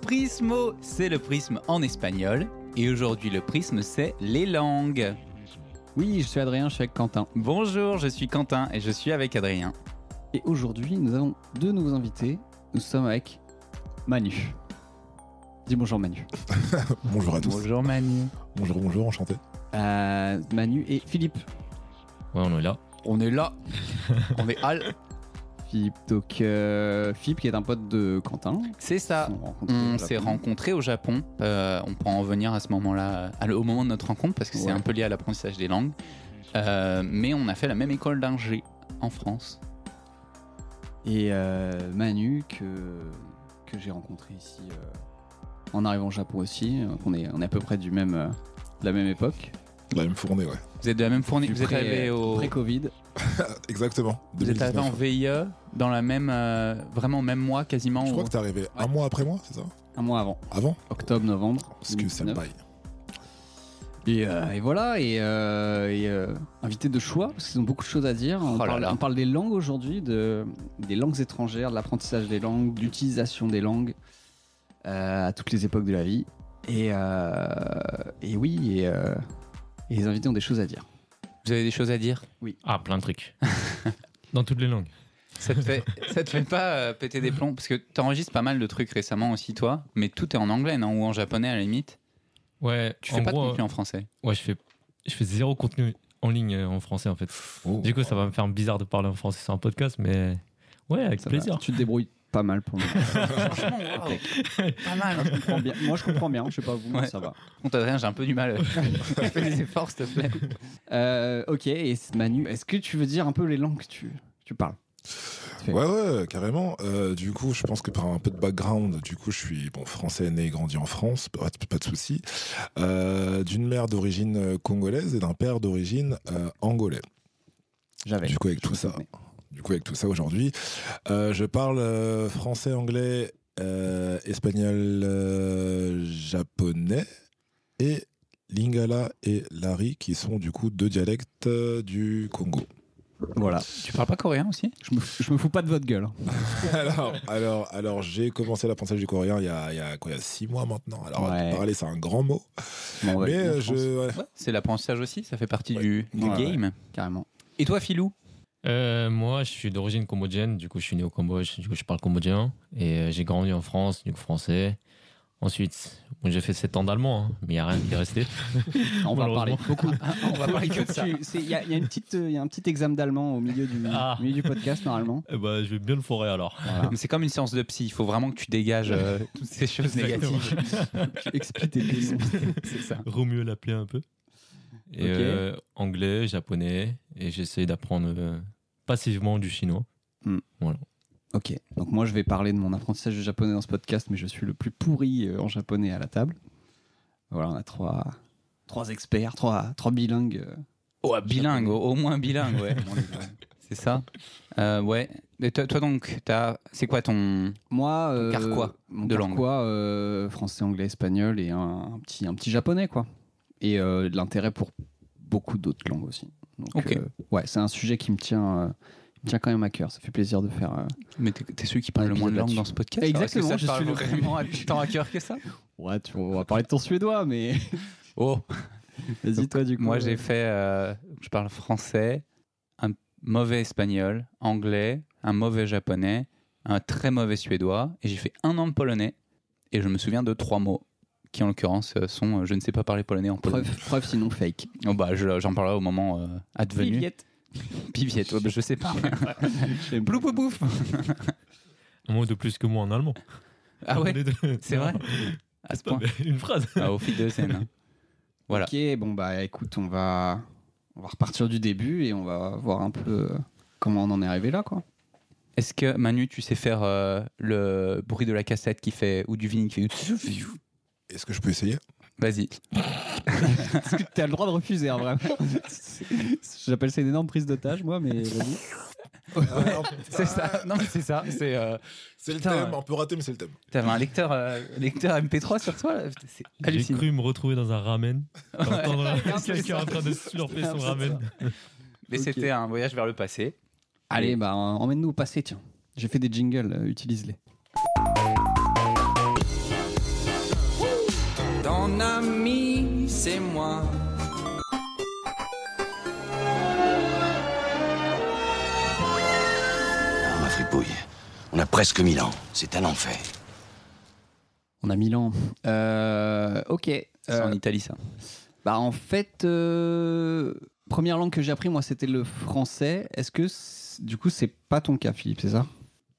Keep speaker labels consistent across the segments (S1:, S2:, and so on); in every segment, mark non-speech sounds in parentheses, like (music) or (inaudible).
S1: Prismo, c'est le prisme en espagnol. Et aujourd'hui, le prisme, c'est les langues.
S2: Oui, je suis Adrien, je suis avec Quentin.
S1: Bonjour, je suis Quentin et je suis avec Adrien.
S2: Et aujourd'hui, nous avons deux nouveaux invités. Nous sommes avec Manu. Dis bonjour Manu.
S3: Bonjour à tous.
S1: Bonjour Manu.
S3: Bonjour, bonjour, enchanté.
S2: Euh, Manu et Philippe.
S4: Ouais, on est là.
S1: On est là. On est al.
S2: Philippe, donc, euh, Philippe qui est un pote de Quentin.
S1: C'est
S2: (laughs)
S1: ça. Mmh,
S2: Ils se sont rencontrés au
S1: On
S2: Japon.
S1: s'est rencontrés au Japon. Euh, on pourra en venir à ce moment-là, à le- au moment de notre rencontre, parce que c'est
S2: Ouais.
S1: un peu lié à l'apprentissage des langues. Euh, mais on a fait la même école d'ingé en France.
S2: Et euh, Manu que, que j'ai rencontré ici euh, en arrivant au Japon aussi. Donc, On est, on est à peu près du même, euh, de la même époque.
S3: La même fournée, ouais.
S1: Vous êtes de la même fournée.
S2: Du
S1: Vous êtes
S2: pré-
S1: arrivé au.
S2: Pré-Covid.
S3: (laughs) Exactement.
S1: Vous êtes arrivé en
S3: 2019.
S1: VIE dans la même, euh, vraiment même mois quasiment.
S3: Je crois
S1: au-
S3: que t'es arrivé un mois après moi, c'est ça
S2: Un mois avant.
S3: Avant
S2: Octobre, novembre.
S3: Parce que ça me
S2: 2019.
S3: baille.
S2: Et, euh, et voilà, et, euh, et, euh, invité de choix, parce qu'ils ont beaucoup de choses à dire. On,
S1: Oh là
S2: parle,
S1: là.
S2: on parle des langues aujourd'hui, de, des langues étrangères, de l'apprentissage des langues, de l'utilisation des langues euh, à toutes les époques de la vie. Et, euh, et oui, et, euh, et les invités ont des choses à dire.
S1: Vous avez des choses à dire
S4: Ah, plein de trucs. (laughs) Dans toutes les langues.
S1: Ça te fait, ça te fait pas euh, péter des plombs Parce que t'enregistres pas mal de trucs récemment aussi, toi, mais tout est en anglais, non Ou en japonais à la limite.
S4: Ouais,
S1: Tu
S4: en
S1: fais pas de
S4: gros,
S1: contenu
S2: hein.
S1: en français.
S4: euh, Ouais, je fais, je fais zéro contenu en ligne euh, en français en fait.
S3: Oh.
S4: Du coup, ça va me faire bizarre de parler en français sur un podcast, mais ouais, avec
S2: Ça va.
S4: plaisir.
S2: Tu te débrouilles pas mal pour moi.
S1: Franchement, waouh Pas mal
S2: (laughs) Je comprends bien. Moi, je comprends bien, je sais pas vous, mais
S1: Ouais.
S2: ça va.
S1: Contre Adrien, j'ai un peu du mal. Fais des efforts, s'il te plaît.
S2: Euh, ok, et Manu, est-ce que tu veux dire un peu les langues que tu, tu parles
S3: Ouais, ouais, carrément. Euh, du coup, je pense que par un peu de background, du coup, je suis bon, français, né et grandi en France, pas, de- pas de souci. Euh, D'une mère d'origine euh, congolaise et d'un père d'origine euh, angolais.
S2: J'avais.
S3: Du coup, avec
S2: Je
S3: tout
S2: me
S3: ça,
S2: souvenais.
S3: du coup, avec tout ça aujourd'hui, euh, je parle euh, français, anglais, euh, espagnol, euh, japonais et lingala et lari, qui sont du coup deux dialectes euh, du Congo.
S2: Voilà.
S1: Tu parles pas coréen aussi
S2: Je me, je me fous pas de votre gueule. hein.
S3: Alors, alors, alors, j'ai commencé l'apprentissage du coréen il y a, il y a quoi, il y a six mois maintenant. Alors,
S2: Ouais.
S3: parler, c'est un grand mot.
S2: Bon, on va
S3: mais
S2: aller en
S3: euh,
S2: France,
S3: je, ouais,
S1: C'est l'apprentissage aussi, ça fait partie
S3: Ouais.
S1: du, du
S2: Ouais,
S1: game.
S2: Carrément.
S1: Et toi, Philou
S4: Euh, moi, je suis d'origine cambodgienne, du coup, je suis né au Cambodge, du coup, je parle cambodgien. Et euh, j'ai grandi en France, du coup, français. Ensuite, bon, j'ai fait 7 ans d'allemand, hein, mais il n'y a rien qui est resté.
S2: (laughs) On va en parler beaucoup.
S1: (laughs) On va parler que de ça.
S2: Il y, a- il y a une petite, euh, il y a un petit examen d'allemand au milieu du,
S4: Ah.
S2: au milieu du podcast normalement.
S4: (laughs) Eh ben, je vais bien le forer alors.
S2: Voilà.
S1: Mais C'est comme une séance de psy, il faut vraiment que tu dégages euh, toutes ces choses
S4: Exactement. (laughs)
S1: négatives.
S2: tu expliques tes démons.
S1: (laughs) C'est ça.
S4: Romieux l'appelait un peu. Et
S2: Ok.
S4: euh, anglais, japonais, et j'essaye d'apprendre euh, passivement du chinois.
S2: Ok. Donc moi je vais parler de mon apprentissage du japonais dans ce podcast, mais je suis le plus pourri euh, en japonais à la table. Voilà, on a trois, trois experts, trois, trois bilingues. euh.
S1: Oh, bilingue, au, au moins bilingue, ouais. C'est ça Euh, Ouais. Et toi, toi donc, t'as- c'est quoi ton.
S2: Moi, euh,
S1: carquois
S2: mon
S1: de
S2: carquois, euh, français, anglais, espagnol et un, un petit, un petit japonais quoi. Et euh, de l'intérêt pour beaucoup d'autres langues aussi. Donc,
S1: Ok.
S2: euh, ouais, c'est un sujet qui me tient, euh, qui me tient quand même à cœur. Ça fait plaisir de faire. euh,
S1: Mais t'es t'es celui qui parle
S2: Un
S1: le moins de
S2: épisode
S1: langue dans
S2: là-dessus.
S1: ce podcast
S2: Exactement,
S1: alors que ça te
S2: je
S1: parle
S2: suis le
S1: vraiment à- tant à cœur que ça.
S2: Ouais, tu, on va parler de ton suédois, mais
S1: (laughs) Oh,
S2: (laughs) vas-y toi du coup.
S1: moi
S2: euh,
S1: j'ai fait. euh, je parle français, un mauvais espagnol, anglais, un mauvais japonais, un très mauvais suédois, et j'ai fait un an de polonais, et je me souviens de trois mots, qui en l'occurrence euh, sont euh, je ne sais pas parler polonais en polonais.
S2: preuve, preuve
S1: (laughs)
S2: sinon fake.
S1: Oh, bah, je- j'en parlerai au moment euh, advenu. Piviette, ouais, bah, je sais pas. (laughs) Blouf, blouf, blouf.
S4: Un mot de plus que moi en allemand.
S1: Ah
S4: (laughs)
S1: ouais, c'est vrai.
S4: Non,
S1: À ce
S4: pas,
S1: point.
S4: mais Une phrase.
S1: Ah, au fil de scène. hein. Voilà.
S2: Ok, bon bah écoute, on va on va repartir du début et on va voir un peu euh, comment on en est arrivé là quoi.
S1: Est-ce que Manu, tu sais faire euh, le bruit de la cassette qui fait ou du vinyle qui fait
S3: est-ce que je peux essayer
S1: Vas-y.
S2: Parce que t'as le droit de refuser, hein, vraiment. C'est- (laughs) J'appelle ça une énorme prise d'otage, moi, mais vas-y.
S1: C'est ça. (laughs) Non mais c'est ça. C'est. euh,
S3: ah, C'est le
S1: Putain,
S3: thème, un peu raté, mais c'est le thème.
S1: T'avais un lecteur, euh, lecteur MP3 sur toi. là Putain, C'est
S4: J'ai
S1: hallucinant.
S4: cru me retrouver dans un ramen. Entendre
S1: c'est
S4: quelqu'un
S1: ça.
S4: en train de slurper
S2: C'est un
S4: son
S2: peu
S4: ramen.
S1: Mais
S2: Ok.
S1: c'était un voyage vers le passé.
S2: (laughs) Allez, bah emmène-nous au passé, tiens. J'ai fait des jingles, euh, utilise-les.
S5: mon ami, c'est moi.
S6: Ah, ma fripouille, on a presque 1000 ans. C'est un enfer.
S2: On a Milan. Euh, ok.
S1: C'est
S2: Euh,
S1: en Italie, ça.
S2: Bah en fait, euh, première langue que j'ai appris moi c'était le français. Est-ce que c- du coup c'est pas ton cas Philippe, c'est ça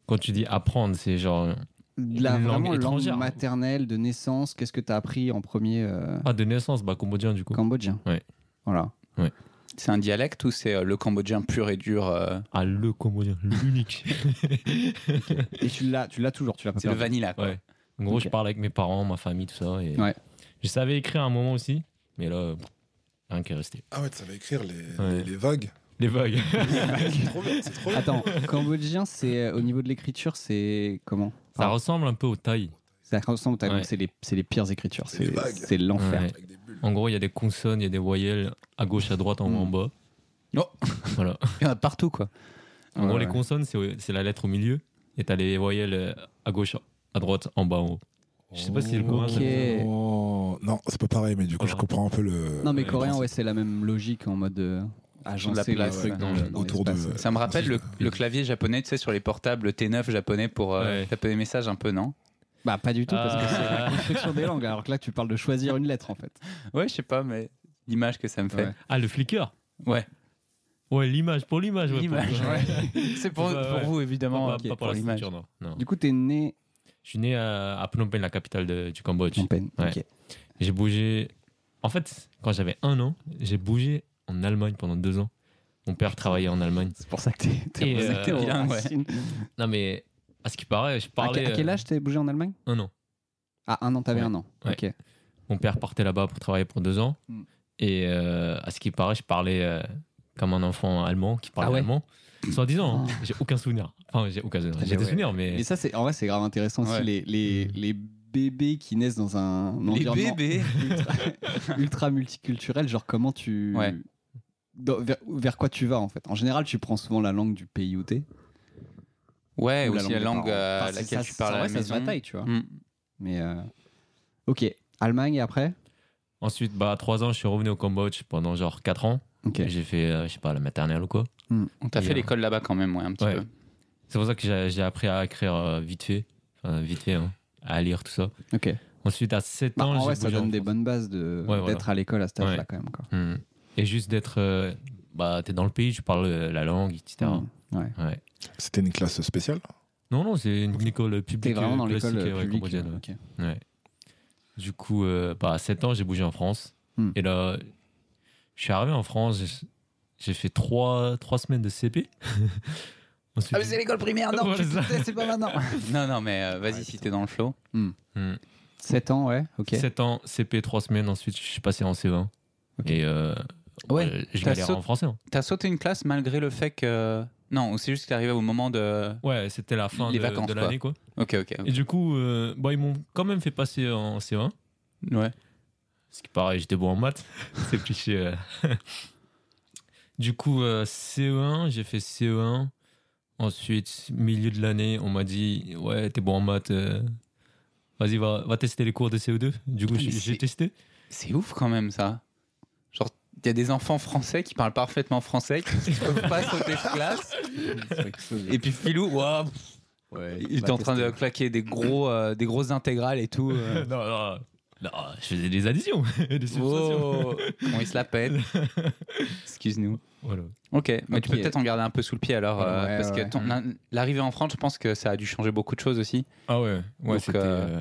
S4: Quand tu dis apprendre, c'est genre euh,
S2: La
S4: Une langue
S2: vraiment
S4: étrangère.
S2: langue maternelle de naissance, qu'est-ce que t'as appris en premier euh,
S4: ah, de naissance, bah cambodgien du coup.
S2: cambodgien
S4: Ouais.
S2: Voilà.
S1: C'est un dialecte ou c'est euh, le cambodgien pur et dur euh,
S4: Ah le cambodgien, l'unique.
S2: Et tu l'as, tu l'as toujours, tu l'as pas
S1: C'est le
S2: perdu.
S1: vanilla, quoi.
S4: ouais. En gros,
S2: Ok.
S4: je parle avec mes parents, ma famille, tout ça. Et
S2: Ouais.
S4: Je savais écrire à un moment aussi, mais là, euh, rien qui est resté.
S3: Ah ouais, ça va écrire les,
S4: Ouais.
S3: les- les vagues.
S4: Les vagues.
S3: c'est trop bien, c'est trop bien.
S2: Attends, cambodgien c'est euh, au niveau de l'écriture c'est comment
S4: Ça
S2: Ah.
S4: ressemble un peu au thaï.
S2: Ça ressemble, t'as-
S4: Ouais.
S2: c'est les, c'est les pires écritures,
S3: C'est
S2: c'est
S3: des vagues.
S2: c'est l'enfer.
S4: Ouais.
S3: Avec des bulles.
S4: En gros, il y a des consonnes, il y a des voyelles à gauche, à droite, en haut, en
S2: Mm.
S4: bas.
S1: Oh.
S4: Voilà.
S1: Il y en a partout, quoi.
S4: En
S2: Ouais,
S4: gros,
S2: ouais.
S4: les consonnes, c'est c'est la lettre au milieu, et t'as les voyelles euh, à gauche, à droite, en bas, en haut. Je sais pas si c'est le coréen,
S2: ça fait ça.
S3: Oh. Non, c'est pas pareil, mais du coup,
S4: Ah.
S3: je comprends un peu le.
S2: Non mais
S4: Ouais,
S2: coréen
S3: le
S2: ouais c'est la même logique en mode euh, agencer le
S1: place,
S2: truc
S1: ouais.
S2: dans le- dans
S3: Autour de-
S2: l'espace.
S1: Ça me rappelle (laughs) le, le clavier japonais, tu sais, sur les portables, le T9 japonais pour euh,
S4: Ouais.
S1: taper des messages un peu, non
S2: Bah pas du tout parce que c'est la
S4: Ah.
S2: construction des langues alors que là tu parles de choisir une lettre en fait.
S1: Ouais, je sais pas, mais l'image que ça me fait.
S2: Ouais.
S4: Ah, le flicker
S1: Ouais,
S4: Ouais, l'image, pour l'image. ouais, pour-
S1: l'image. Bah, ouais. C'est pour,
S4: Ouais,
S1: pour
S4: ouais.
S1: vous,
S4: (laughs) Pas,
S1: évidemment.
S4: pas-
S1: ok,
S4: pas pour la
S1: l'image.
S4: structure, non. Non.
S2: Du coup t'es né
S4: Je suis né à, à Phnom Penh, la capitale de- du Cambodge.
S2: en peine.
S4: Ouais. J'ai bougé. En fait, quand j'avais un an, j'ai bougé en Allemagne pendant deux ans. Mon père travaillait en Allemagne.
S2: C'est pour ça que t'es- t'es
S4: Et,
S2: resté
S4: euh,
S2: aux
S1: bilingue, ouais.
S2: racines.
S4: Non, mais à ce qui paraît, je
S2: À, que- à
S4: parlais.
S2: quel
S4: euh,
S2: âge t'es bougé en Allemagne
S4: Un an.
S2: Ah un an t'avais
S4: Ouais.
S2: un an.
S4: Ouais.
S2: Ok.
S4: Mon père partait là-bas pour travailler pour deux ans.
S2: Mm.
S4: Et euh, à ce qui paraît, je parlais euh, comme un enfant allemand qui parlait
S2: Ah ouais
S4: allemand. Soit disant, j'ai aucun souvenir. Enfin, j'ai aucun souvenir.
S2: Ah,
S4: J'ai des
S2: ouais.
S4: souvenirs, mais.
S2: Et ça c'est en vrai c'est grave intéressant aussi
S1: Ouais.
S2: les,
S4: Mm.
S2: les, les bébés qui naissent dans un
S1: Les
S2: environnement
S1: bébés (laughs)
S2: ultra, ultra multiculturel genre comment tu
S1: Ouais.
S2: dans- vers, vers quoi tu vas en fait En général tu prends souvent la langue du pays où t'es.
S1: Ouais,
S2: ou
S1: aussi la
S2: des
S1: langue
S2: parents.
S1: euh,
S2: Enfin,
S1: à
S2: c'est-
S1: laquelle
S2: ça-
S1: tu parles
S2: en
S1: à la
S2: vrai, ça se
S1: maison.
S2: bataille tu vois.
S1: Mm.
S2: Mais euh, ok Allemagne et après
S4: Ensuite, bah, à trois ans, je suis revenu au Cambodge pendant genre quatre ans.
S2: Ok.
S4: J'ai fait, euh, je sais pas, la maternelle ou quoi.
S1: On t'a
S4: Et,
S1: fait
S4: euh,
S1: l'école là-bas quand même, ouais, un petit
S4: ouais.
S1: peu.
S4: C'est pour ça que j'ai j'ai appris à écrire euh, vite fait. Enfin, vite fait, hein, à lire tout ça.
S2: Ok.
S4: Ensuite, à 7
S2: Bah,
S4: ans,
S2: en
S4: j'ai
S2: vrai, ça
S4: bougé en
S2: donne des
S4: France.
S2: bonnes bases de
S4: Ouais, voilà.
S2: d'être à l'école à cet âge-là
S4: Ouais.
S2: quand même. Quoi.
S4: Hmm. Et juste d'être. euh, bah, t'es dans le pays, tu parles euh, la langue, etc.
S2: Mm. Ouais.
S4: Ouais.
S3: C'était une classe spéciale.
S4: Non, non, c'est une école
S2: T'es
S4: publique.
S2: vraiment dans
S4: euh,
S2: l'école
S4: classique, ouais,
S2: publique.
S4: cambodgienne,
S2: ok.
S4: ouais. Ouais. Du coup, euh, bah, à 7 ans, j'ai bougé en France.
S2: Hmm.
S4: Et là, je suis arrivé en France, j'ai- j'ai fait 3, trois semaines de CP. (laughs) Ensuite,
S1: Ah, mais c'est l'école primaire, non,
S4: (laughs) Voilà,
S1: tu te
S4: ça.
S1: tais, c'est pas maintenant. (laughs) non, non, mais euh, vas-y,
S2: Ouais,
S1: si
S2: putain.
S1: t'es dans le flow.
S2: 7 ans, ouais. Ok.
S4: 7 hmm. ans, CP, 3 semaines. Ensuite, je suis passé en CE1.
S2: Ok.
S4: Et euh,
S1: Ouais,
S4: euh, je
S1: t'as
S4: galère
S1: saut-
S4: en français. hein.
S1: T'as sauté une classe malgré le fait que. Non, ou c'est juste que t'es arrivé au moment de.
S4: Ouais, c'était la fin
S1: Les
S4: de,
S1: vacances,
S4: de l'année, quoi.
S1: Ok, ok.
S4: Et du coup, euh, bon, ils m'ont quand même fait passer en CE1.
S1: Ouais.
S4: Ce qui pareil, j'étais bon en maths. (laughs) C'est le cliché. euh. (laughs) du coup, euh, CE1, j'ai fait CE1. Ensuite, milieu de l'année, on m'a dit Ouais, t'es bon en maths. euh, Vas-y, va, va tester les cours de CE2. Du coup,
S1: Putain,
S4: j'ai
S1: mais c'est-
S4: j'ai testé.
S1: C'est ouf quand même ça. Genre, il y a des enfants français qui parlent parfaitement français, qui ne peuvent pas sauter de classe. Et puis Philou, waouh, il est en train de claquer des gros, euh, des grosses intégrales et tout. euh.
S4: (laughs) non, non, non, je faisais des additions, (laughs) des subtractions.
S1: Oh, bon, il se la pète. Excuse-nous.
S4: Voilà.
S1: Ok, mais tu peux
S2: Ok.
S1: peut-être en garder un peu sous le pied alors,
S2: Ouais,
S1: euh,
S2: ouais,
S1: parce
S2: ouais.
S1: que ton-
S4: Mhm.
S1: l'arrivée en France, je pense que ça a dû changer beaucoup de choses aussi.
S4: Ah ouais, ouais
S1: Donc,
S4: c'était.
S1: euh,
S4: euh,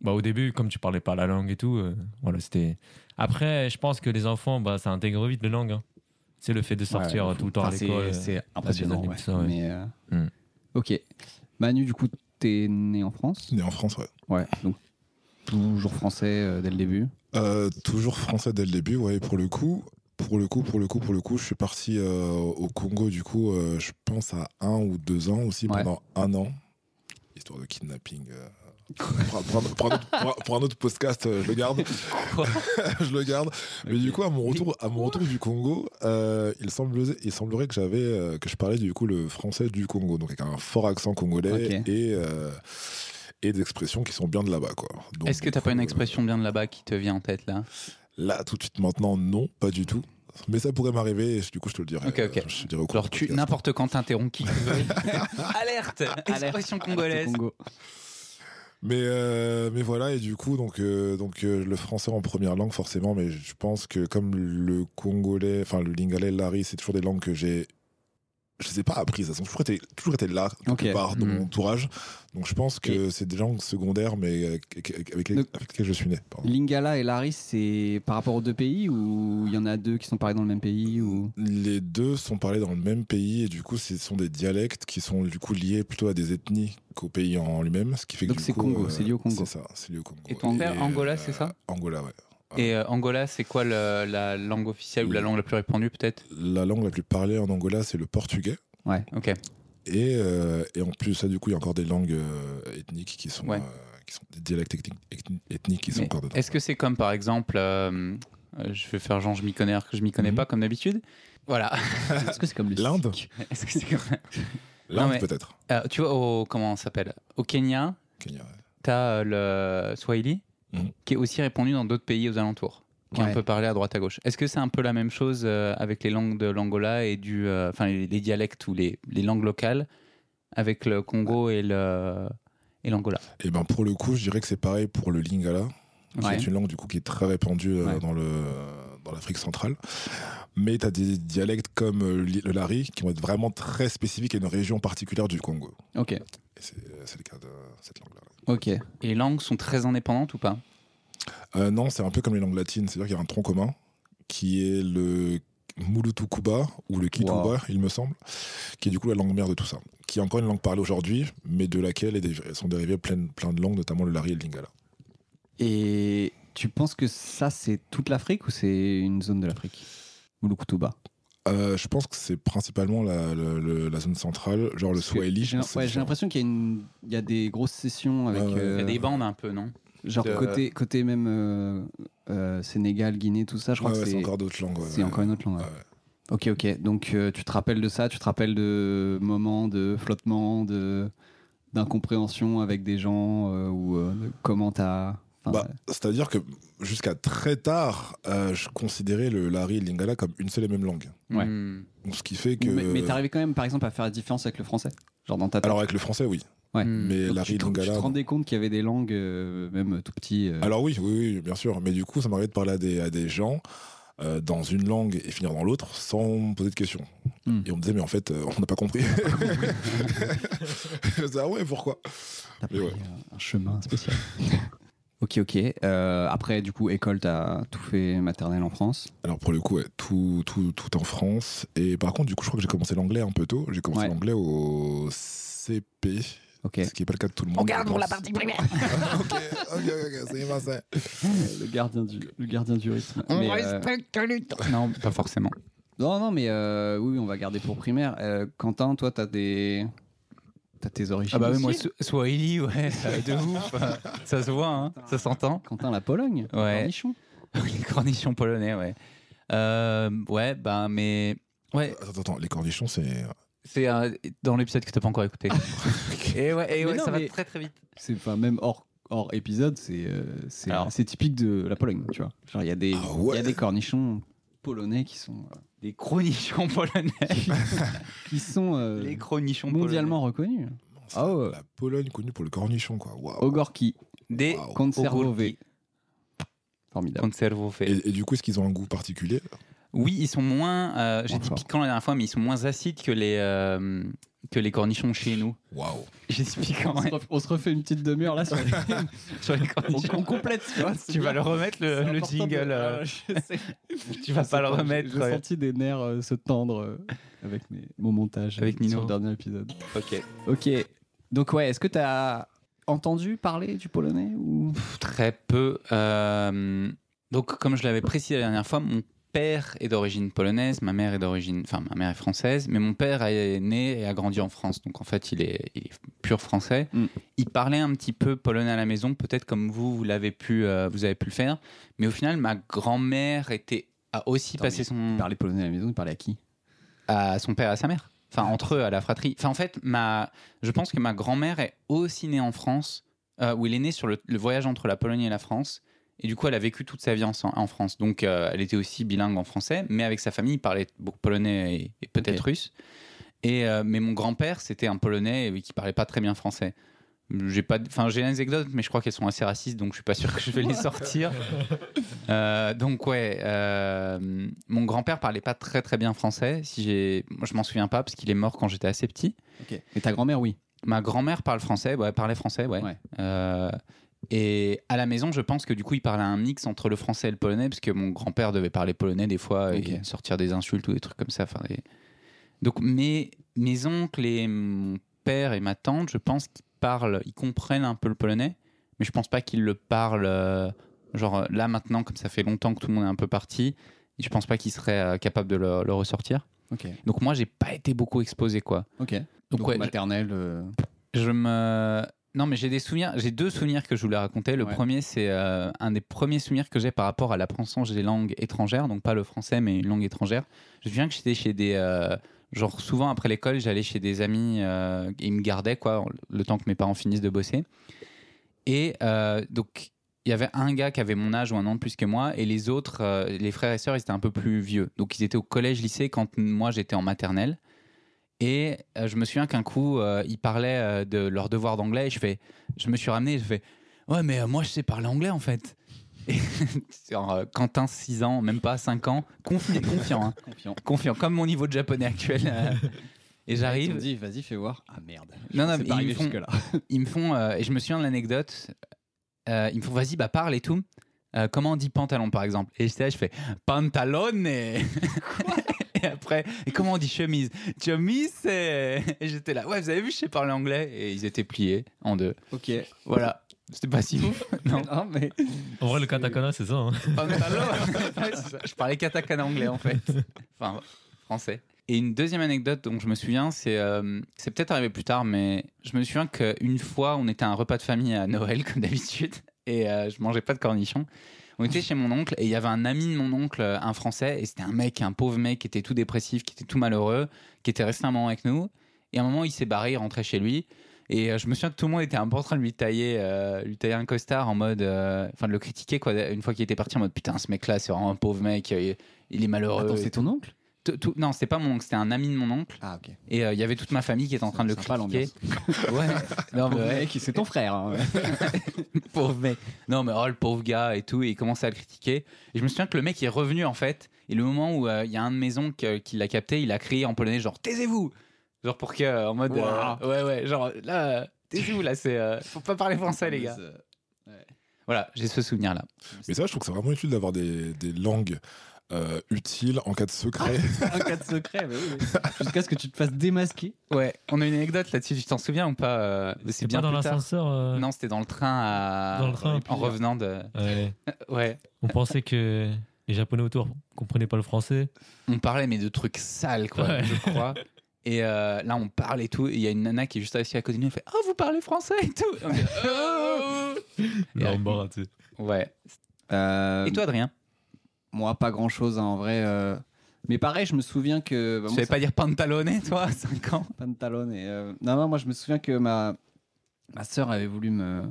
S4: Bah, au début, comme tu parlais pas la langue et tout, euh, voilà, c'était. Après, je pense que les enfants, bah, ça intègre vite les langues. hein. C'est le fait de sortir tout le temps à
S2: Enfin, c'est-
S4: l'école. euh,
S2: C'est impressionnant.
S4: années,
S2: ouais.
S4: tout ça, ouais.
S2: Mais, euh,
S4: Hmm.
S2: Ok. Manu, du coup, t'es né en France
S3: Né en France, ouais.
S2: Ouais. Donc, toujours français euh, dès le début.
S3: Euh, toujours français dès le début, ouais. et Pour le coup, pour le coup, pour le coup, pour le coup, je suis parti euh, au Congo. Du coup, euh, je pense à un ou deux ans aussi
S2: Ouais.
S3: pendant un an, histoire de kidnapping. euh, pour, pour un- pour un autre- pour un- pour un autre podcast, euh, je le garde. (laughs) je le garde. Mais du coup, à mon retour, à mon retour du Congo, euh, il, semblerait, il semblerait que j'avais, euh, que je parlais du coup le français du Congo, donc avec un fort accent congolais
S2: Ok.
S3: et euh, et d'expressions qui sont bien de là-bas. quoi. Donc,
S1: Est-ce que t'as pas une
S3: euh,
S1: expression bien de là-bas qui te vient en tête là
S3: Là, tout de suite, maintenant, non, pas du tout. Mais ça pourrait m'arriver, et je- du coup, je te le dirai.
S1: Ok, ok.
S3: euh, Je te dirai au cours
S1: Genre
S3: du
S1: tu
S3: podcast.
S1: n'importe quand t'interromps qui tu veux. Alerte Expression
S2: Alerte
S1: congolaise.
S2: Congo.
S3: Mais, euh, mais voilà, et du coup, donc, euh, donc euh, le français en première langue, forcément, mais je pense que comme le congolais, enfin le lingala et l'ari, c'est toujours des langues que j'ai. Je les ai pas apprises, elles ont toujours été, toujours été là,
S2: Ok.
S3: quelque part, dans
S1: Hmm.
S3: mon entourage. Donc je pense que c'est des langues secondaires, mais euh, avec, avec- avec les-
S2: Donc-
S3: avec lesquelles je suis né. pardon.
S2: Lingala et Lari, c'est par rapport aux deux pays ou il y en a deux qui sont parlés dans le même pays ou
S3: Les deux sont parlés dans le même pays, et du coup, ce sont des dialectes qui sont du coup liés plutôt à des ethnies qu'au pays en lui-même, ce qui fait que
S2: Donc
S3: du
S2: c'est
S3: coup, euh,
S2: Congo, c'est lié au Congo.
S3: C'est ça, c'est lié au Congo. euh,
S1: Et ton père, Angola, c'est ça
S3: Angola, ouais.
S1: Et euh, Angola, c'est quoi le- la langue officielle ou la langue la plus répandue peut-être
S3: la langue la plus parlée en Angola, c'est le portugais.
S1: Ok.
S3: Et, euh, et en plus, ça, du coup, il y a encore des langues euh, ethniques qui sont,
S1: Ouais.
S3: euh, qui sont des dialectes ethniques, ethni- ethniques qui sont
S1: Mais
S3: encore dedans.
S1: Est-ce que c'est comme par exemple, euh, euh, je vais faire genre je m'y connais alors que je m'y connais
S3: Mhm.
S1: pas comme d'habitude Voilà.
S2: Est-ce que c'est comme le
S3: L'Inde
S1: Est-ce que c'est comme-
S3: L'Inde,
S1: mais-
S3: peut-être.
S1: Euh, tu vois, au, comment ça s'appelle Au Kenya,
S3: Kenya, ouais.
S1: t'as euh, le Swahili
S3: Mhm.
S1: qui est aussi répandu dans d'autres pays aux alentours, qui est
S2: Ouais.
S1: un peu parlé à droite à gauche. Est-ce que c'est un peu la même chose euh, avec les langues de l'Angola et du, euh, enfin les, les dialectes ou les, les langues locales avec le Congo et le et l'Angola
S3: Et ben pour le coup, je dirais que c'est pareil pour le Lingala, qui
S1: Ouais.
S3: est une langue du coup qui est très répandue euh,
S2: Ouais.
S3: dans le dans l'Afrique centrale. Mais tu as des dialectes comme euh, li- le Lari qui vont être vraiment très spécifiques à une région particulière du Congo.
S2: Ok,
S3: Et c'est euh, c'est le cas de cette langue-là.
S2: ok.
S1: Et les langues sont très indépendantes ou pas
S3: Euh, non, c'est un peu comme les langues latines, c'est-à-dire qu'il y a un tronc commun qui est le Mulutukuba ou le Kituba,
S2: Wow.
S3: il me semble, qui est du coup la langue mère de tout ça, qui est encore une langue parlée aujourd'hui, mais de laquelle est dé- sont dérivées plein, plein de langues, notamment le Lari et le Lingala.
S2: Et tu penses que ça c'est toute l'Afrique ou c'est une zone de l'Afrique Mulukutuba.
S3: Euh, je pense que c'est principalement la, le- le- la zone centrale, genre le
S2: Parce que
S3: Swahili.
S2: J'ai
S3: je pense que
S2: ouais, j'ai
S3: c'est différent.
S2: l'impression qu'il y, a une- il y a des grosses sessions avec.
S3: Ouais, ouais.
S1: Il y a
S2: euh,
S1: des bandes un peu, non
S2: Genre
S1: de-
S2: côté, côté même euh, euh, Sénégal, Guinée, tout ça, je crois
S3: Ouais, ouais,
S2: que
S3: c'est
S2: c'est
S3: encore d'autres langues. ouais,
S2: c'est
S3: ouais.
S2: encore une autre langue. ouais.
S3: Ouais,
S2: Ok, ok. Donc euh, tu te rappelles de ça, tu te rappelles de moments de flottement, de d'incompréhension avec des gens euh, ou euh, de comment t'as. enfin,
S3: Bah, C'est-à-dire que jusqu'à très tard, euh, je considérais le Lari et le Lingala comme une seule et même langue.
S2: Ouais.
S1: Hmm.
S3: Donc, Ce qui fait que.
S2: Mais, mais t'arrivais quand même, par exemple, à faire la différence avec le français, genre dans ta tête.
S3: Alors mm, avec le français, oui.
S2: Ouais.
S1: Hmm.
S3: Mais
S2: Donc,
S3: Lari
S2: tu,
S3: et
S2: te, tu te
S3: Lingala. non.
S2: rendais compte qu'il y avait des langues, euh, même tout petit. euh,
S3: Alors oui, oui, oui, bien sûr. Mais du coup, ça m'arrivait de parler à des, à des gens euh, dans une langue et finir dans l'autre sans me poser de questions.
S2: Hmm. Ah
S3: Et on me disait, mais en fait, euh, on n'a pas compris. (laughs) je disais, ah ouais, pourquoi
S2: T'as
S3: Mais
S2: pris
S3: ouais.
S2: euh, un chemin spécial. (laughs) ok, ok. Euh, après, du coup, école, t'as tout fait maternelle en France.
S3: Alors pour le coup, ouais, tout, tout, tout en France. Et par contre, du coup, je crois que j'ai commencé l'anglais un peu tôt. J'ai commencé
S2: Ouais.
S3: l'anglais au CP,
S2: Ok.
S3: ce qui n'est pas le cas de tout le monde. Regarde pour la partie primaire. (laughs) ok, ok, ok, c'est Vincent.
S2: le gardien du, le gardien du rythme. Mais, euh,
S1: Non, pas forcément.
S2: Non, non, mais euh, oui, oui, on va garder pour primaire. Euh, Quentin, toi, t'as des. T'as tes origines.
S1: Ah bah oui, moi,
S2: aussi
S1: Swa- Swahili, ouais, euh, de (laughs) ouf. euh, Ça se voit, hein, ça s'entend.
S2: Quentin, la Pologne.
S1: Ouais.
S2: Cornichon.
S1: (laughs) Les cornichons polonais, ouais. Euh, ouais, ben, mais. Ouais,
S3: Attends, attends, les cornichons, c'est.
S1: c'est euh, dans l'épisode que t'as pas encore
S2: (laughs)
S1: écouté. et ouais, et
S2: Mais
S1: ouais
S2: non,
S1: ça
S2: mais-
S1: va très très vite.
S2: C'est pas même hors, hors épisode, c'est euh, c'est
S1: Alors.
S2: c'est typique de la Pologne, tu vois. Genre, il y, a des-
S3: Ah
S2: il
S3: ouais.
S2: y a des cornichons polonais qui sont, euh,
S1: Les cronichons polonais.
S2: (laughs) qui sont euh,
S1: Les cronichons
S2: mondialement reconnus. Ah ouais.
S3: La Pologne connue pour le cornichon, quoi. Waouh.
S2: Ogorki,
S1: polonais. Des
S3: Wow.
S2: conservové. Formidable.
S1: conservés.
S3: Et, et du coup, est-ce qu'ils ont un goût particulier
S1: Oui, ils sont moins. euh, J'ai dit
S2: Encore.
S1: piquants la dernière fois, mais ils sont moins acides que les, euh, que les cornichons chez nous. (laughs)
S3: Waouh.
S1: J'ai dit piquant
S2: On se
S1: ouais,
S2: ref- On se refait une petite
S1: (laughs)
S2: demi-heure là sur les-
S1: sur les
S2: on, on
S1: cornichons.
S2: complète, tu vois. c'est
S1: Tu vas
S2: bien.
S1: le remettre
S2: C'est
S1: le, le
S2: important de-
S1: jingle. euh,
S2: Ah, (laughs) je sais.
S1: tu vas
S2: Je
S1: pas
S2: sais
S1: le remettre.
S2: J'ai j'ai senti des nerfs euh, se tendre euh, avec mes- mon montage
S1: Avec
S2: sur
S1: Nino.
S2: le dernier épisode.
S1: Ok.
S2: Ok. Donc ouais, est-ce que t'as entendu parler du polonais (laughs) ou
S1: Très peu. Euh, donc, comme je l'avais précisé la dernière fois, mon père est d'origine polonaise, ma mère est d'origine, enfin ma mère est française, mais mon père est né et a grandi en France, donc en fait il est, il est pur français.
S2: Mm.
S1: Il parlait un petit peu polonais à la maison, peut-être comme vous, vous l'avez pu, euh, vous avez pu le faire, mais au final ma grand-mère était a aussi
S2: Attends,
S1: passé
S2: mais
S1: son
S2: parler polonais à la maison, il parlait à qui
S1: à son père et à sa mère. Enfin, entre eux, à la fratrie. Enfin, en fait, ma... je pense que ma grand-mère est aussi née en France euh, où il est né sur le, le voyage entre la Pologne et la France. Et du coup, elle a vécu toute sa vie en, en France. Donc, euh, elle était aussi bilingue en français, mais avec sa famille, il parlait beaucoup polonais et, et peut-être russe. Et, euh, mais mon grand-père, c'était un polonais euh, qui parlait pas très bien français. J'ai pas, de- enfin, j'ai des anecdotes, mais je crois qu'elles sont assez racistes, donc je suis pas sûr que je vais les sortir. Euh, donc ouais, euh, mon grand-père parlait pas très très bien français. Si j'ai, moi, je m'en souviens pas parce qu'il est mort quand j'étais assez petit.
S2: Mais ta grand-mère, oui.
S1: Ma grand-mère parle français, ouais, parlait français, ouais.
S2: Ouais.
S1: Euh, et à la maison, je pense que du coup, il parlait un mix entre le français et le polonais, parce que mon grand-père devait parler polonais des fois et
S2: Ok.
S1: sortir des insultes ou des trucs comme ça. Enfin, des- Donc mes, mes oncles et mon père et ma tante, je pense qu'ils parlent, ils comprennent un peu le polonais, mais je pense pas qu'ils le parlent. euh, genre euh, là maintenant, comme ça fait longtemps que tout le monde est un peu parti, je pense pas qu'ils seraient euh, capables de le, le ressortir.
S2: Ok.
S1: Donc moi, j'ai pas été beaucoup exposé, quoi.
S2: Ok.
S1: Donc, ouais,
S2: maternelle. euh,
S1: je me. Non, mais j'ai des souvenirs. J'ai deux souvenirs que je voulais raconter. Le
S2: Ouais.
S1: premier, c'est euh, un des premiers souvenirs que j'ai par rapport à l'apprentissage des langues étrangères, donc pas le français, mais une langue étrangère. Je me souviens que j'étais chez des. euh, genre, souvent après l'école, j'allais chez des amis euh, et ils me gardaient, quoi, le temps que mes parents finissent de bosser. Et euh, donc, il y avait un gars qui avait mon âge ou un an de plus que moi, et les autres, euh, les frères et sœurs, ils étaient un peu plus vieux. Donc, ils étaient au collège, lycée quand moi j'étais en maternelle. Et euh, je me souviens qu'un coup, euh, ils parlaient euh, de leur devoir d'anglais. Et je fais, je me suis ramené, et je fais, ouais, mais euh, moi, je sais parler anglais en fait. (laughs) Et genre, euh, Quentin, 6 ans, même pas 5 ans, confiant, confiant, hein.
S2: Confiant.
S1: confiant, comme mon niveau de japonais actuel. euh. et
S2: Ils ont
S1: j'arrive.
S2: dit, vas-y, fais voir. Ah merde.
S1: Non, non,
S2: C'est
S1: mais
S2: pas
S1: ils me
S2: arrivé
S1: font-
S2: jusque-là.
S1: ils me font, euh, et je me souviens de l'anecdote, euh, ils me font, vas-y, bah parle et tout. Euh, comment on dit pantalon par exemple Et j'étais là, je fais pantalone et... après, (laughs) et comment on dit chemise Chemise euh, Et j'étais là, ouais, vous avez vu, je sais parler anglais. Et ils étaient pliés en deux.
S2: (laughs) Ok.
S1: Voilà, c'était pas si ouf. Non,
S2: (laughs) Non, mais.
S4: euh. En vrai, le katakana, c'est ça. hein.
S1: pantalone (laughs) Ouais, c'est ça. Je parlais katakana anglais en fait. Enfin, français. Et une deuxième anecdote dont je me souviens, c'est euh, c'est peut-être arrivé plus tard, mais je me souviens qu'une fois, on était à un repas de famille à Noël, comme d'habitude, et euh, je mangeais pas de cornichons. On était chez mon oncle, et il y avait un ami de mon oncle, euh, un français, et c'était un mec, un pauvre mec, qui était tout dépressif, qui était tout malheureux, qui était resté un moment avec nous. Et à un moment, il s'est barré, il rentrait chez lui. Et euh, je me souviens que tout le monde était un peu en train de lui tailler, euh, lui tailler un costard en mode. euh, Enfin, de le critiquer, quoi, une fois qu'il était parti, en mode putain, ce mec-là, c'est vraiment un pauvre mec, il, il est malheureux.
S2: Attends, c'est ton oncle
S1: Tout- tout- non, c'était pas mon oncle, c'était un ami de mon oncle.
S2: Ah, ok.
S1: Et euh, il y avait toute ma famille qui était en train de le
S2: Sympa,
S1: critiquer. Ouais. non, mais
S2: Pauvre
S1: ouais,
S2: mec, c'est ton frère. hein.
S1: pauvre mec. Non, mais oh, le pauvre gars et tout. Et il commençait à le critiquer. Et je me souviens que le mec est revenu en fait. Et le moment où euh, il y a un de mes oncles euh, qui l'a capté, il a crié en polonais genre taisez-vous Genre pour que, euh, en mode. euh, ouais, ouais, genre là, euh, taisez-vous là, c'est. euh, faut pas parler français, les gars. Voilà, j'ai ce souvenir là.
S3: Mais ça, je trouve que c'est vraiment utile d'avoir des, des langues euh, utiles en cas de secret.
S2: (laughs) Un cas de secret, mais oui. oui. Jusqu'à ce que tu te fasses démasquer.
S1: Ouais, on a une anecdote là-dessus, tu t'en souviens ou pas euh, C'est
S4: T'es
S1: bien
S4: pas dans
S1: plus tard.
S4: l'ascenseur. euh,
S1: Non, c'était dans le train à.
S4: Dans le train.
S1: En revenant de.
S4: Ouais.
S1: Ouais.
S4: On pensait que les Japonais autour comprenaient pas le français.
S1: on parlait mais de trucs sales quoi
S4: Ouais.
S1: je (laughs) crois et euh, là on parle et tout et il y a une nana qui est juste assise à côté de nous elle fait ah vous parlez français et tout On dit, (laughs) Oh
S4: L'embarras, tu sais.
S1: ouais
S2: Euh,
S1: et toi Adrien
S2: Moi, pas grand chose en vrai. euh, Mais pareil, je me souviens que. bah,
S1: tu
S2: moi,
S1: savais
S2: ça-
S1: pas dire pantalonné toi à 5 ans
S2: pantalon et euh, non non moi je me souviens que ma ma sœur avait voulu me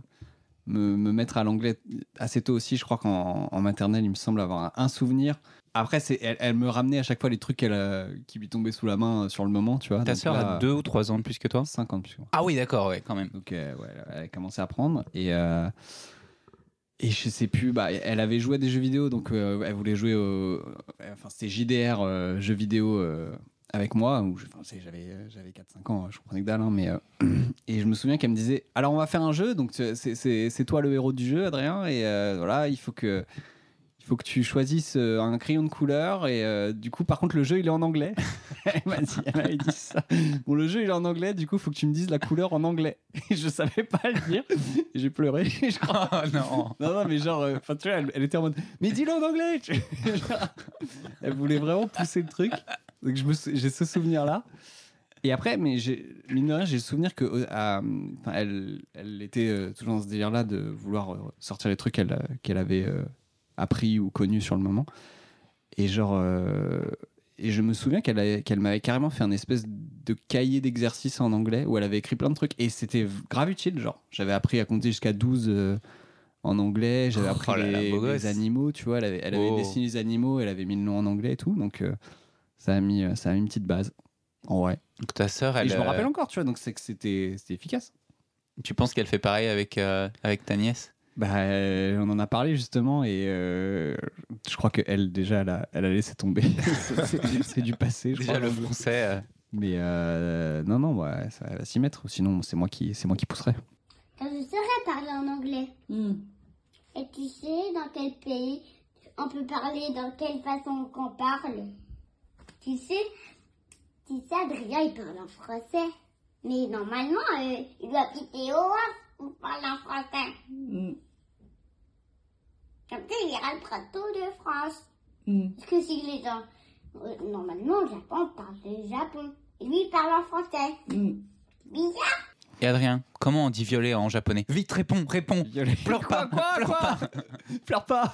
S2: me, me mettre à l'anglais assez tôt aussi je crois qu'en en maternelle il me semble avoir un, un souvenir après c'est elle, elle me ramenait à chaque fois les trucs qu'elle euh, qui lui tombaient sous la main euh, sur le moment tu vois
S1: ta
S2: Donc
S1: sœur
S2: là,
S1: a 2 ou 3 ans de plus que toi
S2: 5 ans de plus moi.
S1: ah oui d'accord ouais quand même
S2: donc euh, ouais, elle a commencé à apprendre et euh, et je sais plus, bah, elle avait joué à des jeux vidéo, donc euh, elle voulait jouer au. Enfin, c'était JDR, euh, jeux vidéo euh, avec moi. où je- enfin, c'est- j'avais, euh, j'avais 4-5 ans, je comprenais que dalle, hein, mais. euh, (clears throat) et je me souviens qu'elle me disait Alors, on va faire un jeu, donc tu- c'est, c'est- c'est toi le héros du jeu, Adrien, et euh, voilà, il faut que. Il faut que tu choisisses euh, un crayon de couleur et euh, du coup, par contre, le jeu il est en anglais. (laughs) elle m'a dit, elle m'avait dit ça. Bon, le jeu il est en anglais, du coup, il faut que tu me dises la couleur en anglais. Et (laughs) je savais pas le dire. Et J'ai pleuré, (laughs) je crois.
S1: (laughs) oh non
S2: Non, non, mais genre, euh, enfin, tu vois, elle, elle était en mode, mais dis-le en anglais (laughs) tu vois. Genre, Elle voulait vraiment pousser le truc. Donc, je me sou- j'ai ce souvenir-là. Et après, mais j'ai- mine de rien, j'ai le souvenir que euh, à, enfin, elle, elle était euh, toujours dans ce délire-là de vouloir euh, sortir les trucs qu'elle euh, qu'elle avait euh, appris ou connus sur le moment. Et genre, euh, et Et je me souviens qu'elle avait- qu'elle m'avait carrément fait un espèce de cahier d'exercice en anglais où elle avait écrit plein de trucs. Et c'était v- grave utile, genre. J'avais appris à compter jusqu'à 12 euh, en anglais. J'avais
S1: Oh
S2: appris
S1: là là,
S2: les,
S1: beau
S2: les
S1: gosse.
S2: animaux, tu vois. Elle avait, elle avait
S1: Oh.
S2: dessiné les animaux, elle avait mis le nom en anglais et tout. Donc euh, ça, a mis, euh, ça a mis une petite base. En vrai.
S1: Donc ta sœur, elle.
S2: et je me
S1: euh,
S2: rappelle encore, tu vois. Donc c'est que c'était c'était efficace.
S1: Tu penses qu'elle fait pareil avec, euh, avec ta nièce
S2: Bah, euh, on en a parlé justement et euh, je crois qu'elle, déjà, elle a, elle a laissé tomber. (laughs) C'est- c'est du passé, je
S1: Déjà
S2: crois.
S1: le français. euh,
S2: Mais euh, non, non, ouais, ça va s'y mettre. Sinon, c'est moi qui, c'est moi qui pousserai.
S7: Quand je saurais parler en anglais.
S8: Hmm.
S7: Et tu sais dans quel pays on peut parler, dans quelle façon qu'on parle. Tu sais, tu sais, Adrien, il parle en français. Mais normalement, euh, il doit quitter Howard pour parler en français.
S8: Mm.
S7: Comme ça, il ira le plateau de France.
S8: Mm.
S7: Parce que si les gens... euh, Normalement, au Japon, on parle de Japon. Et lui, il parle en français.
S8: Mm.
S7: Bizarre
S1: Et Adrien, comment on dit violet en japonais Vite, réponds, réponds Pleure pas, pleure pas
S2: Pleure pas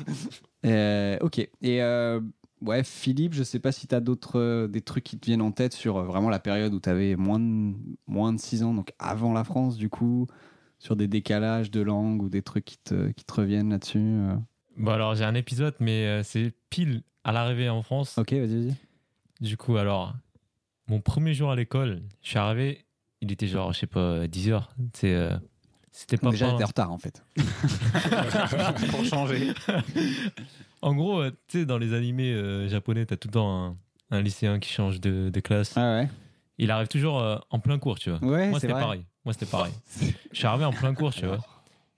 S2: Euh, Ok. Et euh, ouais, Philippe, je sais pas si t'as d'autres euh, des trucs qui te viennent en tête sur euh, vraiment la période où t'avais moins de, moins de 6 ans, donc avant la France, du coup, sur des décalages de langue ou des trucs qui te, qui te reviennent là-dessus. euh.
S4: Bon, Bah, alors j'ai un épisode, mais euh, c'est pile à l'arrivée en France.
S2: Ok, vas-y, vas-y.
S4: Du coup, alors, mon premier jour à l'école, je suis arrivé, il était genre, je sais pas, 10h. euh, C'était pas
S2: Déjà,
S4: pendant-
S2: t'es en retard en fait.
S1: (laughs) Pour changer.
S4: En gros, euh, tu sais, dans les animés euh, japonais, t'as tout le temps un, un lycéen qui change de, de classe.
S2: Ah
S4: Il arrive toujours euh, en plein cours, tu vois.
S2: ouais Ouais,
S4: Moi,
S2: c'est
S4: c'était
S2: vrai.
S4: pareil. Moi,
S2: (laughs)
S4: c'était pareil. Je suis arrivé en plein cours, tu vois.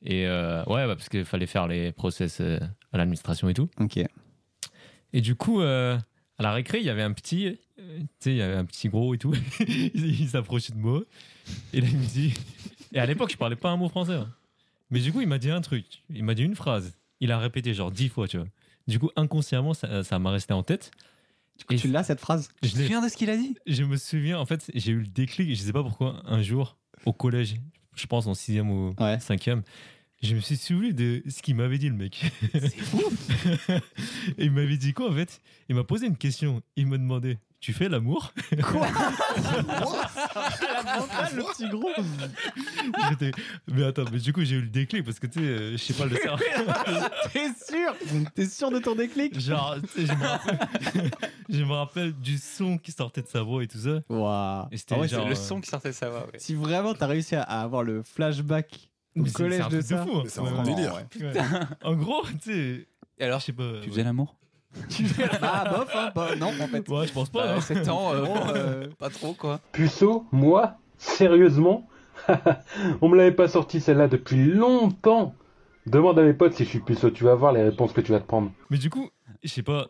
S4: Et euh, ouais, bah, parce qu'il fallait faire les process euh, à l'administration et tout.
S2: Ok.
S4: Et du coup, euh, à la récré, il y avait un petit, euh, tu sais, il y avait un petit gros et tout. (laughs) il il s'approchait de moi. Et là, il me dit. Et à l'époque, je parlais pas un mot français. hein. Mais du coup, il m'a dit un truc. Il m'a dit une phrase. Il a répété genre dix fois, tu vois. Du coup, inconsciemment, ça ça m'a resté en tête. Et
S2: Tu l'as cette phrase
S1: Tu te
S4: je, l'ai-
S1: souviens de ce qu'il a dit
S4: je me souviens, en fait, j'ai eu le déclic. Je sais pas pourquoi, un jour, au collège, je pense en sixième ou
S2: Ouais.
S4: cinquième, je me suis souvenu de ce qu'il m'avait dit le mec. Et (laughs) il m'avait dit quoi en fait Il m'a posé une question. Il m'a demandé Tu fais l'amour (laughs)
S2: le petit gros
S4: J'étais. Mais attends, mais du coup j'ai eu le déclic parce que tu sais, euh, je sais pas le cerveau.
S2: (laughs) T'es sûr T'es sûr de ton déclic
S4: (laughs) Genre, tu sais, je me rappelle. (laughs) je me rappelle du son qui sortait de sa voix et tout ça.
S2: Waouh
S4: Et c'était
S2: Ah ouais,
S4: genre,
S1: le
S4: euh,
S1: son qui sortait de sa voix.
S2: c'est- Si vraiment t'as réussi à, à avoir le flashback au
S4: mais c'est- c'est
S2: collège
S4: un
S2: de
S4: truc
S2: ça.
S4: fou, hein.
S3: Mais (laughs) c'est
S4: Ouais,
S3: un
S4: ouais.
S3: délire.
S2: ouais. (laughs)
S4: Ouais. En gros, tu sais.
S1: Et alors,
S4: Je sais pas.
S1: tu faisais l'amour
S2: Ah bof, hein, (laughs) bah, non en fait.
S4: Ouais, je pense pas.
S1: Bah,
S4: hein.
S1: ouais, sept ans, euh,
S2: (laughs) Bon,
S1: bon,
S2: euh,
S1: pas trop quoi.
S9: Puceau, moi, sérieusement (laughs) On me l'avait pas sorti celle-là depuis longtemps Demande à mes potes si je suis puceau, tu vas voir les réponses que tu vas te prendre.
S4: Mais du coup, je sais pas.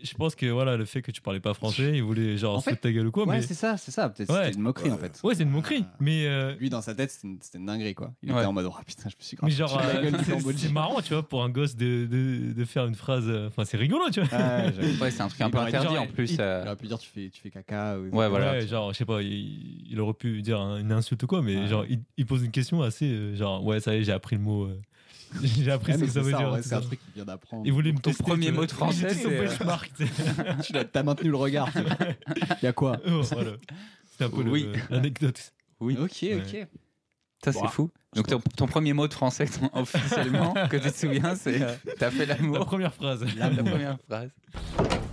S4: Je pense que voilà, le fait que tu parlais pas français, il voulait genre
S2: En
S4: se
S2: fait-
S4: foutre ta gueule ou quoi.
S2: ouais,
S4: mais...
S2: c'est ça, c'est ça. Peut-être
S4: Ouais.
S2: c'était une moquerie en fait.
S4: Ouais, c'est une moquerie. Mais. euh,
S2: Lui dans sa tête c'était une, c'était une dinguerie quoi. Il
S1: Ouais.
S2: était en mode oh putain je me suis grave.
S4: Mais genre,
S2: foutu de la
S4: euh,
S2: gueule du
S4: c'est-
S2: Cambodge.
S4: c'est marrant, tu vois, pour un gosse de, de, de faire une phrase. euh, Enfin, c'est rigolo, tu
S2: (laughs)
S4: vois.
S2: Ouais, j'avoue.
S1: Ouais, c'est un truc un
S2: Il
S1: peu
S2: aurait-
S1: interdit
S4: genre,
S1: en plus.
S2: il,
S1: euh,
S2: il aurait pu dire tu fais, tu fais caca. Ou...
S4: (laughs)
S1: Ouais, voilà.
S4: Ouais, genre, je sais pas, il, il aurait pu dire un- une insulte ou quoi, mais
S2: Ouais.
S4: genre, il, il pose une question assez. euh, genre, ouais, ça y est, j'ai appris le mot. euh, (laughs) j'ai appris
S2: Ah,
S4: ce
S2: mais
S4: que ça
S2: c'est
S4: veut
S2: ça,
S4: dire.
S2: en vrai,
S4: tout
S2: c'est un
S4: ça.
S2: truc qu'il vient d'apprendre.
S4: Il voulait me
S1: Ton
S4: tester,
S1: premier
S4: tu vois.
S1: mot de français,
S4: Il était son
S1: c'est, euh,
S4: benchmark, tu sais.
S2: euh, (laughs) Tu
S4: (laughs)
S2: l'as- T'as maintenu le regard. tu vois. Y a quoi
S4: Oh,
S2: (laughs)
S4: voilà. C'était un peu le- euh,
S1: Oui.
S4: l'anecdote.
S1: Oui.
S2: Ok, ok.
S1: Ça, c'est
S2: Ouah.
S1: fou. Donc, ton, ton premier mot de français, ton- officiellement, que tu te souviens, c'est euh, T'as fait
S4: La
S1: l'amour.
S4: première phrase.
S1: La première phrase.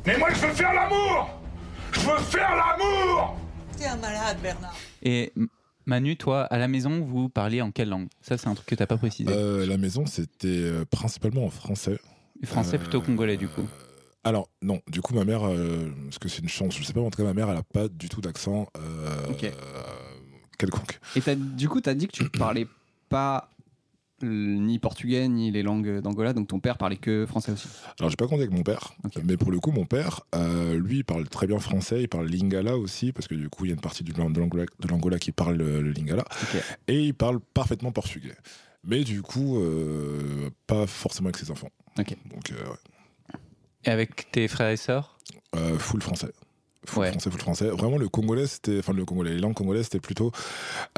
S10: Mais moi, je veux faire l'amour Je veux faire l'amour
S11: T'es un malade, Bernard.
S1: Et M- Manu, toi, à la maison, vous parliez en quelle langue Ça, c'est un truc que t'as pas précisé.
S3: Euh, la maison, c'était euh, principalement en français.
S1: Français plutôt
S3: euh,
S1: congolais, du coup.
S3: Alors, non, du coup, ma mère, euh, parce que c'est une chance, je sais pas, mais en tout cas, ma mère, elle a pas du tout d'accent euh,
S2: Ok.
S3: euh, quelconque.
S2: Et t'as- du coup, t'as dit que tu parlais pas euh, ni portugais ni les langues d'Angola, donc ton père parlait que français aussi.
S3: Alors, j'ai pas grandi avec mon père,
S2: Ok.
S3: mais pour le coup, mon père, euh, lui, il parle très bien français, il parle lingala aussi, parce que du coup, il y a une partie du- de l'Angola de l'Angola qui parle euh, le lingala,
S2: Ok.
S3: et il parle parfaitement portugais. Mais du coup, euh, pas forcément avec ses enfants.
S2: Ok.
S3: Donc, euh, ouais.
S1: Et avec tes frères et sœurs
S3: Euh, full français. Full
S1: Ouais.
S3: français, full français. Vraiment, le congolais, c'était. Enfin, le congolais, les langues congolaises, c'était plutôt.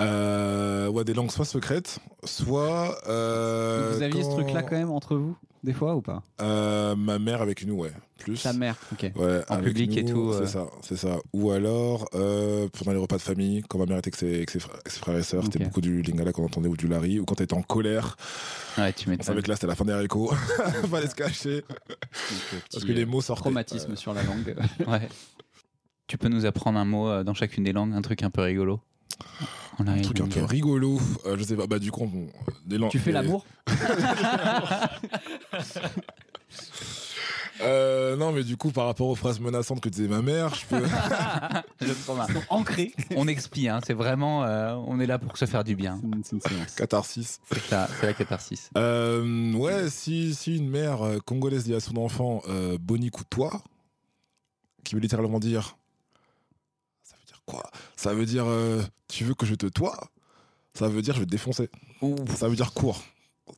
S3: euh, ouais, des langues soit secrètes, soit. euh,
S2: Vous aviez ce
S3: quand-
S2: truc-là quand même entre vous, des fois ou pas
S3: Euh, Ma mère avec nous, ouais. Plus.
S2: Ta mère, ok.
S3: Ouais,
S1: En
S3: avec
S1: public et
S3: nous,
S1: tout, euh.
S3: C'est ça, c'est ça. Ou alors, euh, pendant les repas de famille, quand ma mère était avec ses, avec ses frères, avec ses frères et sœurs,
S2: Ok.
S3: c'était beaucoup du lingala qu'on entendait ou du lari, ou quand elle était en colère,
S1: Ouais, tu
S3: on savait
S1: m'étonnes.
S3: que là c'était la fin des haricots,
S2: (laughs)
S3: (laughs) fallait se cacher,
S2: euh,
S3: parce que les mots sortaient.
S2: Traumatisme sur la (laughs) langue.
S1: Ouais. Tu peux nous apprendre un mot euh, dans chacune des langues, un truc un peu rigolo On
S3: Un truc un peu rigolo, euh, je sais pas, bah du coup, on- des langues.
S2: tu fais (laughs)
S3: des-
S2: l'amour
S3: Euh, Non, mais du coup, par rapport aux phrases menaçantes que disait ma mère, je peux.
S2: Ancré
S1: On expie, hein, c'est vraiment. euh, on est là pour se faire du bien.
S2: C'est une- c'est une séance.
S3: Catharsis.
S1: C'est ça, c'est la catharsis.
S3: Euh, ouais, si, si une mère euh, congolaise dit à son enfant euh, Boni Koutoua, qui veut littéralement dire. Ça veut dire quoi Ça veut dire euh, Tu veux que je te toie Ça veut dire Je vais te défoncer. Ça veut dire cours.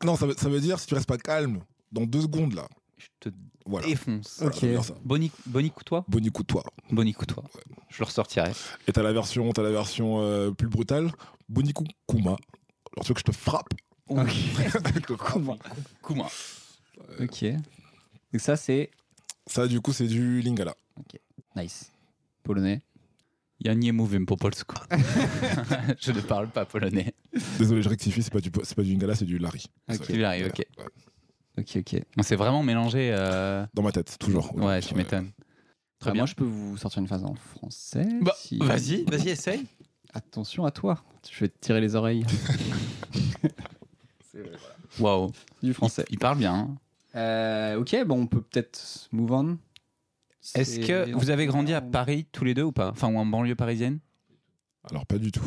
S3: Non, ça veut, ça veut dire Si tu restes pas calme, dans deux secondes là.
S1: Je te
S3: Voilà.
S1: défonce.
S3: Voilà, ça veut dire ça.
S1: Bonnie Coutois
S3: Boni Koutoua.
S1: Bonnie Coutois. Je le ressortirai.
S3: Et t'as la version, t'as la version euh, plus brutale Boni Kou- Kouma. Alors tu veux que je te frappe
S2: Ok. (laughs)
S3: Je te frappe.
S1: Kouma.
S2: ok. Donc ça, c'est
S3: Ça, du coup, c'est du lingala.
S2: nice. Polonais.
S1: Ja nie mówię po polsku. (laughs) Je ne parle pas polonais.
S3: Désolé, je rectifie, c'est pas du, c'est pas du lingala, c'est du lari.
S1: Ok, tu l'arrives, ok.
S2: Ok, Bah, ok.
S1: On s'est vraiment mélangé. euh,
S3: Dans ma tête, toujours.
S1: Ouais, tu m'étonnes. Très
S2: Bah,
S1: bien.
S2: Moi, je peux vous sortir une phase en français.
S1: Bah,
S2: si-
S1: Vas-y, vas-y, essaye.
S2: Attention à toi. Je vais te tirer les oreilles.
S1: Waouh.
S2: du français.
S1: Il parle bien. hein.
S2: Euh, ok, bon, on peut peut-être move on.
S1: Est-ce que
S2: C'est-
S1: vous avez grandi à Paris tous les deux ou pas Enfin, ou en banlieue parisienne
S3: Alors, pas du tout.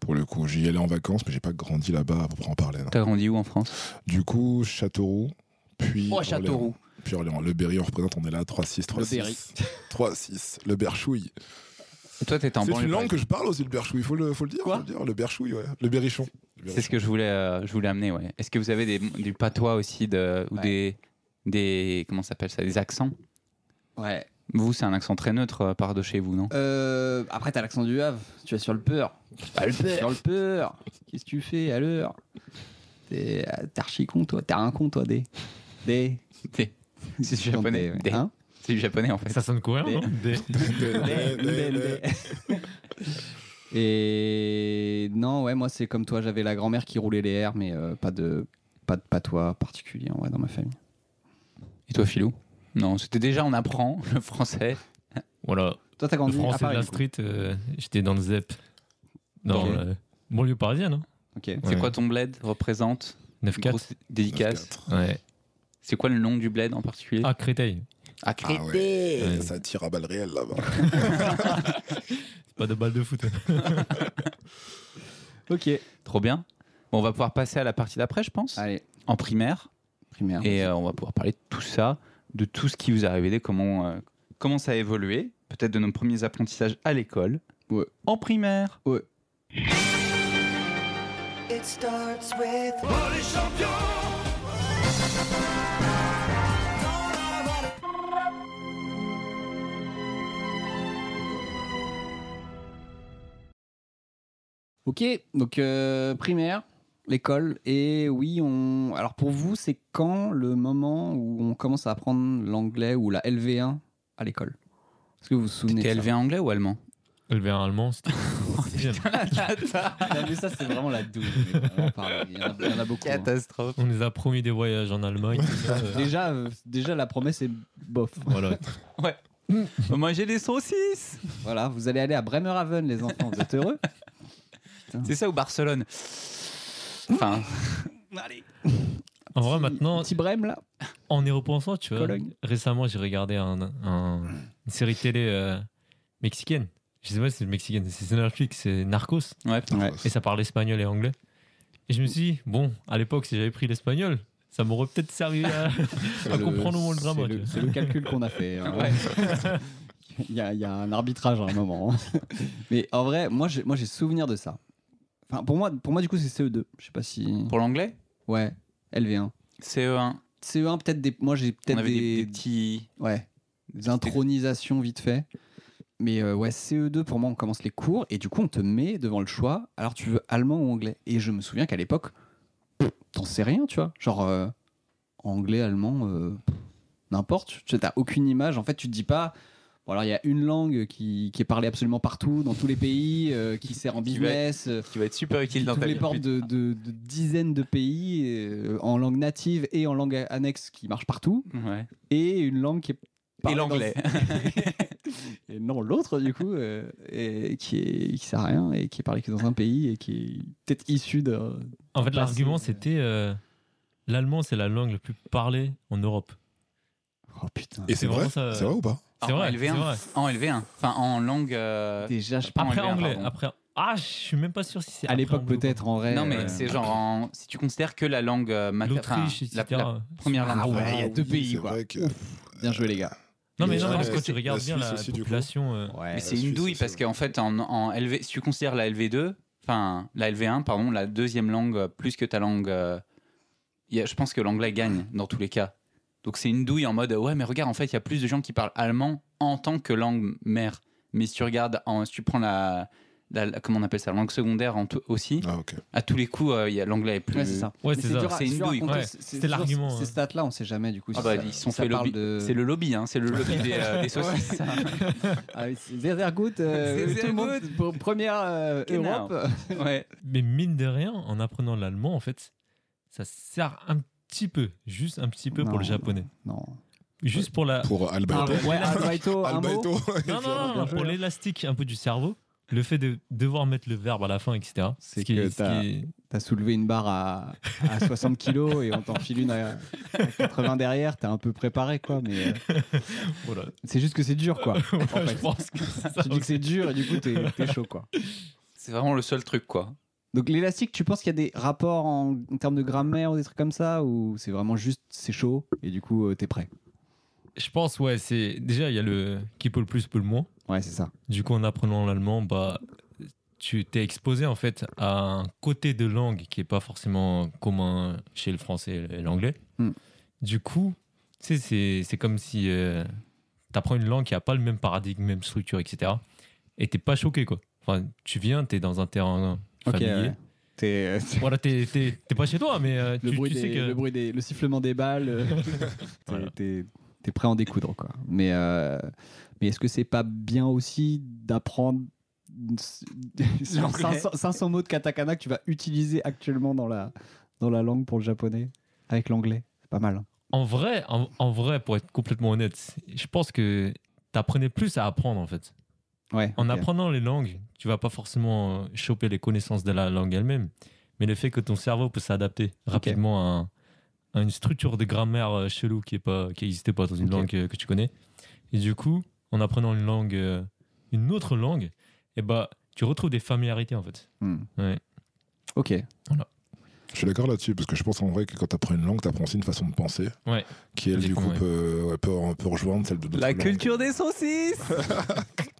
S3: Pour le coup, j'y allais en vacances, mais j'ai pas grandi là-bas pour en parler. non.
S1: T'as grandi où en France
S3: Du coup, Châteauroux,
S1: Oh,
S3: puis. Orléans. Puis Orléans. Le Berry, on représente, on est là, 3-6,
S2: Berry.
S3: (laughs) 3-6. 3-6. Le Berchouille.
S1: Et toi, t'étais en
S3: C'est
S1: banlieue
S3: une langue
S1: parisienne.
S3: que je parle aussi, le Berchouille, faut le, faut le dire.
S2: Quoi
S3: faut le, dire. le Berchouille, ouais. Le Berrichon. Le
S1: C'est ce que je voulais, euh, je voulais amener, ouais. Est-ce que vous avez des, du patois aussi de, ou
S2: Ouais.
S1: des, des. Comment ça s'appelle ça Des accents
S2: Ouais.
S1: Vous, c'est un accent très neutre euh, par de chez vous, non
S2: Euh, après, t'as l'accent du Havre. Tu vas sur le peur.
S1: le
S2: Sur le peur. Qu'est-ce que tu fais à l'heure T'es ah, t'es archi con, toi. T'es un con, toi, des. Des.
S1: C'est du japonais.
S2: Des,
S1: Des.
S2: hein
S1: C'est du japonais, en fait.
S4: Ça sonne coréen, non Des-
S1: (laughs)
S3: Berchouille.
S2: Et non, ouais, moi c'est comme toi, j'avais la grand-mère qui roulait les airs, mais euh, pas de pas de patois particulier ouais, dans ma famille.
S1: Et toi, Philou Non, c'était déjà on apprend (laughs) le français.
S4: Voilà.
S2: Toi, t'as
S4: Le
S2: grandi à
S4: français de
S2: Paris.
S4: la
S2: du coup.
S4: street, euh, j'étais dans le ZEP. Dans
S2: Ok.
S4: le banlieue parisienne, hein
S2: Ok.
S1: C'est
S4: Ouais.
S1: quoi ton bled Représente
S4: 9-4.
S1: Grosse dédicace.
S4: Ouais.
S1: C'est quoi le nom du bled en particulier
S4: Ah, Créteil.
S1: Ah,
S3: Ah ouais,
S4: Ouais.
S3: ça tire à balles réelles là-bas.
S4: C'est pas de balle de foot.
S2: Ok.
S1: Trop bien. Bon, on va pouvoir passer à la partie d'après, je pense,
S2: Allez,
S1: en primaire.
S4: Ah,
S2: primaire.
S1: Et euh, on va pouvoir parler de tout ça, de tout ce qui vous est arrivé, comment, euh, comment ça a évolué, peut-être de nos premiers apprentissages à l'école,
S2: Ouais.
S1: en primaire.
S2: Ok, donc euh, primaire, l'école. Et oui, on. Alors pour vous, c'est quand le moment où on commence à apprendre l'anglais ou la LV1 à l'école Est-ce que vous vous souvenez
S1: T'étais
S2: de ça
S1: élevé anglais ou allemand
S4: Le verre allemand, c'était. Bien.
S2: (laughs) Non, mais ça, c'est vraiment la douille. mais vraiment, pareil, Il y, en a- il y en a beaucoup. hein.
S1: Catastrophe.
S4: On nous a promis des voyages en Allemagne. tout ça, euh,
S2: Déjà, euh, déjà, la promesse est bof.
S4: voilà.
S1: (laughs) Moi, j'ai des saucisses
S2: Voilà, vous allez aller à Bremerhaven, les enfants, vous êtes heureux
S1: C'est ça ou Barcelone (laughs) Enfin,
S4: En vrai,
S2: Petit-
S4: Ah, maintenant,
S2: Petit Brem, là
S4: en y repensant, tu vois,
S2: Cologne.
S4: récemment, j'ai regardé un, un- une série télé euh, mexicaine. Je sais pas si c'est mexicaine, c'est Netflix, c'est Narcos.
S1: ouais.
S2: Ouais.
S4: Et ça parle espagnol et anglais. Et je me suis dit, bon, à l'époque, si j'avais pris l'espagnol, ça m'aurait peut-être
S2: (laughs)
S4: servi à, à comprendre au moins le drama.
S2: C'est
S4: tu
S2: le,
S4: vois.
S2: c'est le calcul qu'on a fait. hein.
S1: Ouais.
S2: Il y, a- il y a un arbitrage à un moment. hein. (laughs) Mais en vrai, moi, j'ai moi, j'ai souvenir de ça. Enfin, pour moi, pour moi du coup, c'est CE2. Je sais pas si.
S1: Pour l'anglais E
S2: Ouais, LV1.
S1: CE1.
S2: CE1, peut-être E des. Moi, j'ai
S1: On
S2: peut-être
S1: avait des,
S2: des.
S1: des petits.
S2: Ouais. Des intronisations vite fait. Mais euh, ouais, CE2, pour moi, on commence les cours et du coup, on te met devant le choix. Alors, tu veux allemand ou anglais Et je me souviens qu'à l'époque, pff, t'en sais rien, tu vois. Genre, euh, anglais, allemand, euh, pff, n'importe. Tu sais, t'as aucune image. En fait, tu te dis pas. Bon, alors, il y a une langue qui, qui est parlée absolument partout, dans tous les pays, euh, qui sert en
S1: Qui va-
S2: business. euh,
S1: Qui va être super utile dans
S2: toutes
S1: ta
S2: les
S1: vie.
S2: portes de, de- de dizaines de pays euh, en langue native et en langue annexe qui marche partout
S1: Ouais.
S2: et une langue qui est
S1: Et
S2: parlée dans-
S1: l'anglais.
S2: (laughs) et non l'autre du coup euh, et qui est qui sert à rien et qui est parlé que dans un pays et qui est peut-être issu d'un
S4: En fait,
S2: Passer, euh,
S4: l'argument, c'était euh, l'allemand, c'est la langue la plus parlée en Europe.
S2: oh putain
S3: Et c'est
S4: C'est
S3: vrai
S4: vraiment ça.
S3: C'est vrai ou pas
S4: C'est vrai,
S1: en LV1.
S4: c'est vrai.
S1: En LV1. Enfin, en langue. euh,
S2: déjà je
S1: Pas
S4: Après
S1: en LV1,
S4: anglais,
S1: pardon.
S4: après. Ah, je suis même pas sûr si c'est.
S2: à
S4: après
S2: l'époque
S4: anglais ou pas.
S2: peut-être en vrai
S1: non, mais
S2: euh,
S1: c'est genre. en- Si tu considères que la langue. euh, mater-
S4: L'Autriche,
S1: enfin, la-
S4: etc.
S1: la, première langue.
S2: Ah ouais, il y a deux
S3: Oui,
S2: pays
S3: c'est
S2: quoi
S3: vrai que-
S2: bien joué les gars
S4: Non, mais
S1: Mais
S4: non,
S1: je
S4: mais
S1: pense
S4: parce
S1: que
S4: que tu
S3: c'est
S4: regardes
S3: la
S4: bien
S3: Suisse
S4: la
S3: aussi, du coup.
S4: population. euh,
S2: ouais
S1: Mais c'est
S3: la
S1: une
S3: Suisse
S1: douille
S3: aussi,
S1: parce
S3: ouais.
S1: qu'en fait, en, en LV, si tu considères la LV2, enfin la LV1, pardon, la deuxième langue euh, plus que ta langue, euh, y a- je pense que l'anglais gagne dans tous les cas. Donc c'est une douille en mode ouais, mais regarde, en fait, il y a plus de gens qui parlent allemand en tant que langue mère. Mais si tu regardes, en, si tu prends la, la- la- comment on appelle ça, la langue secondaire en tout- aussi,
S3: Ah, ok.
S1: à tous les coups, euh, y a l'anglais est plus.
S2: Ouais, c'est ça.
S4: Ouais,
S2: Mais
S4: c'est ça.
S2: dur à-
S1: C'est une
S2: dur à
S1: douille.
S2: raconter,
S4: Ouais,
S2: c'est-
S4: c'était
S2: toujours
S4: l'argument,
S2: Ces
S4: ouais.
S2: stats-là, on sait jamais du coup.
S1: Ah
S2: si
S1: bah,
S2: ça-
S1: ils sont
S2: si ça
S1: fait
S2: parle
S1: lobby.
S2: de-
S1: C'est le lobby, hein, c'est le lobby des, euh, des (laughs) saucisses.
S2: Ah oui, c'est Sehr good. euh,
S1: C'est
S2: tout le
S1: sehr
S2: monde pour première euh,
S1: Genau.
S2: Europe.
S1: ouais.
S4: Mais mine de rien, en apprenant l'allemand, en fait, ça sert un petit peu, juste un petit peu
S2: Non.
S4: pour le japonais.
S2: Non.
S4: Juste pour la.
S3: (laughs) Pour Alberto.
S2: Ouais, Albaito, un mot.
S3: Alberto.
S4: Non, non, non,
S2: bien joué,
S4: pour
S2: hein.
S4: l'élastique un peu du cerveau, le fait de devoir mettre le verbe à la fin, etc.
S2: C'est
S4: ce qui-
S2: que
S4: ce
S2: t'as-
S4: qui-
S2: T'as soulevé une barre à, à 60 kilos et on t'enfile une à, à 80 derrière. T'es un peu préparé, quoi. Mais euh,
S4: (laughs) Voilà.
S2: c'est juste que c'est dur, quoi.
S4: Ouais,
S2: En
S4: (laughs) je
S2: fait.
S4: pense que c'est ça.
S2: Tu dis que c'est dur et du coup, t'es t'es chaud, quoi.
S1: C'est vraiment le seul truc, quoi.
S2: Donc, l'élastique, tu penses qu'il y a des rapports en, en termes de grammaire ou des trucs comme ça Ou c'est vraiment juste c'est chaud et du coup, euh, t'es prêt
S4: Je pense, ouais, c'est. Déjà, il y a le qui peut le plus, peut le moins.
S2: Ouais, c'est ça.
S4: Du coup, en apprenant l'allemand, bah, tu t'es exposé en fait à un côté de langue qui est pas forcément commun chez le français et l'anglais.
S2: Hmm.
S4: Du coup, tu sais, c'est c'est comme si tu t'apprends une langue qui a pas le même paradigme, même structure, etc. Et t'es pas choqué quoi. Enfin, tu viens, t'es dans un terrain familier.
S2: ouais. T'es. euh, t'es-
S4: (laughs) Voilà, t'es t'es- t'es pas chez toi, mais euh,
S2: le
S4: tu,
S2: bruit
S4: tu
S2: des,
S4: sais que
S2: le bruit des- le sifflement des balles euh, (laughs) t'es-
S4: Voilà.
S2: t'es t'es prêt à en découdre quoi mais euh, mais est-ce que c'est pas bien aussi
S1: (laughs)
S2: d'apprendre genre 500, 500 mots de katakana que tu vas utiliser actuellement dans la dans la langue pour le japonais avec l'anglais c'est pas mal hein.
S4: en vrai, en, en vrai, pour être complètement honnête, je pense que t'apprenais plus à apprendre en fait.
S2: ouais
S4: En
S2: ok.
S4: apprenant les langues, tu vas pas forcément euh, choper les connaissances de la langue elle-même, mais le fait que ton cerveau peut s'adapter rapidement à un- à, une structure de grammaire euh, chelou qui est pas qui n'existait pas dans une
S2: Ok.
S4: langue euh, que tu connais. Et du coup, en apprenant une langue, euh, une autre langue, eh bah, tu retrouves des familiarités en fait.
S2: Hmm.
S4: Ouais.
S2: ok
S3: Je suis d'accord là-dessus, parce que je pense en vrai que quand t'apprends une langue, t'apprends aussi une façon de penser.
S4: Ouais.
S3: Qui, elle, du coup,
S4: Exactement, ouais.
S3: peut, ouais, peut, euh, peut rejoindre celle de d'autres langues. (laughs)
S1: des (laughs) saucisses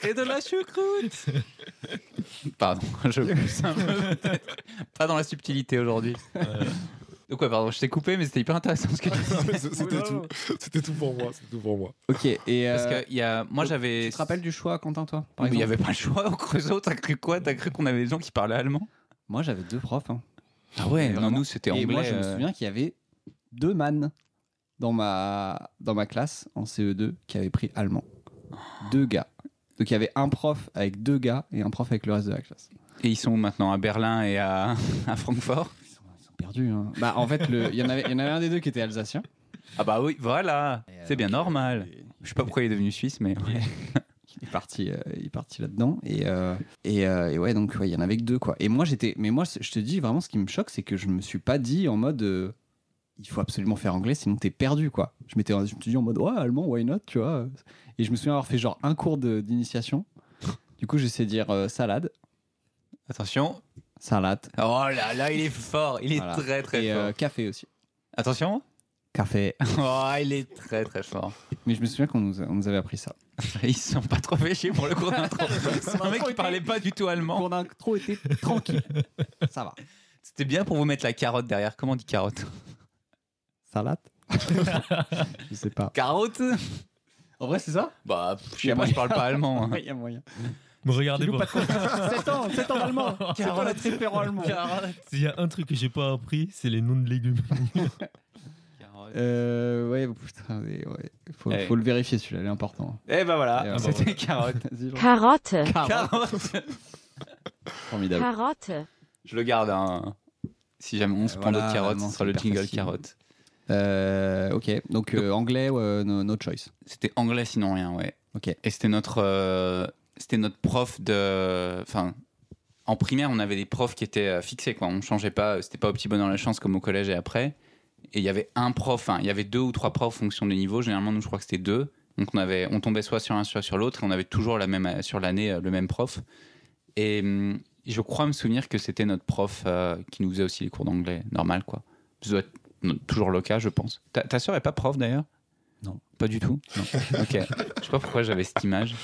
S1: et de la choucroute. Pardon, (laughs) je pousse un peu peut-être. Pas dans la subtilité aujourd'hui. Donc ouais, pardon, je t'ai coupé, mais c'était hyper intéressant ce que tu disais.
S2: Oh
S3: C'était tout. C'était tout pour moi. C'était tout pour moi.
S2: ok et euh,
S1: Parce que il y a, moi
S2: tu
S1: j'avais.
S2: tu te rappelles du choix Quentin toi par
S1: Mais Il n'y
S2: exemple
S1: avait pas le choix au Creusot. T'as cru quoi T'as cru qu'on avait des gens qui parlaient allemand
S2: moi j'avais deux profs hein.
S1: Ah ouais,
S2: Vraiment.
S1: non, nous c'était anglais.
S2: Et moi, je me
S1: euh,
S2: souviens qu'il y avait deux man dans ma, dans ma classe en CE2 qui avaient pris allemand. Deux gars. Donc il y avait un prof avec deux gars et un prof avec le reste de la classe.
S1: Et ils sont où maintenant à Berlin et à, (laughs) à Francfort.
S2: Ils sont, ils sont perdus. hein. Bah, en fait, le- il y, en avait- il y en avait un des deux qui était alsacien.
S1: Ah bah oui, voilà.
S2: Et, euh,
S1: C'est bien
S2: donc, euh,
S1: normal.
S2: et-
S1: Je sais pas pourquoi il est devenu suisse, mais ouais.
S2: Il est parti, euh, il est parti là-dedans. Et, euh, et, euh, et ouais, donc ouais, il y en avait que deux, quoi. Et moi, j'étais. Mais moi, je te dis vraiment, ce qui me choque, c'est que je me suis pas dit en mode. euh, il faut absolument faire anglais, sinon t'es perdu, quoi. Je m'étais je me suis dit en mode, ouais, allemand, why not, tu vois. Et je me souviens avoir fait genre un cours de- d'initiation. Du coup, je sais dire euh, salade,
S1: attention.
S2: salade.
S1: Oh là là, il est fort. Il est
S2: Voilà.
S1: très très
S2: et
S1: fort.
S2: euh, café aussi.
S1: Attention.
S2: Café.
S1: (laughs) Oh, il est très très fort.
S2: Mais je me souviens qu'on nous, a- on nous avait appris ça.
S1: (laughs) Ils se sont pas trop fait chier pour le (laughs) cours d'intro. C'est un mec qui parlait pas du tout
S2: Le cours
S1: allemand.
S2: d'intro était tranquille. ça va.
S1: C'était bien pour vous mettre la carotte derrière. Comment on dit carotte (laughs)
S2: Salade. je sais pas.
S1: Carotte
S2: En vrai, c'est ça
S1: Bah, pff, je sais pas, je parle pas allemand. (laughs) hein.
S2: Il y a moyen.
S4: Mais regardez pas.
S2: 7 ans, 7 ans allemand. C'est pas notre référent allemand.
S4: (laughs) S'il y a un truc que j'ai pas appris, c'est les noms de légumes.
S2: Euh, ouais, putain, mais ouais. Faut,
S1: Ouais.
S2: faut le vérifier celui-là, il est important.
S1: Eh ben voilà,
S2: Et, euh,
S1: c'était carotte.
S2: Vas-y, Jean.
S8: Carotte,
S1: Carotte.
S2: Formidable.
S8: carotte,
S1: Je le garde. hein. Si jamais on se prend
S2: Voilà,
S1: d'autres carottes,
S2: vraiment,
S1: ce sera le
S2: super
S1: jingle
S2: facile.
S1: carotte.
S2: Euh, ok, donc euh, anglais, euh, no, no choice.
S1: C'était anglais sinon rien, ouais.
S2: Ok.
S1: Et c'était notre, euh, c'était notre prof de, enfin, en primaire on avait des profs qui étaient euh, fixés quoi. On changeait pas, euh, c'était pas au petit bonheur la chance comme au collège et après. Et il y avait un prof, enfin, il y avait deux ou trois profs en fonction des niveaux. Généralement nous je crois que c'était deux. Donc on avait, on tombait soit sur un soit sur l'autre et on avait toujours la même sur l'année euh, le même prof. Et hum, je crois me souvenir que c'était notre prof euh, qui nous faisait aussi les cours d'anglais normal quoi. Ça doit être no- toujours le cas je pense. Ta, ta sœur est pas prof d'ailleurs.
S2: Non.
S1: Pas du tout. Ok. Je sais pas pourquoi j'avais cette image.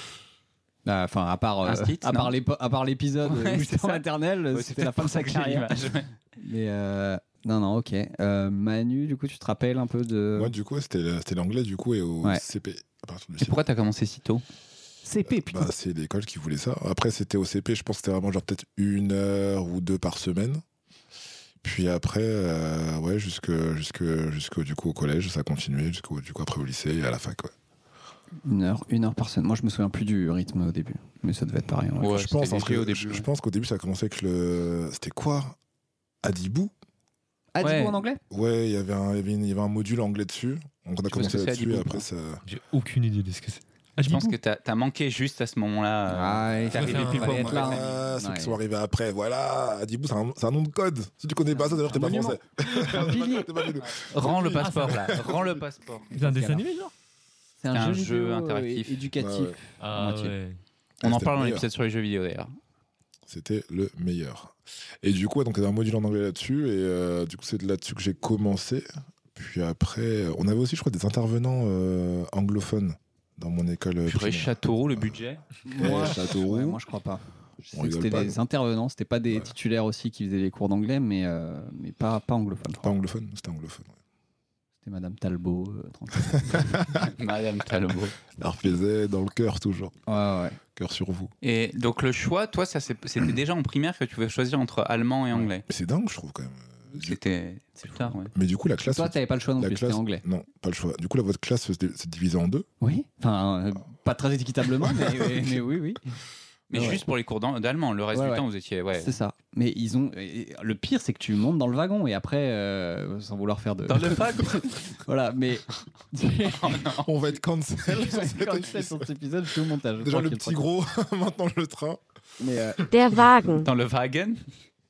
S2: Bah, Enfin, à part, euh,
S1: Un skit,
S2: à
S1: non
S2: part l'épo- à part l'épisode
S1: Ouais,
S2: où
S1: c'est
S2: j'étais en
S1: ça.
S2: maternelle,
S1: Ouais,
S2: c'était la fin de
S1: pour ça
S2: sa
S1: que j'ai
S2: carrière.
S1: l'image, ouais.
S2: Mais euh, non, non, ok. Euh, Manu, du coup, tu te rappelles un peu de
S3: Moi, du coup, c'était le- c'était l'anglais, du coup, et au
S2: Euh. Ouais.
S3: CP. À partir du
S1: Et
S3: CP.
S1: pourquoi t'as commencé si tôt
S4: Euh,
S2: CP, putain.
S3: Bah, c'est l'école qui voulait ça. Après, c'était au CP, je pense que c'était vraiment genre peut-être une heure ou deux par semaine. Puis après, euh, ouais, jusque, jusque, jusqu'au du coup au collège, ça continuait, jusqu'au du coup après au lycée et à la fac. Ouais.
S2: Une heure, une heure par semaine. Moi, je me souviens plus du rythme au début, mais ça devait être pareil. ouais.
S1: Ouais,
S3: je pense,
S1: c'était
S3: hein,
S1: léger
S3: que-
S1: au début,
S3: je, je
S1: ouais.
S3: pense qu'au début, ça a commencé avec le. C'était quoi Adibou
S2: Ah, dis-moi
S1: Ouais.
S2: en anglais
S3: Ouais, il y avait un, il y avait une- il y avait un module anglais dessus. Donc, on a
S1: sais ce
S3: commencé
S1: que c'est,
S3: là-dessus
S1: Adibou,
S3: et après
S1: ou
S3: ça.
S4: (laughs) J'ai aucune idée de ce que c'est. Ah,
S1: Je pense que t'as as manqué juste à ce moment-là. euh,
S2: Ah,
S1: t'es arrivé
S4: ça,
S1: pile
S4: ouais,
S1: poil.
S4: ouais.
S2: là, hein.
S3: Ah, ceux
S2: Ouais.
S3: qui sont arrivés après, voilà. Adibou, c'est un, c'est un nom de code. Si tu connais pas ça, d'ailleurs, t'es
S2: Un
S3: pas
S2: monument.
S3: français.
S2: un pilier.
S3: (laughs) T'es pas nous.
S1: Rends le passeport là. Rends le passeport.
S4: C'est un dessin animé, genre
S2: C'est
S1: un
S2: vidéo,
S1: jeu
S2: euh,
S1: interactif.
S2: é- éducatif.
S3: Ouais, ouais.
S4: Ah,
S2: Moitié.
S4: ouais.
S1: On en
S3: C'était
S1: parle dans
S3: meilleur.
S1: l'épisode sur les jeux vidéo d'ailleurs.
S3: C'était le meilleur. Et du coup, ouais, donc il y a un module en anglais là-dessus. Et euh, du coup, c'est de là-dessus que j'ai commencé. Puis après, euh, on avait aussi, je crois, des intervenants euh, anglophones dans mon école. euh,
S1: Purée,
S3: primaire.
S1: Châteauroux, le budget.
S2: Moi,
S3: Ouais, Châteauroux.
S2: ouais, moi, je crois pas. Je sais
S3: On
S2: que
S3: rigole
S2: c'était
S3: pas,
S2: des
S3: non.
S2: intervenants, c'était pas des titulaires aussi qui faisaient les cours d'anglais, mais, euh, mais pas, pas anglophones. je
S3: Pas
S2: crois.
S3: anglophone, c'était anglophone. ouais.
S2: C'était Madame Talbot, euh,
S3: (laughs)
S2: tranquille.
S1: Madame Talbot.
S3: Ça replaisait dans le cœur toujours.
S2: Ouais, ouais.
S3: Cœur sur vous.
S1: Et donc le choix, toi, ça c'est- c'était déjà en primaire que tu pouvais choisir entre allemand et anglais.
S3: Mais c'est dingue, je trouve quand même.
S1: C'était c'est plus tard, ouais.
S3: Mais du coup, la classe.
S2: Toi, t'avais pas le choix non
S3: la
S2: plus, c'était
S3: classe-
S2: anglais.
S3: Non, pas le choix. Du coup, la votre classe se se divisait en deux.
S2: Oui. Enfin, euh, pas très équitablement,
S3: (laughs)
S2: mais, mais- mais oui, oui.
S1: Mais
S2: Ouais.
S1: juste pour les cours d'an- d'allemand. Le reste
S2: Ouais,
S1: du
S2: ouais.
S1: temps, vous étiez. Ouais.
S2: C'est ça. Mais ils ont. et- et Le pire, c'est que tu montes dans le wagon et après, euh, sans vouloir faire de.
S1: Dans
S2: (laughs)
S1: le pack
S2: Voilà,
S1: (laughs)
S2: mais. (laughs)
S1: Oh non.
S3: On va être cancel. (laughs)
S2: Quand c'est sur cet épisode, je suis au montage. Je
S3: Déjà
S2: crois
S3: le
S2: qu'il y a
S3: petit
S2: trois-
S3: gros, (laughs) maintenant le train.
S2: Mais, euh,
S8: der Wagen,
S1: Dans le wagon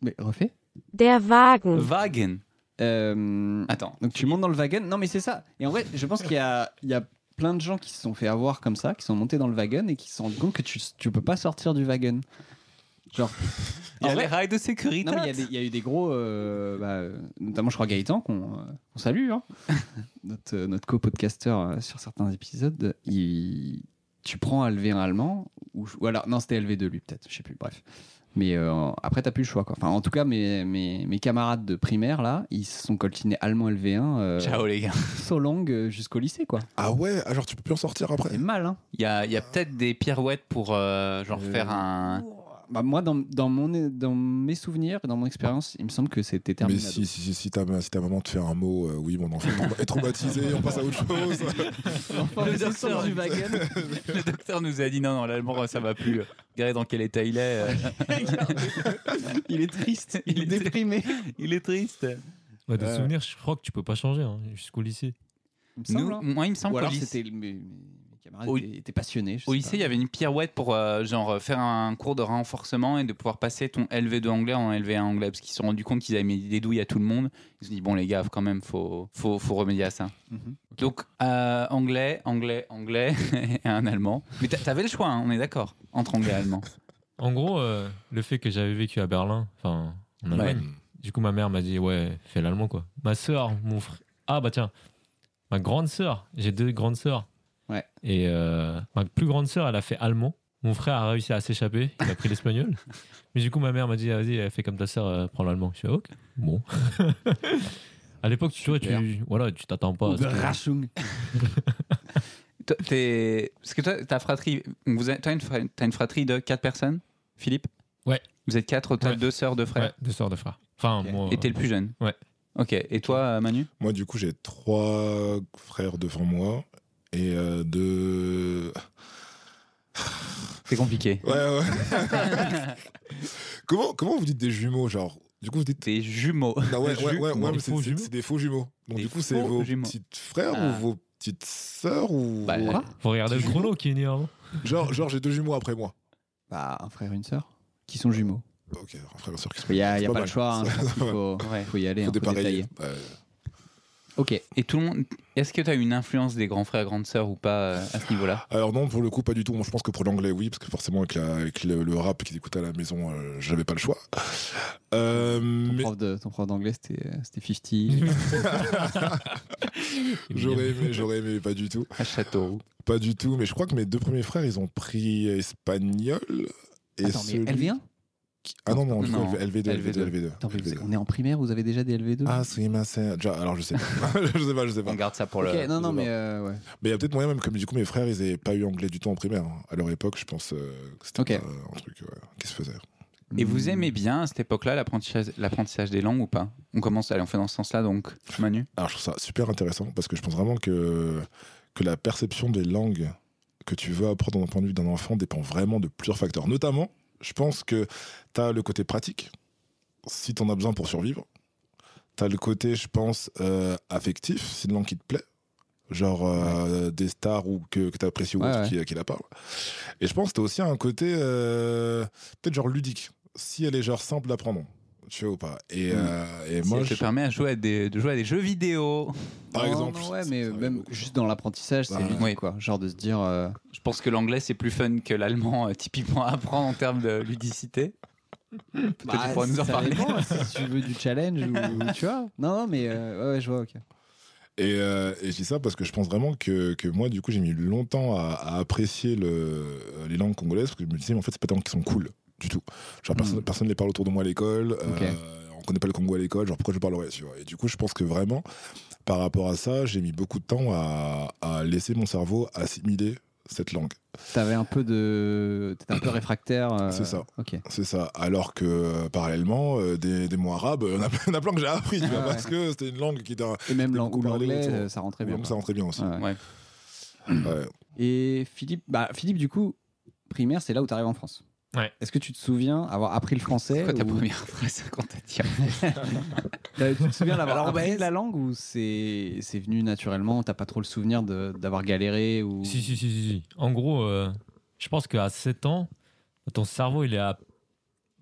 S2: mais refais.
S8: der Wagen,
S1: Wagon.
S2: Euh,
S1: Attends.
S2: Donc tu montes dans le wagon. Non, mais c'est ça. Et en vrai, je pense qu'il y a, il y a plein de gens qui se sont fait avoir comme ça, qui sont montés dans le wagon et qui se sont rendus compte que tu, tu peux pas sortir du wagon. Genre.
S1: Il y
S2: En
S1: a
S2: vrai-
S1: les rails de sécurité.
S2: Non, mais il y a des- il y, a eu des gros. euh, bah, euh, notamment, je crois, Gaëtan, qu'on euh, qu'on salue, hein. (laughs) notre, euh, notre co-podcasteur euh, sur certains épisodes. Il, tu prends LV1 allemand, ou, ou alors. Non, c'était LV2, lui, peut-être, je sais plus, bref. Mais euh, après, t'as plus le choix, quoi. Enfin, en tout cas, mes, mes, mes camarades de primaire, là, ils se sont coltinés allemand LV1, euh,
S1: Ciao les gars.
S2: so long euh, jusqu'au lycée, quoi.
S3: Ah ouais, ah, genre tu peux plus en sortir après.
S2: C'est mal, hein.
S1: Il y a, il y a peut-être des pirouettes pour euh, genre
S2: Euh,
S1: faire
S2: (laughs)
S1: un.
S2: Bah, moi, dans, dans, mon, dans mes souvenirs et dans mon expérience, il me semble que c'était
S3: Mais
S2: terminé.
S3: si, si, si, si, ta, si ta maman te fait un mot, euh, oui, mon enfant est trau- est traumatisé, on passe à autre chose.
S1: Le docteur
S2: du
S1: du
S2: wagon.
S1: Le docteur nous a dit non, non, l'allemand ça va plus. Regardez dans quel état il
S2: (laughs)
S1: est. euh.
S2: Il est triste,
S1: il est
S2: déprimé.
S1: Il est triste.
S4: Bah, de
S2: Ouais.
S4: souvenirs, je crois que tu peux pas changer hein, jusqu'au lycée.
S2: Il me semble,
S1: Nous,
S2: hein.
S1: moi, il me semble qu'au
S2: Ou alors
S1: lycée,
S2: c'était le- mes, mes camarades
S1: Au-
S2: étaient, étaient passionnés. je
S1: au
S2: sais
S1: lycée,
S2: pas.
S1: il y avait une pirouette pour euh, genre faire un cours de renforcement et de pouvoir passer ton LV2 anglais en LV1 anglais parce qu'ils se sont rendus compte qu'ils avaient mis des douilles à tout le monde. Ils se sont dit bon les gars, quand même, faut faut, faut remédier à ça.
S2: Mhm.
S1: Donc euh, anglais, anglais, anglais (laughs) et un allemand. Mais t'a- t'avais le choix, hein, on est d'accord, entre anglais et allemand.
S4: En gros, euh, le fait que j'avais vécu à Berlin, enfin, en
S3: Euh,
S4: Allemagne, du coup, ma mère m'a dit, ouais, fais l'allemand, quoi. Ma soeur, mon frère. Ah, bah tiens, ma grande soeur, j'ai deux grandes soeurs.
S2: Ouais.
S4: Et euh, ma plus grande soeur, elle a fait allemand. Mon frère a réussi à s'échapper, il a pris
S1: (laughs)
S4: l'espagnol. Mais du coup, ma mère m'a dit, ah, vas-y, fais comme ta soeur, prends l'allemand. Je suis ok, bon. (laughs) à l'époque, tu vois,
S2: Super. Bah,
S4: tu voilà, tu t'attends pas. à
S2: Ou
S4: ce que-
S2: Rachung.
S1: (laughs) toi, t'es- Parce que toi, ta fratrie, vous avez- t'as une, fra- t'as une fratrie de 4 personnes, Philippe
S4: Ouais.
S1: Vous êtes 4 au total,
S4: Ouais.
S1: deux sœurs, deux
S4: Ouais,
S1: frères.
S4: deux sœurs, deux frères. Enfin, moi.
S1: Et t'es le plus jeune
S4: Ouais.
S1: Ok, et toi, euh, Manu
S3: Moi, du coup, j'ai trois frères devant moi et euh, deux.
S1: C'est compliqué.
S3: Ouais, ouais. (laughs) comment, comment vous dites des jumeaux Genre, du coup, vous dites.
S1: T'es jumeaux.
S3: Non, Bah ouais,
S1: Des
S3: ouais,
S1: ju-
S3: ouais, ouais,
S1: non,
S3: mais
S1: des
S3: c'est
S1: faux
S3: c'est-
S1: jumeaux.
S3: c'est des faux jumeaux. Donc,
S1: Des
S3: du coup, c'est
S1: faux
S3: vos
S1: jumeaux.
S3: petits frères
S1: Ah.
S3: ou vos petites sœurs ou.
S1: Bah,
S3: vos-
S1: ouais.
S4: Faut regarder le
S3: Jumeaux.
S4: chrono qui est né avant.
S3: Genre, genre j'ai deux jumeaux après moi.
S2: Bah, un frère et une sœur qui sont jumeaux.
S3: Ok, un frère et une sœur qui se
S2: Il n'y a,
S3: C'est
S2: y a
S3: pas
S2: pas, le
S3: mal.
S2: choix,
S3: (laughs)
S2: hein, je pense qu'il
S3: Ouais.
S2: faut,
S1: Ouais.
S2: faut y aller,
S3: Faut
S2: un peu
S3: dépareiller.
S2: détailler.
S3: Ouais.
S2: Ok,
S1: Et tout le monde, est-ce que t'as une influence des grands frères, grandes sœurs ou pas euh, à ce niveau-là
S3: Alors non, pour le coup, pas du tout. Moi, je pense que pour l'anglais, oui, parce que forcément, avec, la- avec le, le rap qu'ils écoutaient à la maison, euh, j'avais pas le choix. Euh,
S2: ton
S3: mais
S2: prof de- ton prof d'anglais c'était c'était 50.
S3: (laughs) j'aurais aimé, j'aurais aimé, pas du tout.
S1: À Châteauroux.
S3: Pas du tout, mais je crois que mes deux premiers frères, ils ont pris espagnol. Et
S2: Attends, mais
S3: celui-
S2: LV1
S3: Ah non, non, du coup,
S1: Non.
S3: LV2,
S1: LV2.
S3: LV2, LV2.
S2: Attends, mais vous- on est en primaire, vous avez déjà des LV2
S3: Ah, c'est ma sœur. Déjà, Alors, je sais pas. (laughs) je sais pas, je sais pas.
S1: On garde ça pour
S2: Ok,
S1: le.
S2: non, non,
S3: je
S2: mais euh, ouais.
S3: Mais il y a peut-être moyen, même comme du coup, mes frères, ils n'avaient pas eu anglais du tout en primaire. hein. À leur époque, je pense euh, que c'était
S2: Ok.
S3: pas un truc ouais, qui se faisait.
S1: Et
S2: Hmm.
S1: vous aimez bien à cette époque-là l'apprentissage l'apprentissage des langues ou pas On commence, allez, on fait dans ce sens-là donc, Manu
S3: Alors, je trouve ça super intéressant parce que je pense vraiment que, que la perception des langues que tu veux apprendre d'un point de vue d'un enfant dépend vraiment de plusieurs facteurs. Notamment, je pense que tu as le côté pratique, si tu en as besoin pour survivre. Tu as le côté, je pense, euh, affectif, si une langue qui te plaît. Genre euh, des stars ou que, que tu apprécies ou
S2: Ouais,
S3: autre
S2: ouais.
S3: Qui, qui la parle. Et je pense que tu as aussi un côté, euh, peut-être genre ludique, si elle est genre simple d'apprendre. Tu vois ou pas Et,
S1: Mm.
S3: euh, et moi,
S1: Ça te
S3: je-
S1: permet à jouer à des, de jouer à des jeux vidéo.
S3: par
S2: Non,
S3: exemple.
S2: non, ouais,
S3: ça-
S2: mais
S3: ça arrive
S2: même
S3: beaucoup.
S2: juste dans l'apprentissage, c'est
S3: Bah,
S2: ludique,
S1: ouais.
S2: quoi. Genre de se dire. euh,
S1: Je pense que l'anglais c'est plus fun que l'allemand euh, typiquement à apprendre en termes de ludicité. Peut-être
S2: bah,
S1: tu pourras nous en
S2: ça
S1: parler.
S2: dépend, si tu veux du challenge ou.
S3: (laughs)
S2: ou Tu vois Non, non, mais euh, ouais, ouais, je vois, ok.
S3: Et, euh, et je dis ça parce que je pense vraiment que, que moi, du coup, j'ai mis longtemps à, à apprécier le, euh, les langues congolaises parce que je me disais, mais en fait, c'est pas des langues qui sont cool du tout. Genre, personne,
S2: Mm.
S3: personne les parle autour de moi à l'école. euh, on connaît pas le Congo à l'école. Genre, pourquoi je parlerais tu vois Et du coup, je pense que vraiment, par rapport à ça, j'ai mis beaucoup de temps à, à laisser mon cerveau assimiler cette langue.
S2: T'avais un peu de. T'étais un peu réfractaire. euh,
S3: C'est ça.
S2: Ok.
S3: C'est ça. Alors que, euh, parallèlement, euh, des, des mots arabes, (laughs) il y en a plein- il y en a plein que j'ai appris, tu
S2: Ah
S3: vois,
S2: ouais.
S3: parce que c'était une langue qui était. un-
S2: Et même
S3: C'était
S2: l'ang-
S3: beaucoup parlé
S2: l'anglais,
S3: autour.
S2: euh, ça rentrait bien. Ah.
S3: Donc, ça rentrait bien aussi.
S2: Ouais.
S1: Ouais.
S3: Ouais.
S2: Et Philippe, bah, Philippe, du coup, primaire, c'est là où tu arrives en France.
S4: Ouais.
S2: Est-ce que tu te souviens avoir appris le français
S1: Quoi ta
S2: ou-
S1: première phrase quand t'as dit
S2: Euh, Tu te souviens d'avoir
S1: Alors,
S2: appris
S1: bah,
S2: la langue ou c'est c'est venu naturellement T'as pas trop le souvenir de- d'avoir galéré ou
S4: Si, si, si, si, si. En gros, euh, je pense qu'à 7 ans, ton cerveau, il est, à-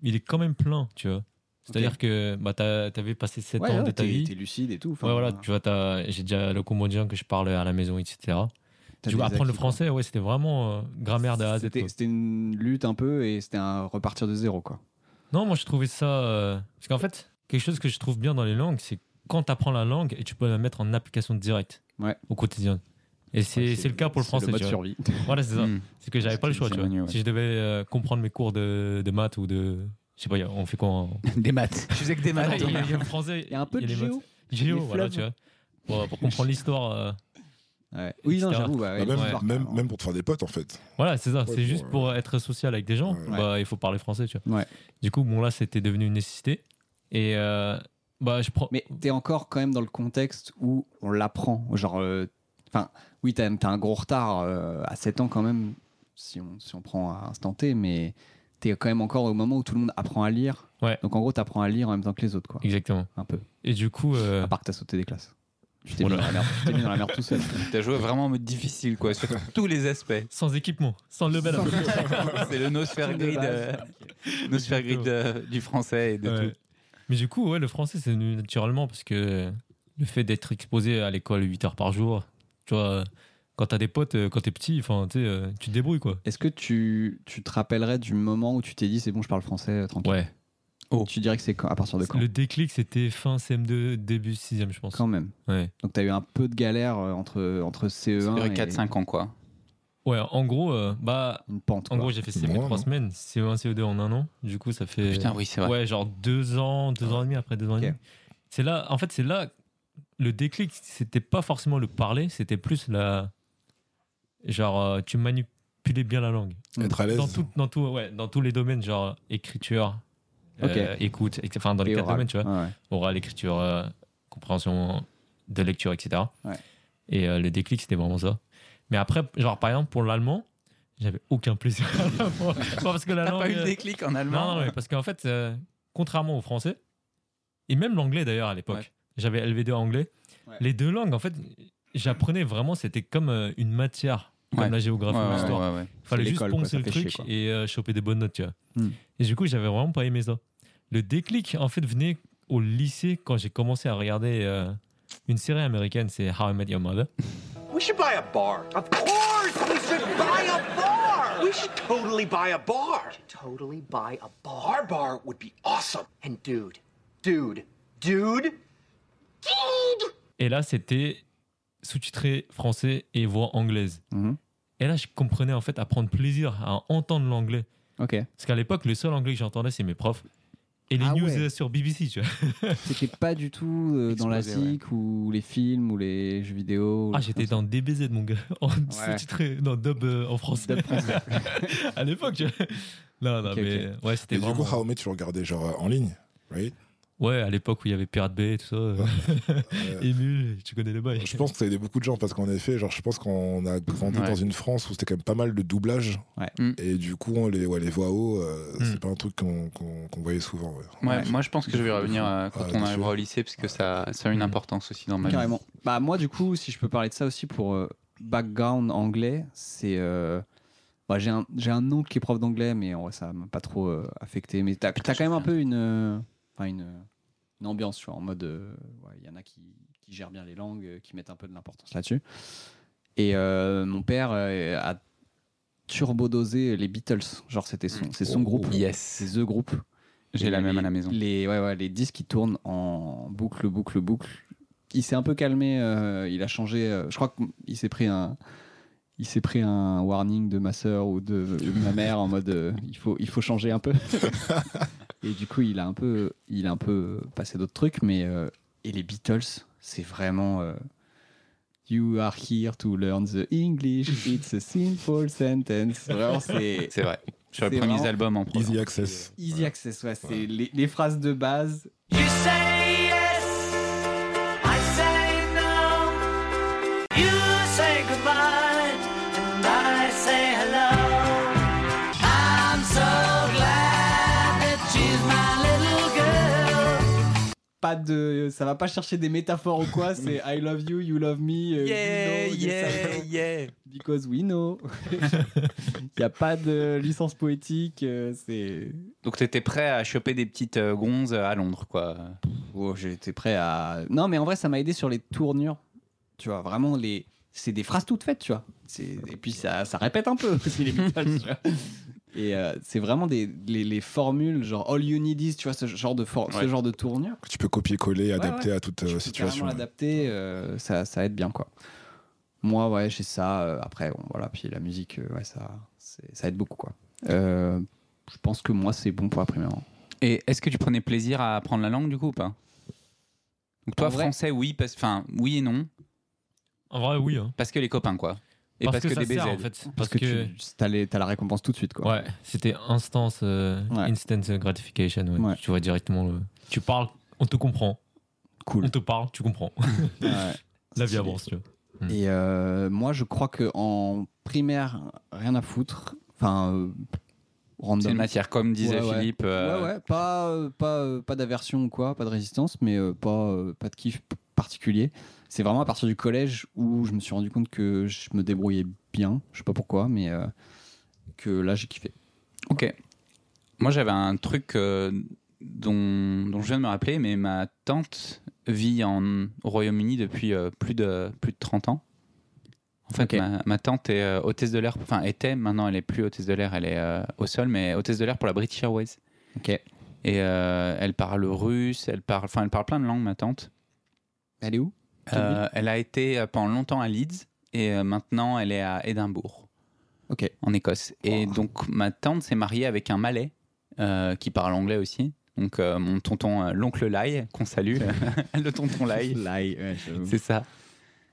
S4: il est quand même plein, tu vois. C'est-à-dire que bah, t'as- t'avais passé 7
S2: Ouais,
S4: ans
S2: ouais,
S4: de ta
S2: t'es-
S4: vie.
S2: T'es hein. lucide et tout. enfin,
S4: Ouais, voilà, tu vois, t'as- j'ai déjà le commandien que je parle à la maison, etc.
S2: t'as des
S4: Tu vois, apprendre le
S2: acquis, quoi.
S4: français, ouais, c'était vraiment euh, grammaire de A à Z.
S2: C'était
S4: quoi.
S2: c'était une lutte un peu et c'était un repartir de zéro quoi.
S4: Non, moi, je trouvais ça. euh, Parce qu'en fait, quelque chose que je trouve bien dans les langues, c'est quand t'apprends la langue et tu peux la mettre en application directe
S2: Ouais.
S4: au quotidien. Et c'est
S2: Ouais,
S4: c'est le cas pour le français.
S2: mode
S4: tu vois.
S2: survie. Mm.
S4: Voilà, c'est ça.
S1: Hmm.
S4: C'est que j'avais pas le choix, tu vois.
S1: Manu, ouais.
S4: Si je devais euh, comprendre mes cours de, de maths ou de. Je sais pas, y a- on fait quoi en-
S1: Des maths. Je faisais que des
S4: Ah non,
S1: maths. hein.
S4: Il y a- (laughs) il y a le français.
S2: Il y a un peu de
S4: les maths.
S2: géo.
S4: Géo,
S2: les
S4: voilà,
S2: fleuves.
S4: tu vois. Pour, pour comprendre l'histoire. euh,
S2: Ouais. Oui, non,
S4: Etc.
S2: j'avoue. bah, ouais,
S3: Bah, même,
S2: bizarre, quand
S3: même,
S2: même.
S3: même pour te faire des potes, en fait.
S4: Voilà, c'est ça. C'est
S3: pour,
S4: juste
S3: euh,
S4: pour être social avec des gens,
S3: Ouais.
S4: bah, il faut parler français, tu vois.
S2: Ouais.
S4: Du coup, bon, là, c'était devenu une nécessité. Et. euh, bah, je prends.
S2: Mais t'es encore quand même dans le contexte où on l'apprend. Genre, euh, enfin, oui, t'as t'as un gros retard euh, à 7 ans quand même, si on, si on prend à instant T, mais t'es quand même encore au moment où tout le monde apprend à lire.
S4: Ouais.
S2: Donc en gros, t'apprends à lire en même temps que les autres, quoi.
S4: Exactement.
S2: Un peu.
S4: Et du coup. euh,
S2: À part que t'as sauté des classes. Tu t'es mis,
S4: Oula.
S2: dans la merde- tu t'es mis dans la merde
S1: (laughs)
S2: tout seul.
S1: T'as joué vraiment en mode difficile quoi, sur tous les
S3: (laughs)
S1: aspects.
S4: Sans équipement, sans level up.
S1: C'est le Nosphere Grid, euh, (laughs) Nosphere Grid euh, du français et de
S4: Ouais.
S1: tout.
S4: Mais du coup, ouais, le français, c'est venu naturellement parce que le fait d'être exposé à l'école 8 heures par jour, tu vois, euh, quand t'as des potes, euh, quand t'es petit, enfin, tu sais, euh, tu te débrouilles, quoi.
S2: Est-ce que tu, tu te rappellerais du moment où tu t'es dit c'est bon, je parle français euh, tranquille
S4: Ouais.
S1: Oh.
S2: Tu dirais que c'est quand- à partir de quand
S4: Le déclic, c'était fin CM2, début 6 je pense.
S2: Quand même.
S4: Ouais.
S2: Donc t'as eu un peu de galère euh, entre, entre
S1: Ça
S2: CE1
S1: durait
S2: et
S1: 4-5 ans quoi.
S4: Ouais, en gros, euh, bah,
S2: une pente.
S4: en
S2: quoi.
S4: gros, j'ai fait
S3: C'est
S4: CM3
S3: moins, non
S4: semaines, CE1, CE2 en un an. Du coup, ça fait.
S1: Putain oui c'est vrai.
S4: Ouais, genre deux ans, deux ans et demi après deux ans
S2: Ok.
S4: et demi. C'est là, en fait, c'est là le déclic. C'était pas forcément le parler, c'était plus la genre, euh, tu manipulais bien la langue.
S3: Être à l'aise.
S4: Mm. Dans, tout- dans, tout, ouais, dans tous les domaines, genre écriture, euh,
S2: Ok.
S4: écoute, etc. enfin dans les
S2: Et
S4: quatre
S2: oral.
S4: domaines, tu vois.
S2: Ouais, ouais.
S4: Oral, écriture, euh, compréhension de lecture, etc.
S2: Ouais.
S4: Et euh, le déclic, c'était vraiment ça. Mais après, genre, par exemple, pour l'allemand, j'avais aucun plaisir (laughs) à l'apprendre. Pas parce que la
S1: T'as
S4: langue.
S1: pas eu
S4: euh,
S1: le déclic en allemand
S4: non, non, mais parce qu'en fait, euh, contrairement au français, et même l'anglais d'ailleurs à l'époque,
S1: Ouais.
S4: j'avais LV2 anglais,
S2: Ouais.
S4: les deux langues, en fait, j'apprenais vraiment, c'était comme euh, une matière, comme
S1: Ouais.
S4: la géographie ou
S1: Ouais,
S4: l'histoire.
S1: ouais, ouais, ouais.
S4: Il fallait
S2: C'est
S4: juste
S2: l'école, quoi,
S4: poncer
S2: ça
S4: le
S2: fait
S4: truc
S2: chier, quoi.
S4: et euh, choper des bonnes notes, tu vois.
S2: Hmm.
S4: Et du coup, j'avais vraiment pas aimé ça. Le déclic, en fait, venait au lycée quand j'ai commencé à regarder euh, une série américaine, c'est How I Met Your Mother.
S11: We should buy a bar. Of course, we should buy a bar. We should totally buy a bar. should totally buy a bar. Our bar would be awesome. And dude, dude, dude, dude.
S4: Et là, c'était sous-titré français et voix anglaise.
S2: Mhm.
S4: Et là, je comprenais en fait à prendre plaisir à entendre l'anglais.
S2: Ok.
S4: Parce qu'à l'époque, le seul anglais que j'entendais, c'est mes profs. Et les
S2: Ah
S4: news euh,
S2: ouais.
S4: sur BBC, tu vois.
S2: C'était pas du tout euh, dans la
S1: Explosé, ouais.
S2: SIC ou les films ou les jeux vidéo. ou
S4: Ah,
S2: les
S4: j'étais
S2: trucs comme
S4: dans DBZ, mon gars. (laughs) En sous-titré, non, dub euh, en français.
S2: Dub français.
S4: (laughs) à l'époque, tu vois. Non, non,
S2: Ok,
S4: mais ouais, c'était
S3: Et du
S4: vraiment.
S3: coup, How I Met, tu le regardais genre euh, en ligne, right
S4: Ouais, à l'époque où il y avait Pirate Bay et tout ça. euh, (laughs)
S3: Euh,
S4: Émule, tu connais les bails.
S3: Je pense que ça a aidé beaucoup de gens parce qu'en effet, genre, je pense qu'on a grandi
S1: Ouais.
S3: dans une France où c'était quand même pas mal de doublage.
S2: Ouais.
S1: Mm.
S3: Et du coup, on les, ouais, les voix haut, euh,
S4: Mm.
S3: c'est pas un truc qu'on qu'on- qu'on voyait souvent. ouais.
S1: Ouais, Moi, je pense que je vais revenir euh, quand
S3: Ouais,
S1: on
S3: bien
S1: arrivera
S3: sûr.
S1: au lycée, parce que ça, ça a une
S4: Mhm.
S1: importance aussi dans ma vie.
S2: Carrément. Bah moi du coup, si je peux parler de ça aussi pour euh, background anglais, c'est euh, bah, j'ai un j'ai un oncle qui est prof d'anglais, mais en vrai ça m'a pas trop euh, affecté. Mais t'as t'as quand même un peu une euh, enfin, une, une ambiance, tu vois, en mode euh, ouais, il y en a qui qui gèrent bien les langues, euh, qui mettent un peu de l'importance là-dessus. Et euh, mon père euh, a turbodosé les Beatles, genre c'était son c'est son
S3: Oh,
S2: groupe,
S1: Yes.
S2: c'est the groupe.
S1: J'ai
S2: Et
S1: la même
S2: les-
S1: à la maison.
S2: Les, ouais, ouais, les disques qui tournent en boucle, boucle, boucle. Il s'est un peu calmé, euh, il a changé. euh, je crois qu'il s'est pris un. Il s'est pris un warning de ma sœur ou de, ou de ma mère en mode euh, il faut il faut
S1: (laughs)
S2: changer un peu et du coup il a un peu il a un peu passé d'autres trucs mais euh, et les Beatles c'est vraiment euh, you are here to learn the English it's a simple sentence vraiment c'est
S1: C'est vrai. Sur les
S2: C'est
S1: premiers
S2: vraiment-
S1: albums en
S3: Easy
S1: premier.
S3: access.
S2: easy access ouais, c'est les- les phrases de base
S11: You say yes, I say no. You say goodbye, and I say hello. I'm so glad that she's my little girl.
S2: pas de ça va pas chercher des métaphores ou quoi (laughs) c'est I love you you love me euh, we know, yes, I know,
S1: yeah.
S2: because we (laughs) know il y a pas de licence poétique euh, c'est
S1: Donc, t'étais prêt à choper des petites euh, gonzes à Londres, quoi.
S2: oh, j'étais prêt à non mais en vrai ça m'a aidé sur les tournures tu vois vraiment les c'est des phrases toutes faites tu vois C'est- et puis ça, ça répète un peu (laughs) c'est les Beatles, tu vois. et euh, c'est vraiment des les, les formules genre all you need is tu vois ce genre de for- ce
S1: Ouais.
S2: genre de tournure
S3: Que tu peux copier-coller, adapter
S2: ouais.
S3: à toute euh,
S2: tu peux
S3: situation.
S2: carrément l'adapter, euh, ça, ça aide bien quoi. Moi, ouais, j'ai ça. euh, après, bon, voilà, puis la musique, euh, ouais, ça, c'est- ça aide beaucoup quoi. Euh, je pense que moi, c'est bon pour la primaire.
S1: Et est-ce que tu prenais plaisir à apprendre la langue, du coup, ou pas Donc, toi,
S2: En vrai-
S1: français, oui, parce... enfin, oui et non,
S4: En vrai, oui. hein.
S1: parce que les copains, quoi. Et parce, que,
S4: ça
S1: des
S4: sert,
S1: baisers.
S4: en fait.
S2: Parce,
S4: Parce,
S2: que, tu t'as, les- t'as la récompense tout de suite quoi.
S4: Ouais, c'était instance, euh,
S2: Ouais.
S4: instant gratification. ouais.
S2: Ouais.
S4: Tu vois directement. le- Tu parles, on te comprend.
S2: Cool.
S4: (laughs) On te parle, tu comprends.
S2: Ouais.
S4: La vie
S2: Stylé.
S4: avance, tu vois.
S2: Et euh, moi, je crois que en primaire, rien à foutre. Enfin, euh,
S1: C'est une
S2: random.
S1: matière, comme disait
S2: Ouais, ouais.
S1: Philippe. euh,
S2: Ouais, ouais, pas, euh, pas, euh, pas d'aversion ou quoi, pas de résistance, mais euh, pas, euh, pas de kiff p- particulier. C'est vraiment à partir du collège où je me suis rendu compte que je me débrouillais bien, je sais pas pourquoi, mais euh, que là j'ai kiffé.
S1: Ok. Moi, j'avais un truc euh, dont, dont je viens de me rappeler, mais ma tante vit en, au Royaume-Uni depuis euh, plus, de, plus de 30 ans. En fait,
S2: Ok.
S1: ma, ma tante est euh, hôtesse de l'air, enfin, était, maintenant elle est plus hôtesse de l'air, elle est euh, au sol, mais hôtesse de l'air pour la British Airways.
S2: Ok.
S1: Et euh, elle parle russe, elle parle, enfin, elle parle plein de langues, ma tante.
S2: Elle est où Quelle
S1: Euh, elle a été euh, pendant longtemps à Leeds et euh, maintenant elle est à Édimbourg,
S2: Ok.
S1: en Écosse. Et
S2: Oh.
S1: donc ma tante s'est mariée avec un Malais euh, qui parle anglais aussi. Donc euh, mon
S2: (laughs)
S1: tonton, euh, l'oncle Lai, qu'on salue, le tonton Lai,
S2: Lai, ouais, je-
S1: c'est ça.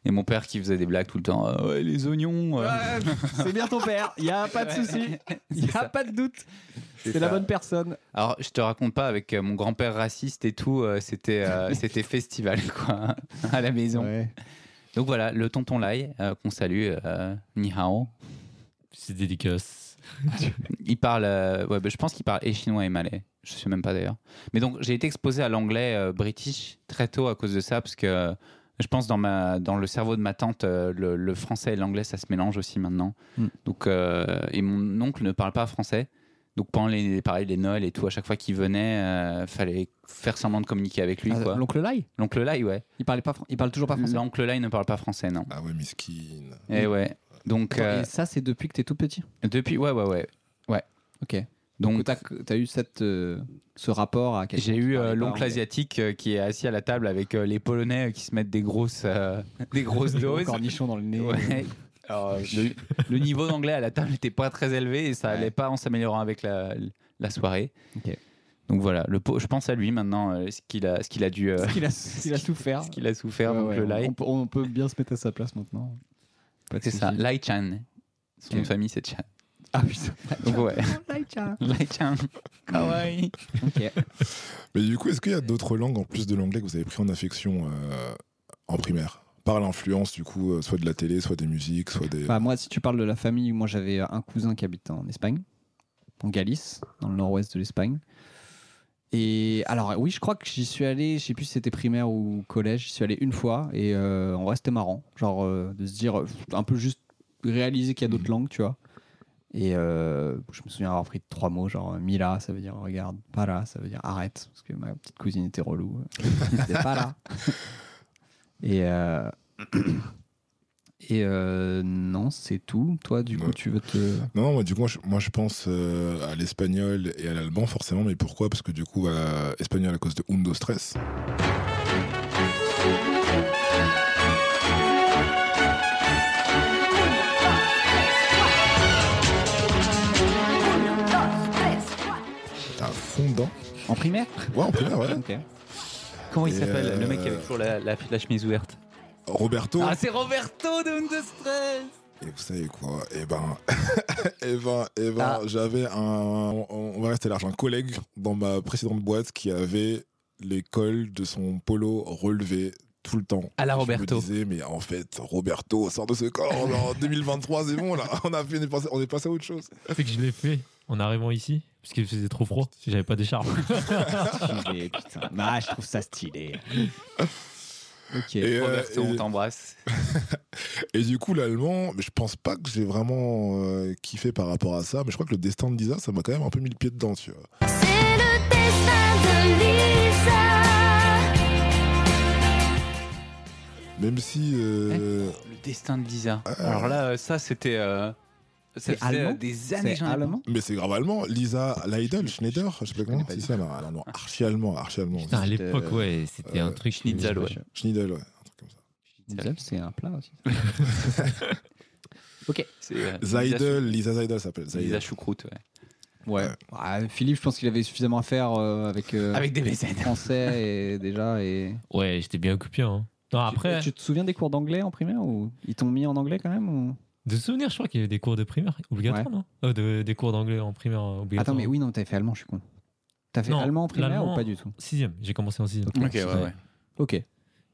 S1: Et mon père qui faisait des blagues tout le temps. Ah ouais, les oignons. euh.
S2: Ouais, c'est bien ton père, il n'y a pas de (laughs) souci, il n'y a pas de doute. C'est la
S1: ça.
S2: bonne personne.
S1: Alors, je te raconte pas avec euh, mon grand-père raciste et tout, euh, c'était
S2: (laughs)
S1: euh, c'était festival quoi, à la maison.
S2: Ah,
S1: Donc voilà, le tonton Lai euh, qu'on salue, euh, Ni Hao.
S4: C'est dédicace.
S1: Il parle, euh, ouais, bah, je pense qu'il parle et chinois et malais. Je sais même pas d'ailleurs. Mais donc j'ai été exposé à l'anglais euh, british très tôt à cause de ça parce que euh, je pense dans ma dans le cerveau de ma tante euh, le, le français et l'anglais ça se mélange aussi maintenant.
S2: Mm.
S1: Donc euh, et mon oncle ne parle pas français. Donc pendant les pareil les Noël et tout à chaque fois qu'il venait euh, fallait faire semblant de communiquer avec lui
S2: Ah,
S1: quoi.
S2: L'oncle Lai,
S1: L'oncle Lai ouais.
S2: il parlait pas, fran- il parle toujours pas français.
S1: L'oncle Lai ne parle pas français non.
S3: Ah ouais, miskin.
S1: Et ouais. Donc
S2: Attends,
S1: euh,
S2: Et ça, c'est depuis que t'es tout petit.
S1: depuis ouais ouais ouais.
S2: Ok.
S1: Donc
S2: Donc t'as as eu cette, euh, ce rapport à quelqu'un
S1: J'ai
S2: qui
S1: eu
S2: parlait
S1: euh,
S2: pas
S1: l'oncle
S2: anglais.
S1: asiatique euh, qui est assis à la table avec euh, les Polonais euh, qui se mettent des grosses, euh, (laughs) des grosses
S2: Gros
S1: doses.
S2: cornichon dans le nez. (laughs)
S1: Ouais. Alors, le, le niveau d'anglais à la table n'était pas très élevé et ça
S2: Ouais.
S1: allait pas en s'améliorant avec la, la soirée.
S2: Ok.
S1: Donc voilà, le, pau- je pense à lui maintenant, euh, ce qu'il a, ce qu'il a dû, euh,
S2: Parce qu'il a, ce qu'il a souffert.
S1: ce (laughs) qu'il a souffert,
S2: Ouais,
S1: donc
S2: ouais,
S1: le
S2: on-
S1: Lai.
S2: on, peut- on peut bien se mettre à sa place maintenant. Pas de
S1: C'est ça,
S2: souci.
S1: Lai Chan. Son
S2: Ok.
S1: nom de famille c'est
S2: (laughs)
S1: Chan.
S2: Ah putain.
S1: Donc
S2: (laughs)
S1: ouais,
S2: Lai Chan.
S1: Lai Chan. Kawaii.
S2: Ok.
S3: Mais du coup, est-ce qu'il y a d'autres langues en plus de l'anglais que vous avez pris en affection euh, en primaire Par l'influence, du coup, euh, soit de la télé, soit des musiques, soit des.
S2: Bah, moi, si tu parles de la famille, moi j'avais euh, un cousin qui habite en Espagne, en Galice, dans le nord-ouest de l'Espagne. Et alors, oui, je crois que j'y suis allé, je sais plus si c'était primaire ou collège, j'y suis allé une fois et euh, en vrai, c'était marrant. Genre, euh, de se dire, euh, un peu juste réaliser qu'il y a d'autres langues, tu vois. Et euh, je me souviens avoir pris trois mots, genre euh, Mila, ça veut dire regarde, para, ça veut dire arrête, parce que ma petite cousine était relou. C'était para. Et, euh, et euh, non, c'est tout. Toi, du coup,
S3: Ouais.
S2: tu veux te.
S3: Non, non, moi, du coup, moi, je, moi, je pense euh, à l'espagnol et à l'allemand, forcément. Mais pourquoi Parce que du coup, à espagnol à cause de Undo Stress. T'as un fond dedans.
S2: En primaire
S3: Ouais, en primaire, ouais.
S2: Ok.
S1: Comment il
S3: Et
S1: s'appelle
S3: euh,
S1: Le mec qui avait toujours la, la, la chemise ouverte.
S3: Roberto.
S2: Ah,
S1: c'est Roberto de Under Stress
S3: Et vous savez quoi Eh ben, (laughs) eh ben, eh ben,
S2: Ah.
S3: j'avais un, on, on va rester large, un collègue dans ma précédente boîte qui avait les cols de son polo relevé tout le temps.
S1: À la
S3: Et
S1: Roberto.
S3: Je me disais, mais en fait, Roberto, sort de ce corps,
S1: (laughs)
S3: en 2023, c'est bon, là. On, a fait, on, est passé, on est passé à autre chose.
S4: (laughs) C'est que je l'ai fait en arrivant ici, parce qu'il faisait trop froid, j'avais pas d'écharpe.
S2: Stylé, putain. Bah, je trouve ça stylé. Ok.
S3: Et, euh,
S1: Roberto, on
S3: et-
S1: t'embrasse.
S3: Et du coup, l'allemand, mais je pense pas que j'ai vraiment euh, kiffé par rapport à ça, mais je crois que le destin de Lisa, ça m'a quand même un peu mis le pied dedans, tu vois.
S8: C'est le destin de Lisa.
S3: Même si. euh,
S1: Le destin de Lisa. Alors là, euh, ça, c'était. euh, ça
S2: C'est
S1: faisait, euh,
S2: allemand
S1: des années que
S2: C'est
S1: j'en ai pas.
S2: allemand
S3: Mais c'est grave allemand. Lisa Leidel, Schneider, je sais pas comment.
S2: connais pas
S3: C'est
S2: du
S3: ça, non, non, non, archi allemand, archi allemand.
S4: Putain, à
S2: C'était,
S4: l'époque,
S2: euh,
S4: ouais, c'était
S3: euh,
S4: un truc.
S1: Schnitzel, ouais.
S3: Schneidel, ouais. un truc comme ça.
S2: Diesel, c'est un plat aussi.
S1: C'est, euh,
S3: Zeidel, Lisa Zeidel s'appelle.
S1: Lisa, Lisa
S3: Zeidel.
S1: choucroute, ouais.
S2: Ouais. Ouais, Philippe, je pense qu'il avait suffisamment à faire euh, avec, euh,
S1: Avec des BZ.
S2: français et déjà et.
S4: Ouais, j'étais bien occupé. Hein. Non, après,
S2: Tu, tu te souviens des cours d'anglais en primaire ou ils t'ont mis en anglais quand même ou...
S4: de souvenir, je crois qu'il y avait des cours de primaire obligatoires, non Euh, de- Des cours d'anglais en primaire euh,
S2: Attends,
S4: obligatoires.
S2: mais oui, non, t'avais fait allemand, je suis con. T'as fait
S4: Non,
S2: allemand en primaire
S4: l'allemand-
S2: ou pas du tout
S4: Sixième, j'ai commencé en sixième.
S1: Ok, ouais, ouais.
S2: Ok.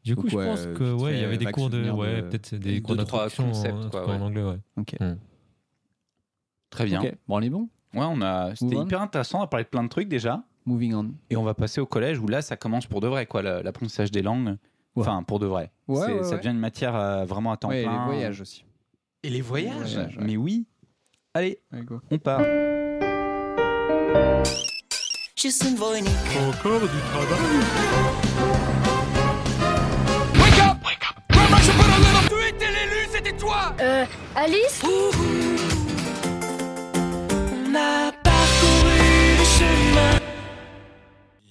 S4: Du coup,
S2: Donc,
S4: je
S2: ouais,
S4: pense
S2: vite
S4: que ouais, il y
S2: fait,
S4: avait des
S2: vague
S4: cours de,
S2: souvenir
S4: ouais,
S2: de-
S4: peut-être des
S1: deux,
S4: cours
S1: trois
S4: d'introduction
S1: concepts,
S4: en,
S1: quoi,
S4: en
S1: ouais.
S4: anglais, ouais.
S1: Très bien.
S2: Ok. Bon, on est bon.
S1: Ouais, on a. C'était
S2: Move on.
S1: hyper intéressant. On a parlé de plein de trucs déjà.
S2: Moving on.
S1: Et on va passer au collège où là, ça commence pour de vrai, quoi. le- L'apprentissage des langues.
S2: Ouais.
S1: Enfin, pour de vrai.
S2: Ouais,
S1: C'est-
S2: ouais,
S1: ça
S2: ouais.
S1: devient une matière euh, vraiment à temps
S2: Ouais, et les
S1: plein.
S2: voyages aussi.
S1: Et les voyages.
S2: voyages, ouais.
S1: Mais oui. Allez,
S2: Allez, go.
S1: on part.
S8: Euh, Alice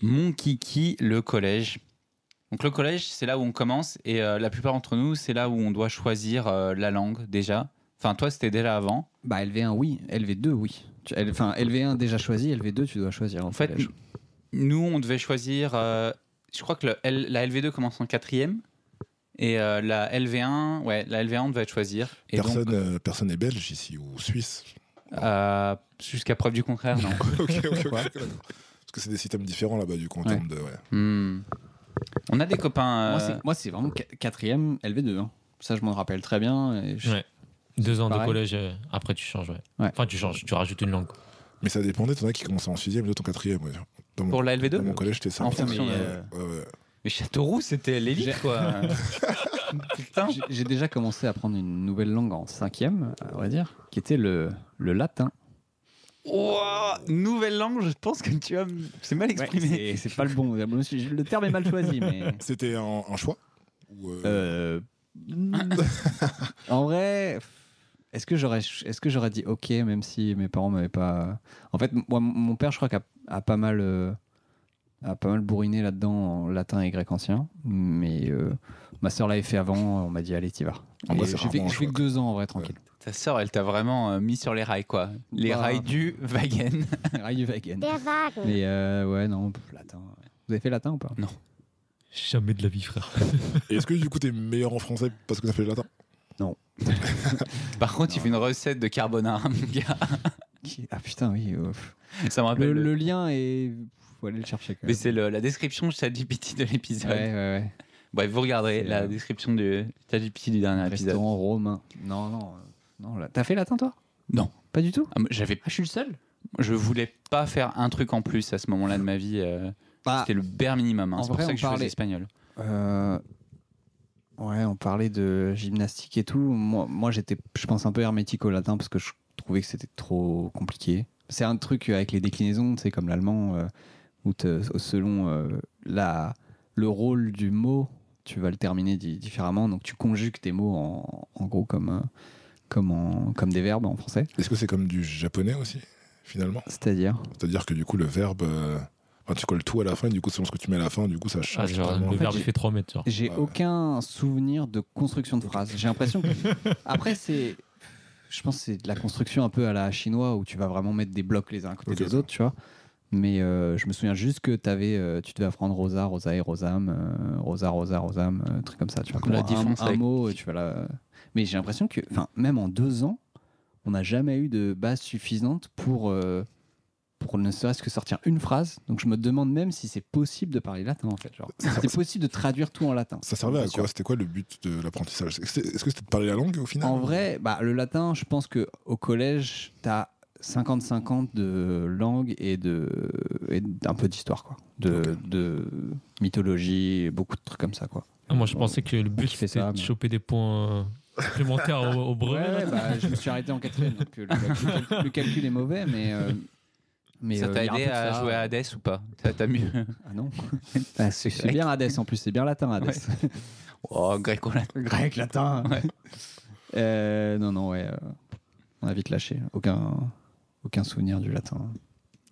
S1: Mon kiki, le collège. Donc le collège, c'est là où on commence et euh, la plupart d'entre nous, c'est là où on doit choisir euh, la langue déjà. Enfin, toi, c'était déjà avant.
S2: Bah LV1 oui, LV2 oui. Tu- L- Enfin LV1 déjà choisi, LV2 tu dois choisir.
S1: En fait, euh, n- nous, on devait choisir. euh, je crois que le L- la LV2 commence en quatrième. Et euh, la LV1, ouais, la LV1 devait choisir. Et donc,
S3: personne, euh, personne n'est belge ici ou suisse.
S1: euh, jusqu'à preuve du contraire,
S3: (laughs)
S1: non.
S3: ok, ok, ok.
S1: Ouais.
S3: d'accord. Parce que c'est des systèmes différents là-bas du coup en
S1: Ouais.
S3: termes de. ouais.
S1: Hmm. On a des copains.
S2: Moi,
S1: euh,
S2: c'est- Moi, c'est vraiment qua- quatrième LV2. hein. Ça, je m'en rappelle très bien. et je-
S4: Ouais. Deux ans
S2: pareil.
S4: de collège, euh, après tu changes. Ouais.
S2: Ouais.
S4: Enfin, tu changes, tu rajoutes une langue.
S3: Mais ça dépendait, t'en as qui commençaient en 6 et d'autres en 4 ouais. Dans mon-
S1: Pour la
S3: Dans
S1: LV2
S3: mon collège, c'était ça.
S1: En
S3: Ouais,
S1: fonction
S3: ouais,
S1: de-
S3: ouais, ouais.
S1: Mais Châteauroux, c'était l'élite, quoi. Putain.
S2: J'ai- J'ai déjà commencé à apprendre une nouvelle langue en cinquième, on va dire, qui était le, le latin.
S1: Ouah, nouvelle langue, je pense que tu as. C'est mal exprimé.
S2: Et c'est pas le bon. Le terme est mal choisi, mais.
S3: C'était un, un choix Ou, euh,
S2: Euh, (laughs) en vrai, est-ce que j'aurais, est-ce que j'aurais dit OK même si mes parents m'avaient pas. En fait, moi, mon père, je crois qu'a a pas mal, euh, a pas mal bourriné là-dedans en latin et grec ancien, mais euh, ma sœur l'avait fait avant. On m'a dit allez, t'y vas.
S3: En vrai,
S2: Et
S3: c'est
S2: J'ai
S3: rarement
S2: fait,
S3: un
S2: j'ai fait
S3: choix,
S2: que deux ans en vrai, tranquille.
S1: Ta sœur, elle t'a vraiment euh, mis sur les rails, quoi. Les
S2: Bah.
S1: rails du Wagen.
S2: (laughs) Rayu Wagen.
S7: Des vagues.
S2: Mais euh, ouais, non, pff, latin. Vous avez fait latin ou pas
S4: Jamais de la vie, frère.
S3: et Est-ce que du coup t'es meilleur en français parce que t'as fait le latin
S1: (laughs) Par contre, il fait une recette de carbonara, mon gars. (laughs)
S2: Qui- Ah putain, oui. euh, pff.
S1: Ça me rappelle.
S2: le,
S1: le-
S2: le lien est. Faut aller le chercher quand
S1: Mais
S2: même.
S1: c'est le- la description de ChatGPT de l'épisode.
S2: Ouais, ouais, ouais.
S1: Bref, vous regarderez
S2: C'est,
S1: la
S2: euh,
S1: description du ChatGPT du dernier épisode.
S2: Restaurant romain. Non, non. euh, non là- T'as fait latin, toi
S1: Non.
S2: Pas du tout
S1: Ah, mais J'avais.
S2: je suis le seul
S1: Je voulais pas faire un truc en plus à ce moment-là de ma vie. euh, C'était le bare minimum. hein.
S2: En
S1: C'est pour
S2: vrai,
S1: ça
S2: on
S1: que je faisais
S2: parlait-
S1: espagnol.
S2: Euh, Ouais, on parlait de gymnastique et tout. Moi, moi j'étais, je pense, un peu hermétique au latin parce que je trouvais que c'était trop compliqué. C'est un truc avec les déclinaisons, tu sais, comme l'allemand, euh, où te- selon euh, la, le rôle du mot, tu vas le terminer di- différemment. Donc, tu conjugues tes mots en, en gros comme, euh, comme, en- comme des verbes en français.
S3: Est-ce que c'est comme du japonais aussi, finalement
S2: C'est-à-dire
S3: C'est-à-dire que du coup le verbe. euh, Enfin, tu colles tout à la fin et du coup, selon ce que tu mets à la fin, du coup, ça
S4: Ah,
S3: change.
S4: genre,
S3: totalement.
S4: le
S2: fait,
S4: verbe il
S2: j'ai-
S4: fait 3 mètres. genre.
S2: J'ai
S3: Ouais.
S2: aucun souvenir de construction de phrase. J'ai l'impression
S3: (laughs)
S2: que. Après, c'est. Je pense que c'est de la construction un peu à la chinois où tu vas vraiment mettre des blocs les uns à côté
S3: Ok.
S2: des autres, tu vois. Mais euh, je me souviens juste que t'avais, euh, tu devais apprendre Rosa, Rosa et Rosam, euh, Rosa, Rosa, Rosam, euh, truc comme ça. Tu vois.
S1: La
S2: Un-
S1: différence
S2: un,
S1: avec-
S2: mot, tu vas là. euh. Mais j'ai l'impression que, enfin, même en deux ans, on n'a jamais eu de base suffisante pour, euh, pour ne serait-ce que sortir une phrase. Donc je me demande même si c'est possible de parler latin en fait. Genre, c'est possible de traduire tout en latin.
S3: Ça servait à
S2: Bien sûr.
S3: quoi C'était quoi le but de l'apprentissage Est-ce que c'était- est-ce que c'était de parler la langue au final
S2: En vrai, bah, le latin, je pense que au collège, t'as 50-50 de langue et de et d'un peu d'histoire quoi, de, de mythologie, et beaucoup de trucs comme ça quoi.
S4: Ah, moi, je pensais que le but
S2: qui fait
S4: c'était
S2: ça,
S4: de
S2: mais-
S4: choper des points euh, supplémentaires au, au brevet. là.
S2: bah, je me suis arrêté en quatrième, donc euh, le, calcul est mauvais, mais euh, mais euh,
S1: ça t'a aidé à jouer à Hades ou pas Ça t'a mieux. (laughs)
S2: Ah (laughs) non, c'est c'est bien Hadès en plus, c'est bien latin Hadès.
S1: oh, gréco-latin.
S2: Grec, (laughs) latin.
S1: Ouais.
S2: Euh, non, non, ouais. euh, on a vite lâché. Aucun, aucun souvenir du latin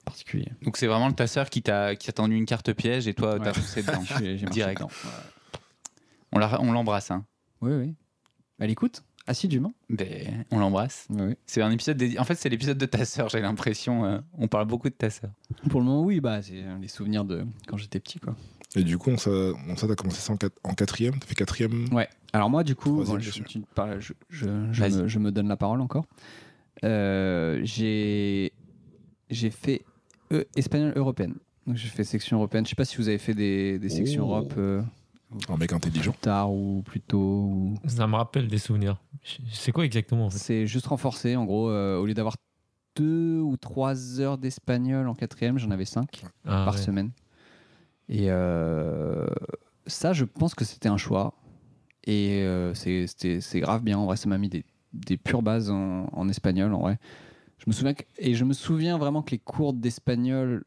S2: particulier.
S1: Donc c'est vraiment ta sœur qui t'a qui a tendu une carte piège et toi t'as
S2: Ouais.
S1: foncé dedans. (laughs)
S2: J'ai j'ai marché
S1: Ah, Direct.
S2: dedans.
S1: On la- on l'embrasse. Hein.
S2: Oui, oui. Elle écoute assidûment.
S1: Ben, on l'embrasse.
S2: Oui, oui.
S1: C'est un épisode. dédi- En fait, c'est l'épisode de ta sœur. J'ai l'impression. euh, on parle beaucoup de ta sœur.
S2: Pour le moment, oui, bah, c'est les souvenirs de quand j'étais petit, quoi.
S3: Et du coup, on, ça, on, ça, t'as commencé ça en, quat- en quatrième, t'as fait quatrième.
S2: Ouais. Alors moi, du coup,
S3: Troisième,
S2: bon,
S3: bien
S2: je,
S3: sûr.
S2: tu- par- je- je- je
S1: Vas-y.
S2: me, je me donne la parole encore. Euh, j'ai j'ai fait euh, espagnol européenne. Donc j'ai fait section européenne. Je sais pas si vous avez fait des, des sections
S3: Oh.
S2: Europe euh,
S3: Un mec intelligent.
S2: plus tard ou plus tôt. Ou...
S4: Ça me rappelle des souvenirs. Je- C'est quoi exactement en fait
S2: C'est juste renforcé. En gros, euh, au lieu d'avoir deux ou trois heures d'espagnol en quatrième, j'en avais cinq.
S4: Ah,
S2: par
S4: ouais.
S2: semaine. Et euh, ça, je pense que c'était un choix. Et euh, c'est- c'était- c'est grave bien. En vrai, ça m'a mis des, des pures bases en, en espagnol. En vrai, je me souviens que- et je me souviens vraiment que les cours d'espagnol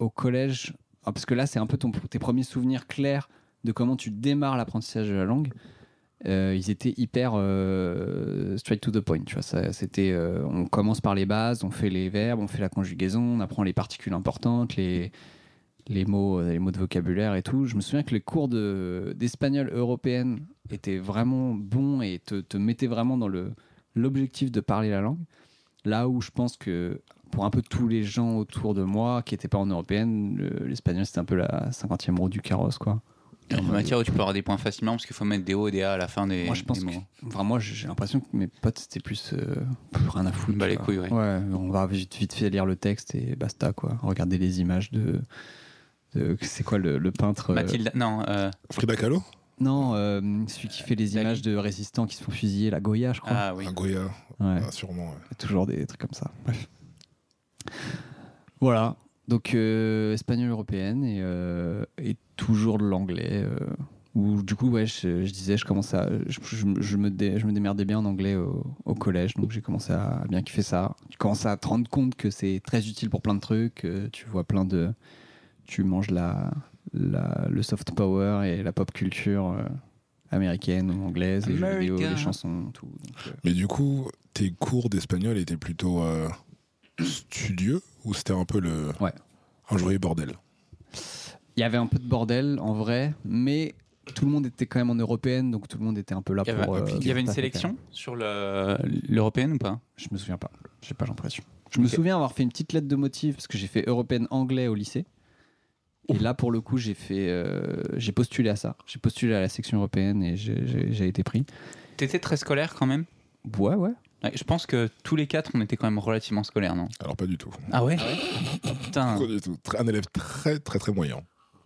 S2: au collège, ah, parce que là, c'est un peu ton, tes premiers souvenirs clairs de comment tu démarres l'apprentissage de la langue. euh, ils étaient hyper euh, straight to the point, tu vois. ça- C'était, euh, on commence par les bases, on fait les verbes, on fait la conjugaison, on apprend les particules importantes, les, les mots, euh, les mots de vocabulaire et tout. Je me souviens que les cours de- d'espagnol européenne étaient vraiment bons et te, te mettaient vraiment dans le l'objectif de parler la langue. Là où je pense que pour un peu tous les gens autour de moi qui n'étaient pas en européenne, le- l'espagnol c'était un peu la cinquantième roue du carrosse, quoi.
S1: Une matière où tu peux avoir des points facilement parce qu'il faut mettre des O et des A à la fin des,
S2: Moi, je pense
S1: des
S2: que-
S1: mots.
S2: Enfin, moi, j'ai l'impression que mes potes, c'était plus euh, pff, rien à foutre.
S1: Bah,
S2: tu
S1: les
S2: vois.
S1: couilles, ouais.
S2: on va vite, vite fait lire le texte et basta, quoi. Regarder les images de. de- c'est quoi le, le peintre euh,
S1: Mathilde, non. Euh,
S3: Frida Kahlo
S2: Non, euh, celui qui fait les images de résistants qui se font fusiller, la Goya, je crois.
S1: Ah oui.
S3: Un Goya,
S2: Ouais.
S3: Ah, sûrement. ouais.
S2: Toujours des trucs comme ça. Bref. Voilà. Donc, euh, espagnol européenne et, euh, et toujours de l'anglais. euh, où, du coup, ouais, je, je disais, je commençais à- je, je- je me dé- je me démerdais bien en anglais au, au collège. Donc, j'ai commencé à bien kiffer ça. Tu commences à te rendre compte que c'est très utile pour plein de trucs. euh, tu vois plein de. Tu manges la, la- le soft power et la pop culture euh, américaine ou anglaise, les, jeux vidéo,
S1: America.
S2: les chansons, tout. Donc, euh,
S3: Mais du coup, tes cours d'espagnol étaient plutôt euh, studieux ou c'était un peu le.
S2: Ouais.
S3: Un joyeux bordel
S2: Il y avait un peu de bordel en vrai, mais tout le monde était quand même en européenne, donc tout le monde était un peu là
S1: Il y avait,
S2: pour. euh,
S1: il y avait une
S2: pour taffer,
S1: sélection sur le- l'européenne ou pas
S2: quand même. Je me souviens pas. J'ai pas l'impression. Je me
S1: Ok.
S2: souviens avoir fait une petite lettre de motif parce que j'ai fait européenne anglais au lycée. Et là, pour le coup, j'ai fait, euh, j'ai postulé à ça. J'ai postulé à la section européenne et j'ai- j'ai j'ai été pris.
S1: T'étais très scolaire quand même
S2: Ouais, ouais.
S1: Ouais, Je pense que tous les quatre, on était quand même relativement scolaires, non
S3: Alors, pas du tout.
S1: Ah ouais Putain.
S2: Ah.
S3: Pas du tout. Tr- Un élève très, très, très moyen.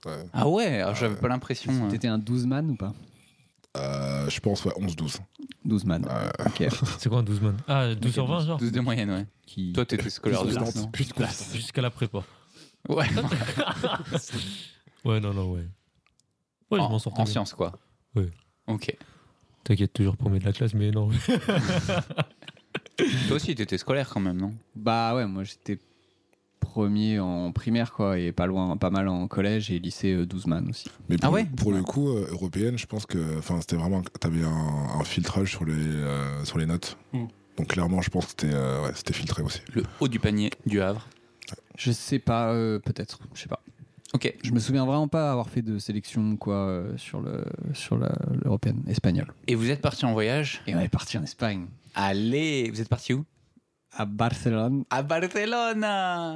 S3: Ouais.
S1: Ah ouais, alors j'avais pas l'impression. euh.
S2: T'étais un 12 man ou pas
S3: Euh, je pense, ouais, 11-12.
S2: 12 man.
S1: Euh.
S2: Ok.
S4: C'est quoi un 12 man Ah, 12 sur 20, genre Bah,
S1: 12 de moyenne, ouais.
S2: Qui...
S1: Toi, t'étais scolaire de
S2: Plus de
S1: ouf,
S2: classe.
S1: non
S3: Plus de classe.
S4: Jusqu'à la prépa.
S1: Ouais,
S4: Ouais, non, non, ouais. Ouais, je
S2: Oh,
S1: en,
S4: m'en sortais.
S1: en
S4: bien.
S1: sciences, quoi.
S4: Ouais.
S1: Ok.
S4: T'inquiète, toujours premier de la classe,
S2: (laughs)
S4: mais non.
S1: Toi aussi, t'étais scolaire quand même, non
S2: Bah ouais, moi j'étais premier en primaire quoi et pas loin, pas mal en collège et lycée euh, 12 man aussi.
S3: Mais pour,
S1: Ah ouais
S3: pour le coup, euh, européenne, je pense que enfin, c'était vraiment. T'avais un, un filtrage sur les, euh, sur les notes.
S1: Mm.
S3: Donc, clairement, je pense que c'était euh, ouais, c'était filtré aussi.
S1: Le haut du panier du Havre.
S2: Je sais pas, euh, peut-être, je sais pas.
S1: Ok.
S2: Je me souviens vraiment pas avoir fait de sélection quoi euh, sur le sur la- l'européenne espagnole.
S1: Et vous êtes parti en voyage
S2: Et on est parti en Espagne,
S1: Allez Vous êtes parti où
S2: à Barcelone.
S1: À Barcelone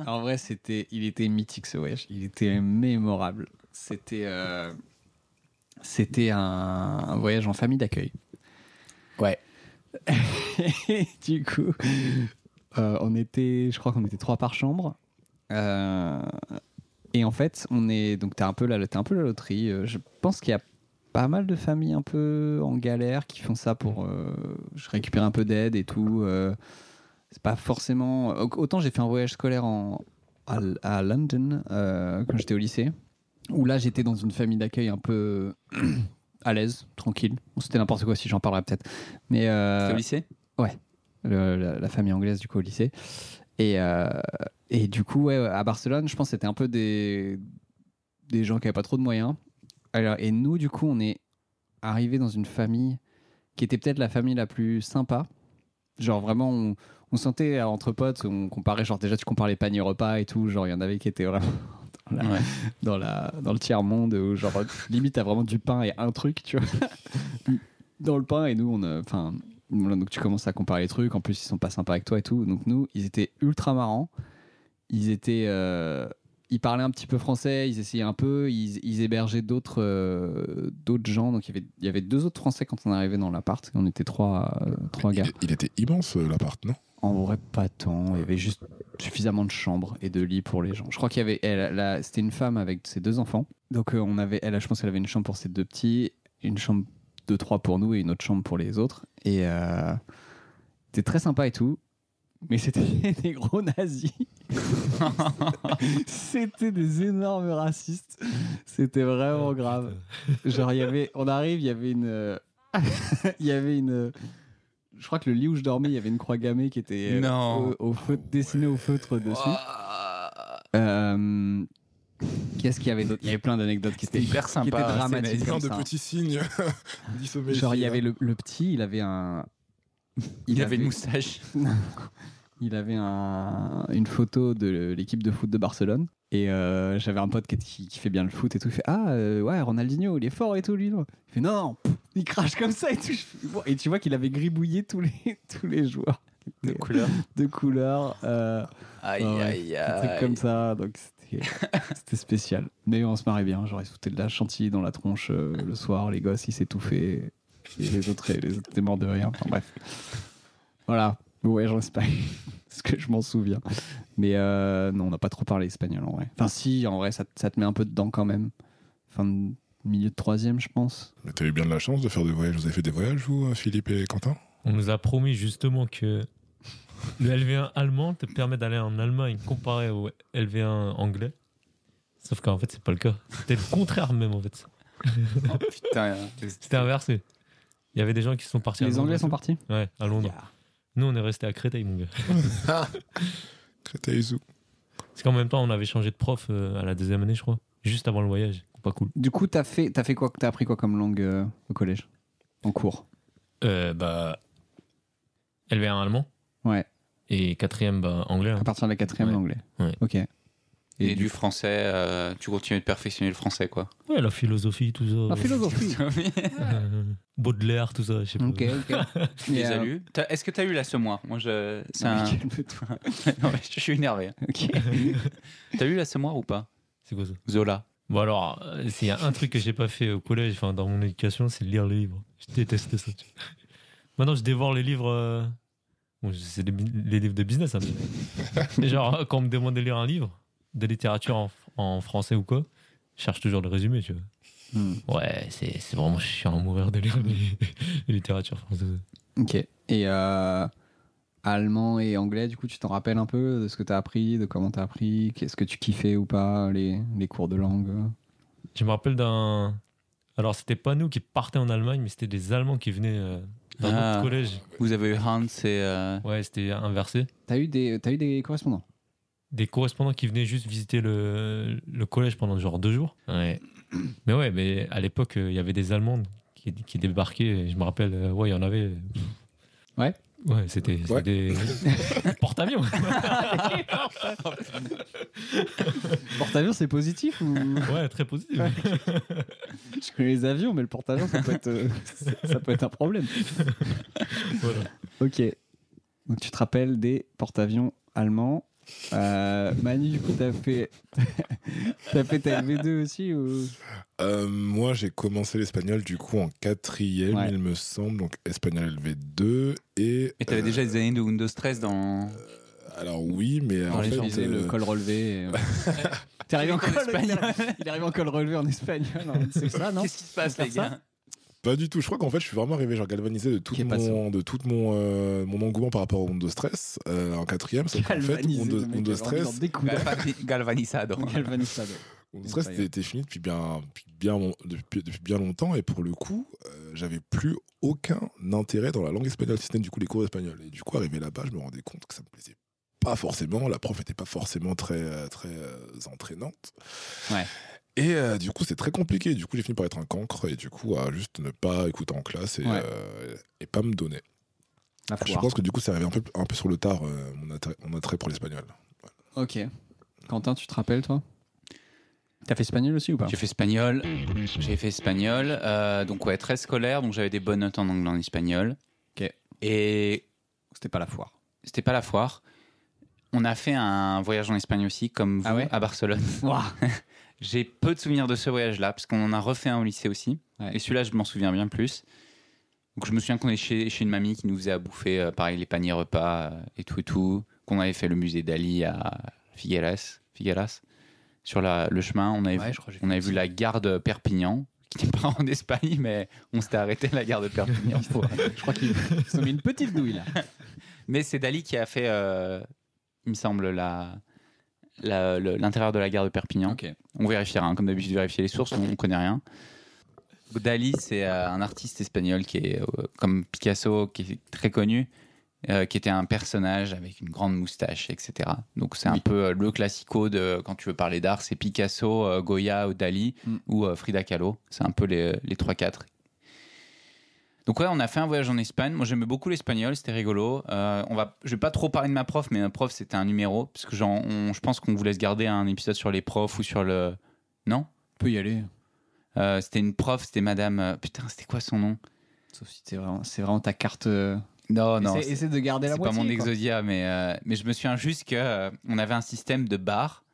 S2: En vrai, c'était, il était mythique ce voyage. Il était mémorable. C'était euh, c'était un, un voyage en famille d'accueil.
S1: Ouais.
S2: Et (laughs) du coup, euh, on était, je crois qu'on était trois par chambre. Euh, et en fait, on est donc t'as un peu la, t'as un peu la loterie. Euh, Je pense qu'il y a pas mal de familles un peu en galère qui font ça pour euh, je récupère un peu d'aide et tout. Euh, c'est pas forcément. au- Autant j'ai fait un voyage scolaire en, à, à London euh, quand j'étais au lycée, où là j'étais dans une famille d'accueil un peu (clears throat) à l'aise, tranquille. Bon, C'était n'importe quoi si j'en parlerai peut-être. Mais euh,
S1: T'étais au lycée
S2: le- la, la famille anglaise du coup au lycée. Et, euh, et du coup, ouais, à Barcelone, je pense que c'était un peu des, des gens qui n'avaient pas trop de moyens. Alors, et nous, du coup, on est arrivés dans une famille qui était peut-être la famille la plus sympa. Genre vraiment, on, on sentait euh, entre potes, on comparait, genre déjà tu compares les paniers repas et tout, genre il y en avait qui étaient vraiment (laughs) dans, la-
S1: Ouais.
S2: dans, la, dans le tiers-monde, où genre limite t'as vraiment du pain et un truc, tu vois, (laughs) dans le pain et nous, on... euh, Enfin, voilà, donc tu commences à comparer les trucs, en plus ils sont pas sympas avec toi et tout. Donc nous, ils étaient ultra marrants. Ils étaient, euh, ils parlaient un petit peu français, ils essayaient un peu, ils, ils hébergeaient d'autres, euh, d'autres gens. Donc il y avait, il y avait deux autres Français quand on arrivait dans l'appart. On était trois, euh, trois
S3: Il,
S2: gars.
S3: il était immense, euh, l'appart, non
S2: En vrai, pas tant. Il y avait juste suffisamment de chambres et de lits pour les gens. Je crois qu'il y avait. Elle, la- c'était une femme avec ses deux enfants. Donc, euh, on avait. Elle, je pense qu'elle avait une chambre pour ses deux petits, une chambre de trois pour nous et une autre chambre pour les autres. Et euh, c'était très sympa et tout. Mais c'était (laughs) des gros nazis. c'était des énormes racistes. C'était vraiment Oh, grave. Genre, il y avait, on arrive, il y avait une. euh, (laughs) Il y avait une. Je crois que le lit où je dormais, il y avait une croix gammée qui était euh,
S1: Non.
S2: au, au feu, dessinée au feutre dessus. Euh, Qu'est-ce qu'il y avait d'autre Il y avait plein d'anecdotes qui étaient
S1: C'était hyper
S2: qui étaient
S1: sympa, hein, ces
S2: dramatiques
S1: nazis.
S2: comme
S3: Plein de
S2: ça.
S3: petits signes. (laughs) dissomés
S2: Genre, il y
S3: ici,
S2: avait
S3: là.
S2: le, le petit, il avait un.
S1: Il avait une moustache.
S2: Il avait un- une photo de l'équipe de foot de Barcelone. Et euh, j'avais un pote qui, qui- qui fait bien le foot et tout. Il fait Ah, euh, ouais, Ronaldinho, il est fort et tout, lui. non Il fait Non, pff, il crache comme ça et tout. Je fais, Wow. Et tu vois qu'il avait gribouillé tous les, (laughs) tous les joueurs
S1: (laughs) De couleur.
S2: de couleur. euh,
S1: Aïe,
S2: Ouais,
S1: aïe,
S2: des trucs
S1: aïe.
S2: comme ça. Donc c'était- (laughs) C'était c'était spécial. Mais on se marrait bien. Genre, ils se foutaient de la chantilly dans la tronche euh, le soir. Les gosses, ils s'étouffaient. Et les autres, les autres étaient morts de rien. Enfin, bref. Voilà. Ouais, j'en espagne. (laughs) ce que je m'en souviens. Mais euh, non, on n'a pas trop parlé espagnol en vrai. Enfin, si, en vrai, ça, ça te met un peu dedans quand même. Fin de milieu de troisième, je pense.
S3: Mais t'as eu bien de la chance de faire des voyages. Vous avez fait des voyages, vous, euh, Philippe et Quentin
S4: On nous a promis justement que le LV1 allemand te permet d'aller en Allemagne comparé au LV1 anglais. Sauf qu'en fait, c'est pas le cas. C'était le contraire même en fait.
S1: Oh, putain,
S4: C'était inversé. Il y avait des gens qui sont partis à
S2: Les
S4: Londres.
S2: Anglais sont partis
S4: Ouais, à Londres. Nous, on est restés à Créteil, mon gars.
S3: Créteil-Zou.
S4: Parce qu'en même temps, on avait changé de prof euh, à la deuxième année, je crois. Juste avant le voyage. Pas cool.
S2: Du coup, t'as fait, t'as fait quoi T'as appris quoi comme langue euh, au collège En cours
S4: Euh, bah. LV1 allemand.
S2: Ouais.
S4: Et quatrième, bah, anglais. hein.
S2: À partir de la quatrième,
S4: Ouais.
S2: l'anglais.
S4: Ouais.
S2: Ok. Et,
S1: Et, du français, euh, tu continues de perfectionner le français, (laughs) quoi.
S4: Ouais, la philosophie, tout ça.
S2: La philosophie.
S4: Euh, (laughs) Baudelaire, tout ça, je sais
S2: (laughs)
S4: pas.
S2: ok, ok. (laughs)
S1: Tu
S2: Et,
S1: les as
S2: euh,
S1: lus T'as- Est-ce que t'as lu la semoir Moi, je. c'est
S2: Non,
S1: un-
S2: (laughs) mais calme-toi.
S1: (laughs) Non, mais je suis énervé.
S2: Ok.
S1: t'as lu la semoir ou pas
S4: (laughs) C'est quoi ça
S1: Zola.
S4: Bon, alors, euh, s'il y a un truc que j'ai pas fait au collège, enfin, dans mon éducation, c'est de lire les livres. Je détestais ça. tu vois. (laughs) Maintenant, je dévore les livres. euh, bon, c'est des bi- les livres de business, hein, mais- (laughs) Et genre, quand on me demande de lire un livre, de littérature en, en français ou quoi, je cherche toujours le résumé, tu vois.
S2: (laughs) Hmm.
S4: Ouais, c'est c'est vraiment chiant à mourir de lire les, (laughs) les littératures françaises.
S2: Ok. Et euh, allemand et anglais, du coup, tu t'en rappelles un peu de ce que t'as appris, de comment t'as appris, qu'est-ce que tu kiffais ou pas, les, les cours de langue euh.
S4: Je me rappelle d'un. Alors, c'était pas nous qui partaient en Allemagne, mais c'était des Allemands qui venaient euh, d'un
S1: Ah.
S4: autre collège.
S1: Vous avez eu Hans et. euh,
S4: Ouais, c'était inversé.
S2: T'as eu, des- t'as eu des correspondants
S4: Des correspondants qui venaient juste visiter le, le collège pendant genre deux jours. Ouais. Mais ouais, mais à l'époque, euh, il y avait des Allemandes qui, qui débarquaient. et je me rappelle, euh, ouais, il y en avait.
S2: Ouais.
S4: Ouais, c'était c'était
S2: (laughs)
S3: Ouais.
S4: des porte-avions. (laughs)
S2: Porte-avions, c'est positif ou...
S4: ouais, très positif.
S2: (laughs) Je connais les avions, mais le porte-avions, ça, peut être, euh, (laughs) ça peut être un problème.
S4: (laughs) Voilà.
S2: Ok. Donc tu te rappelles des porte-avions allemands. Euh, Manu, du coup, t'as fait... (laughs) t'as fait ta LV2 aussi ou...
S3: Euh, moi, j'ai commencé l'espagnol du coup en quatrième,
S2: Ouais.
S3: il me semble, donc espagnol LV2 et.
S1: Et t'avais
S3: euh,
S1: déjà des années de Windows 13 dans.
S3: Alors oui, mais en
S2: Il
S3: fait,
S2: faisait le
S3: euh,
S2: col relevé. et, euh, (laughs) T'es arrivé en col
S1: (laughs)
S2: Il arrive en col relevé en espagnol. hein, C'est ça, (laughs) non
S1: Qu'est-ce qui se passe,
S2: Faire
S1: les
S2: ça
S1: gars
S3: Pas du tout. Je crois qu'en fait, je suis vraiment arrivé, genre galvanisé de tout
S2: Qui est pas
S3: mon, de tout mon, euh, mon engouement par rapport au Windows stress euh, en quatrième. Sauf qu'en fait,
S2: Galvanisé,
S3: Windows,
S2: le mec, il
S3: Windows
S2: a vraiment
S3: 13,
S2: des coups (laughs) d'arc.
S1: Galvani- Galvanisado.
S2: Galvanisado.
S3: Windows stress,
S2: Incroyable.
S3: c'était était fini depuis bien, depuis bien, mon- depuis, depuis bien longtemps. Et pour le coup, euh, j'avais plus aucun intérêt dans la langue espagnole, si ce n'est du coup les cours d'espagnol. Et du coup, arrivé là-bas, je me rendais compte que ça me plaisait pas forcément. La prof n'était pas forcément très, euh, très euh, entraînante.
S1: Ouais.
S3: Et euh, du coup, c'est très compliqué. Du coup, j'ai fini par être un cancre et du coup, à juste ne pas écouter en classe et,
S2: Ouais.
S3: euh, et pas me donner.
S2: La
S3: Je
S2: foire.
S3: pense que du coup, c'est arrivé un peu, un peu sur le tard, euh, mon, attrait, mon attrait pour l'espagnol.
S2: Ok. Quentin, tu te rappelles, toi T'as fait espagnol aussi ou pas
S1: J'ai fait espagnol. J'ai fait espagnol. euh, donc, ouais, très scolaire. Donc, j'avais des bonnes notes en anglais en espagnol.
S2: Ok.
S1: Et
S2: C'était pas la foire.
S1: c'était pas la foire. On a fait un voyage en Espagne aussi, comme vous,
S2: Ah ouais
S1: à
S2: (laughs)
S1: Barcelone. J'ai peu de souvenirs de ce voyage-là, parce qu'on en a refait un au lycée aussi.
S2: Ouais.
S1: Et celui-là, je m'en souviens bien plus. Donc, je me souviens qu'on est chez, chez une mamie qui nous faisait à bouffer, euh, pareil, les paniers repas euh, et tout et tout. Qu'on avait fait le musée d'Ali à Figueras. Figueras. Sur la- le chemin, on avait,
S2: Ouais, je crois que j'ai fait
S1: on avait
S2: aussi.
S1: vu la gare de Perpignan, qui n'est pas en Espagne, mais on s'était arrêté à la gare de Perpignan. pour-
S2: (laughs) Je crois
S1: (laughs)
S2: qu'ils se sont mis une petite douille là.
S1: mais c'est Dali qui a fait, euh, il me semble, la- la- le- l'intérieur de la gare de Perpignan.
S2: Ok.
S1: On vérifiera, hein, comme d'habitude, vérifier les sources, on ne connaît rien. Dali, c'est euh, un artiste espagnol qui est, euh, comme Picasso, qui est très connu, euh, qui était un personnage avec une grande moustache, etc. Donc c'est un
S2: Oui.
S1: peu euh, le classico de quand tu veux parler d'art, c'est Picasso, euh, Goya ou Dali
S2: Mm.
S1: ou euh, Frida Kahlo. C'est un peu les, les 3-4. Donc ouais, on a fait un voyage en Espagne. Moi, j'aimais beaucoup l'espagnol, c'était rigolo. Euh, on va, je vais pas trop parler de ma prof, mais ma prof c'était un numéro, parce que j'en- on- je pense qu'on vous laisse garder un épisode sur les profs ou sur le, non
S2: On peut y aller.
S1: Euh, C'était une prof, c'était Madame, euh, putain, c'était quoi son nom
S2: Sauf si t'es vraiment- c'est vraiment ta carte. euh,
S1: Non, Oh non,
S2: essaie,
S1: c'est
S2: essaie de garder la
S1: c'est pas
S2: moitié.
S1: mon
S2: quoi.
S1: exodia, mais euh, mais je me souviens juste que euh, on avait un système de barres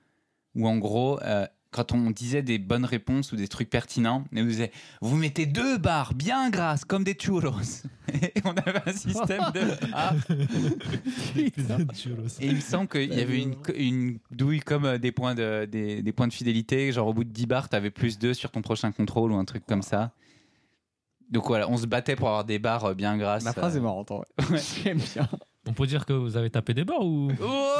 S1: où en gros, euh, quand on disait des bonnes réponses ou des trucs pertinents, on nous disait Vous mettez deux barres bien grasses comme des churros. (laughs) Et on avait
S2: (laughs)
S1: un système de ah, barres.
S4: (laughs)
S1: Et il me semble qu'il y avait une, une douille comme euh, des points de, des, des points de fidélité. Genre au bout de 10 barres, t'avais plus 2 sur ton prochain contrôle ou un truc comme ça. Donc voilà, on se battait pour avoir des barres euh, bien grasses.
S2: La phrase
S1: euh.
S2: est marrante. en vrai. J'aime bien.
S4: On peut dire que vous avez tapé des barres ou
S2: Oh,
S1: (laughs)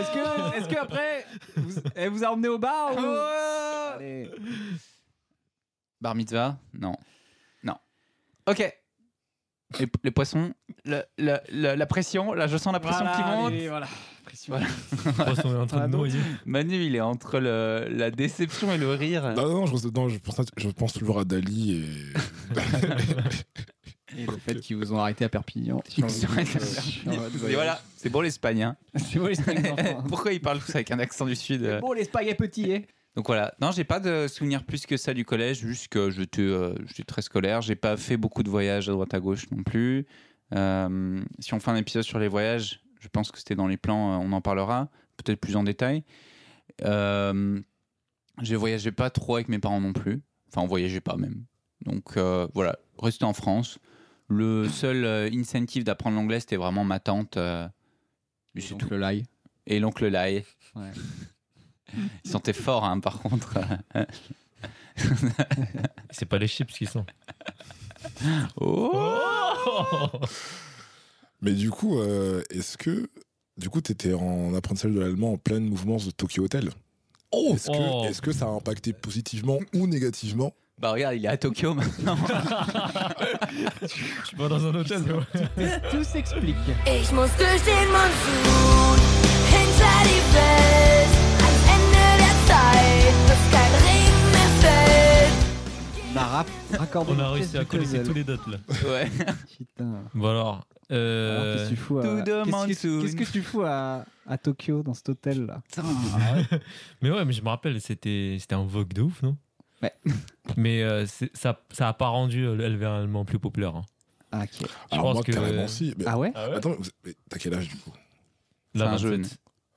S2: est-ce que, est-ce que après, vous, elle vous a emmené au bar ou... Allez.
S1: Bar mitzvah Non. Non. Ok. Les, les poissons, le- le- le- la pression, là je sens la pression
S2: Voilà,
S1: qui monte.
S2: allez, voilà. Pression.
S1: Voilà.
S4: poisson est en train de noyer.
S1: Manu, il est entre le- la déception et le
S2: Euh.
S1: rire.
S3: Non, non, non, je pense, non, je pense, je pense toujours à Dali et.
S2: Et le fait qu'ils vous ont arrêté à Perpignan.
S1: Ils nous ont arrêté à (laughs) Perpignan. Et voilà, bah, c'est bon l'Espagne. hein.
S2: C'est bon les spaghettis d'enfants. hein.
S1: (laughs) Pourquoi ils parlent tous avec un accent du Sud euh
S2: Bon les spaghettis petits, hein.
S1: Donc voilà, non, j'ai pas de souvenir plus que ça du collège, juste que j'étais euh, j'étais très scolaire, j'ai pas fait beaucoup de voyages à droite à gauche non plus. Euh, si on fait un épisode sur les voyages, je pense que c'était dans les plans, euh, on en parlera, peut-être plus en détail. Euh, je voyageais pas trop avec mes parents non plus, enfin on voyageait pas même. Donc euh, voilà, rester en France. Le seul euh, incentive d'apprendre l'anglais, c'était vraiment ma tante. euh, mais c'est tout.
S2: le live.
S1: Et l'oncle Lai. (laughs)
S2: Ouais.
S1: Il sentait fort, hein, par
S2: (laughs)
S1: contre.
S4: C'est pas les chips qui sont.
S1: Oh
S3: Mais du coup, euh, est-ce que. Du coup, t'étais en apprentissage de l'allemand en pleine mouvement de Tokyo Hotel. est-ce,
S4: Oh.
S3: que, est-ce que ça a impacté positivement ou négativement
S1: Bah regarde, il est à Tokyo
S2: (laughs)
S1: maintenant.
S4: Tu vas dans un hôtel.
S2: Tout s'explique.
S8: Ich muss durch den Monsun, hinter die Welt, ans Ende der Zeit, bis kein Regen mehr fällt.
S2: On a rap- raccordé
S4: On
S2: les pièces
S4: a réussi à
S2: du
S4: connecter
S2: puzzle.
S4: tous les dates
S1: (laughs)
S4: là.
S1: ouais.
S2: Putain.
S4: Bon alors.
S2: Alors,
S4: euh,
S2: qu'est-ce que tu fous à-
S1: Tout de
S2: qu'est-ce que-
S1: Monsoon.
S2: Qu'est-ce que tu fous à, à Tokyo dans cet hôtel là
S4: Mais ouais, mais je me rappelle, c'était c'était un vogue de ouf, non
S2: Ouais.
S4: (laughs) Mais euh, c'est- ça ça a pas rendu euh, le LV allemand plus populaire. hein.
S2: Ah, ok.
S4: Je
S3: Alors
S4: pense
S3: moi,
S4: que-
S3: carrément si. Mais,
S2: Ah ouais
S4: Ah ouais
S3: Attends, vous- mais t'as quel âge du coup
S1: C'est
S4: Là,
S1: un jeune.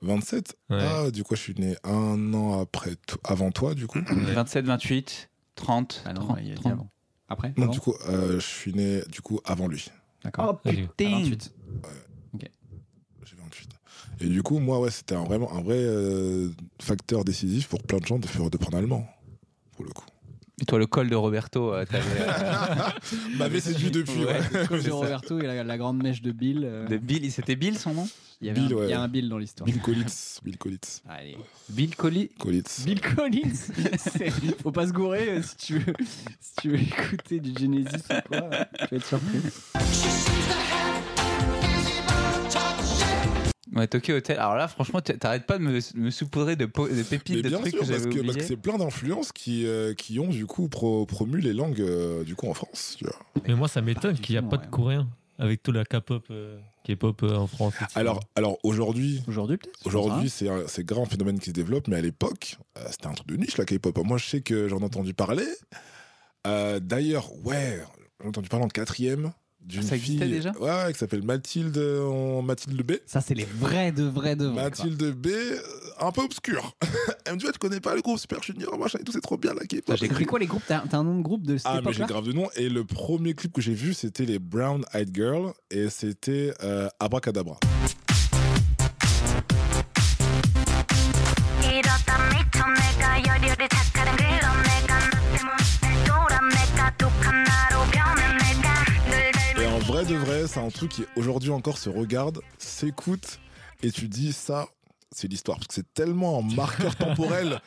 S4: 27.
S3: 27
S4: Ouais.
S3: Ah, du coup, je suis né un an après, to- avant toi, du coup.
S1: 27, 28, 30.
S2: Ah non,
S1: 30,
S2: il y a dit
S1: 30.
S2: avant. Après
S3: Non,
S2: avant
S3: du coup, euh, je suis né du coup avant lui.
S2: D'accord.
S4: Ah, j'ai-
S2: À
S1: Ting.
S2: (laughs) 28.
S3: J'ai 28. Et du coup, moi, ouais, c'était un, vraiment un vrai euh, facteur décisif pour plein de gens de, faire, de prendre allemand, pour le (laughs) coup.
S1: Et toi, le col de Roberto,
S2: (laughs)
S1: euh, t'avais euh,
S3: M'avait séduit depuis, ouais.
S2: Comme de Roberto et la, la grande mèche de Bill. euh,
S1: de Bill. C'était Bill son nom
S2: Il y, avait
S3: Bill,
S2: un, il y a
S3: ouais.
S2: un Bill dans l'histoire.
S3: Bill Collins. Bill Collins.
S2: Allez.
S1: Bill Colli.
S3: Collins.
S2: Bill Collins c'est- Faut pas se gourer euh, si tu veux, si tu veux écouter du Genesis ou quoi. euh, Tu vas être surpris.
S1: Ouais, Tokyo Hotel. Alors là, franchement, t- t'arrêtes pas de me, me saupoudrer de, po- de pépites,
S3: Mais
S1: de
S3: bien
S1: trucs
S3: sûr,
S1: que
S3: parce
S1: j'avais
S3: que parce que
S1: oubliés.
S3: c'est plein d'influences qui, euh, qui ont du coup pro- promu les langues euh, du coup en France. tu vois.
S4: Mais moi, ça m'étonne qu'il n'y a
S2: Particulièrement,
S4: pas de
S2: ouais.
S4: coréen avec tout la K-pop, euh, K-pop euh, en France. etc.
S3: Alors, alors aujourd'hui,
S2: Aujourd'hui peut-être
S3: aujourd'hui c'est un- c'est grave un phénomène qui se développe, mais à l'époque, euh, c'était un truc de niche la K-pop. Moi, je sais que j'en ai entendu parler. Euh, D'ailleurs, ouais, j'ai entendu parler en quatrième d'une
S1: Ça existait
S3: fille,
S1: déjà
S3: ouais, ouais, qui s'appelle Mathilde, euh, en Mathilde B.
S2: Ça, c'est les vrais de vrais de vrais. quoi.
S3: Mathilde B, euh, un peu obscure. (laughs) Elle me dit, ouais, tu connais pas le groupe Super Junior, machin et tout, c'est trop bien la K-pop.
S2: J'ai cru quoi les groupes T'as t'as un nom de groupe de cette
S3: Ah, mais j'ai
S2: époque-là
S3: grave de nom. Et le premier clip que j'ai vu, c'était les Brown Eyed Girls et c'était euh, Abracadabra.
S8: 이러다 미쳐내가 열혈이 착한 그런 내가 나 때문에 돌아내가 독한나로 변해내가 늘
S3: Et en
S8: 닮은
S3: vrai de vrai, c'est un truc qui aujourd'hui encore se regarde, s'écoute et tu dis ça. C'est l'histoire, parce que c'est tellement un
S2: (laughs)
S3: marqueur temporel.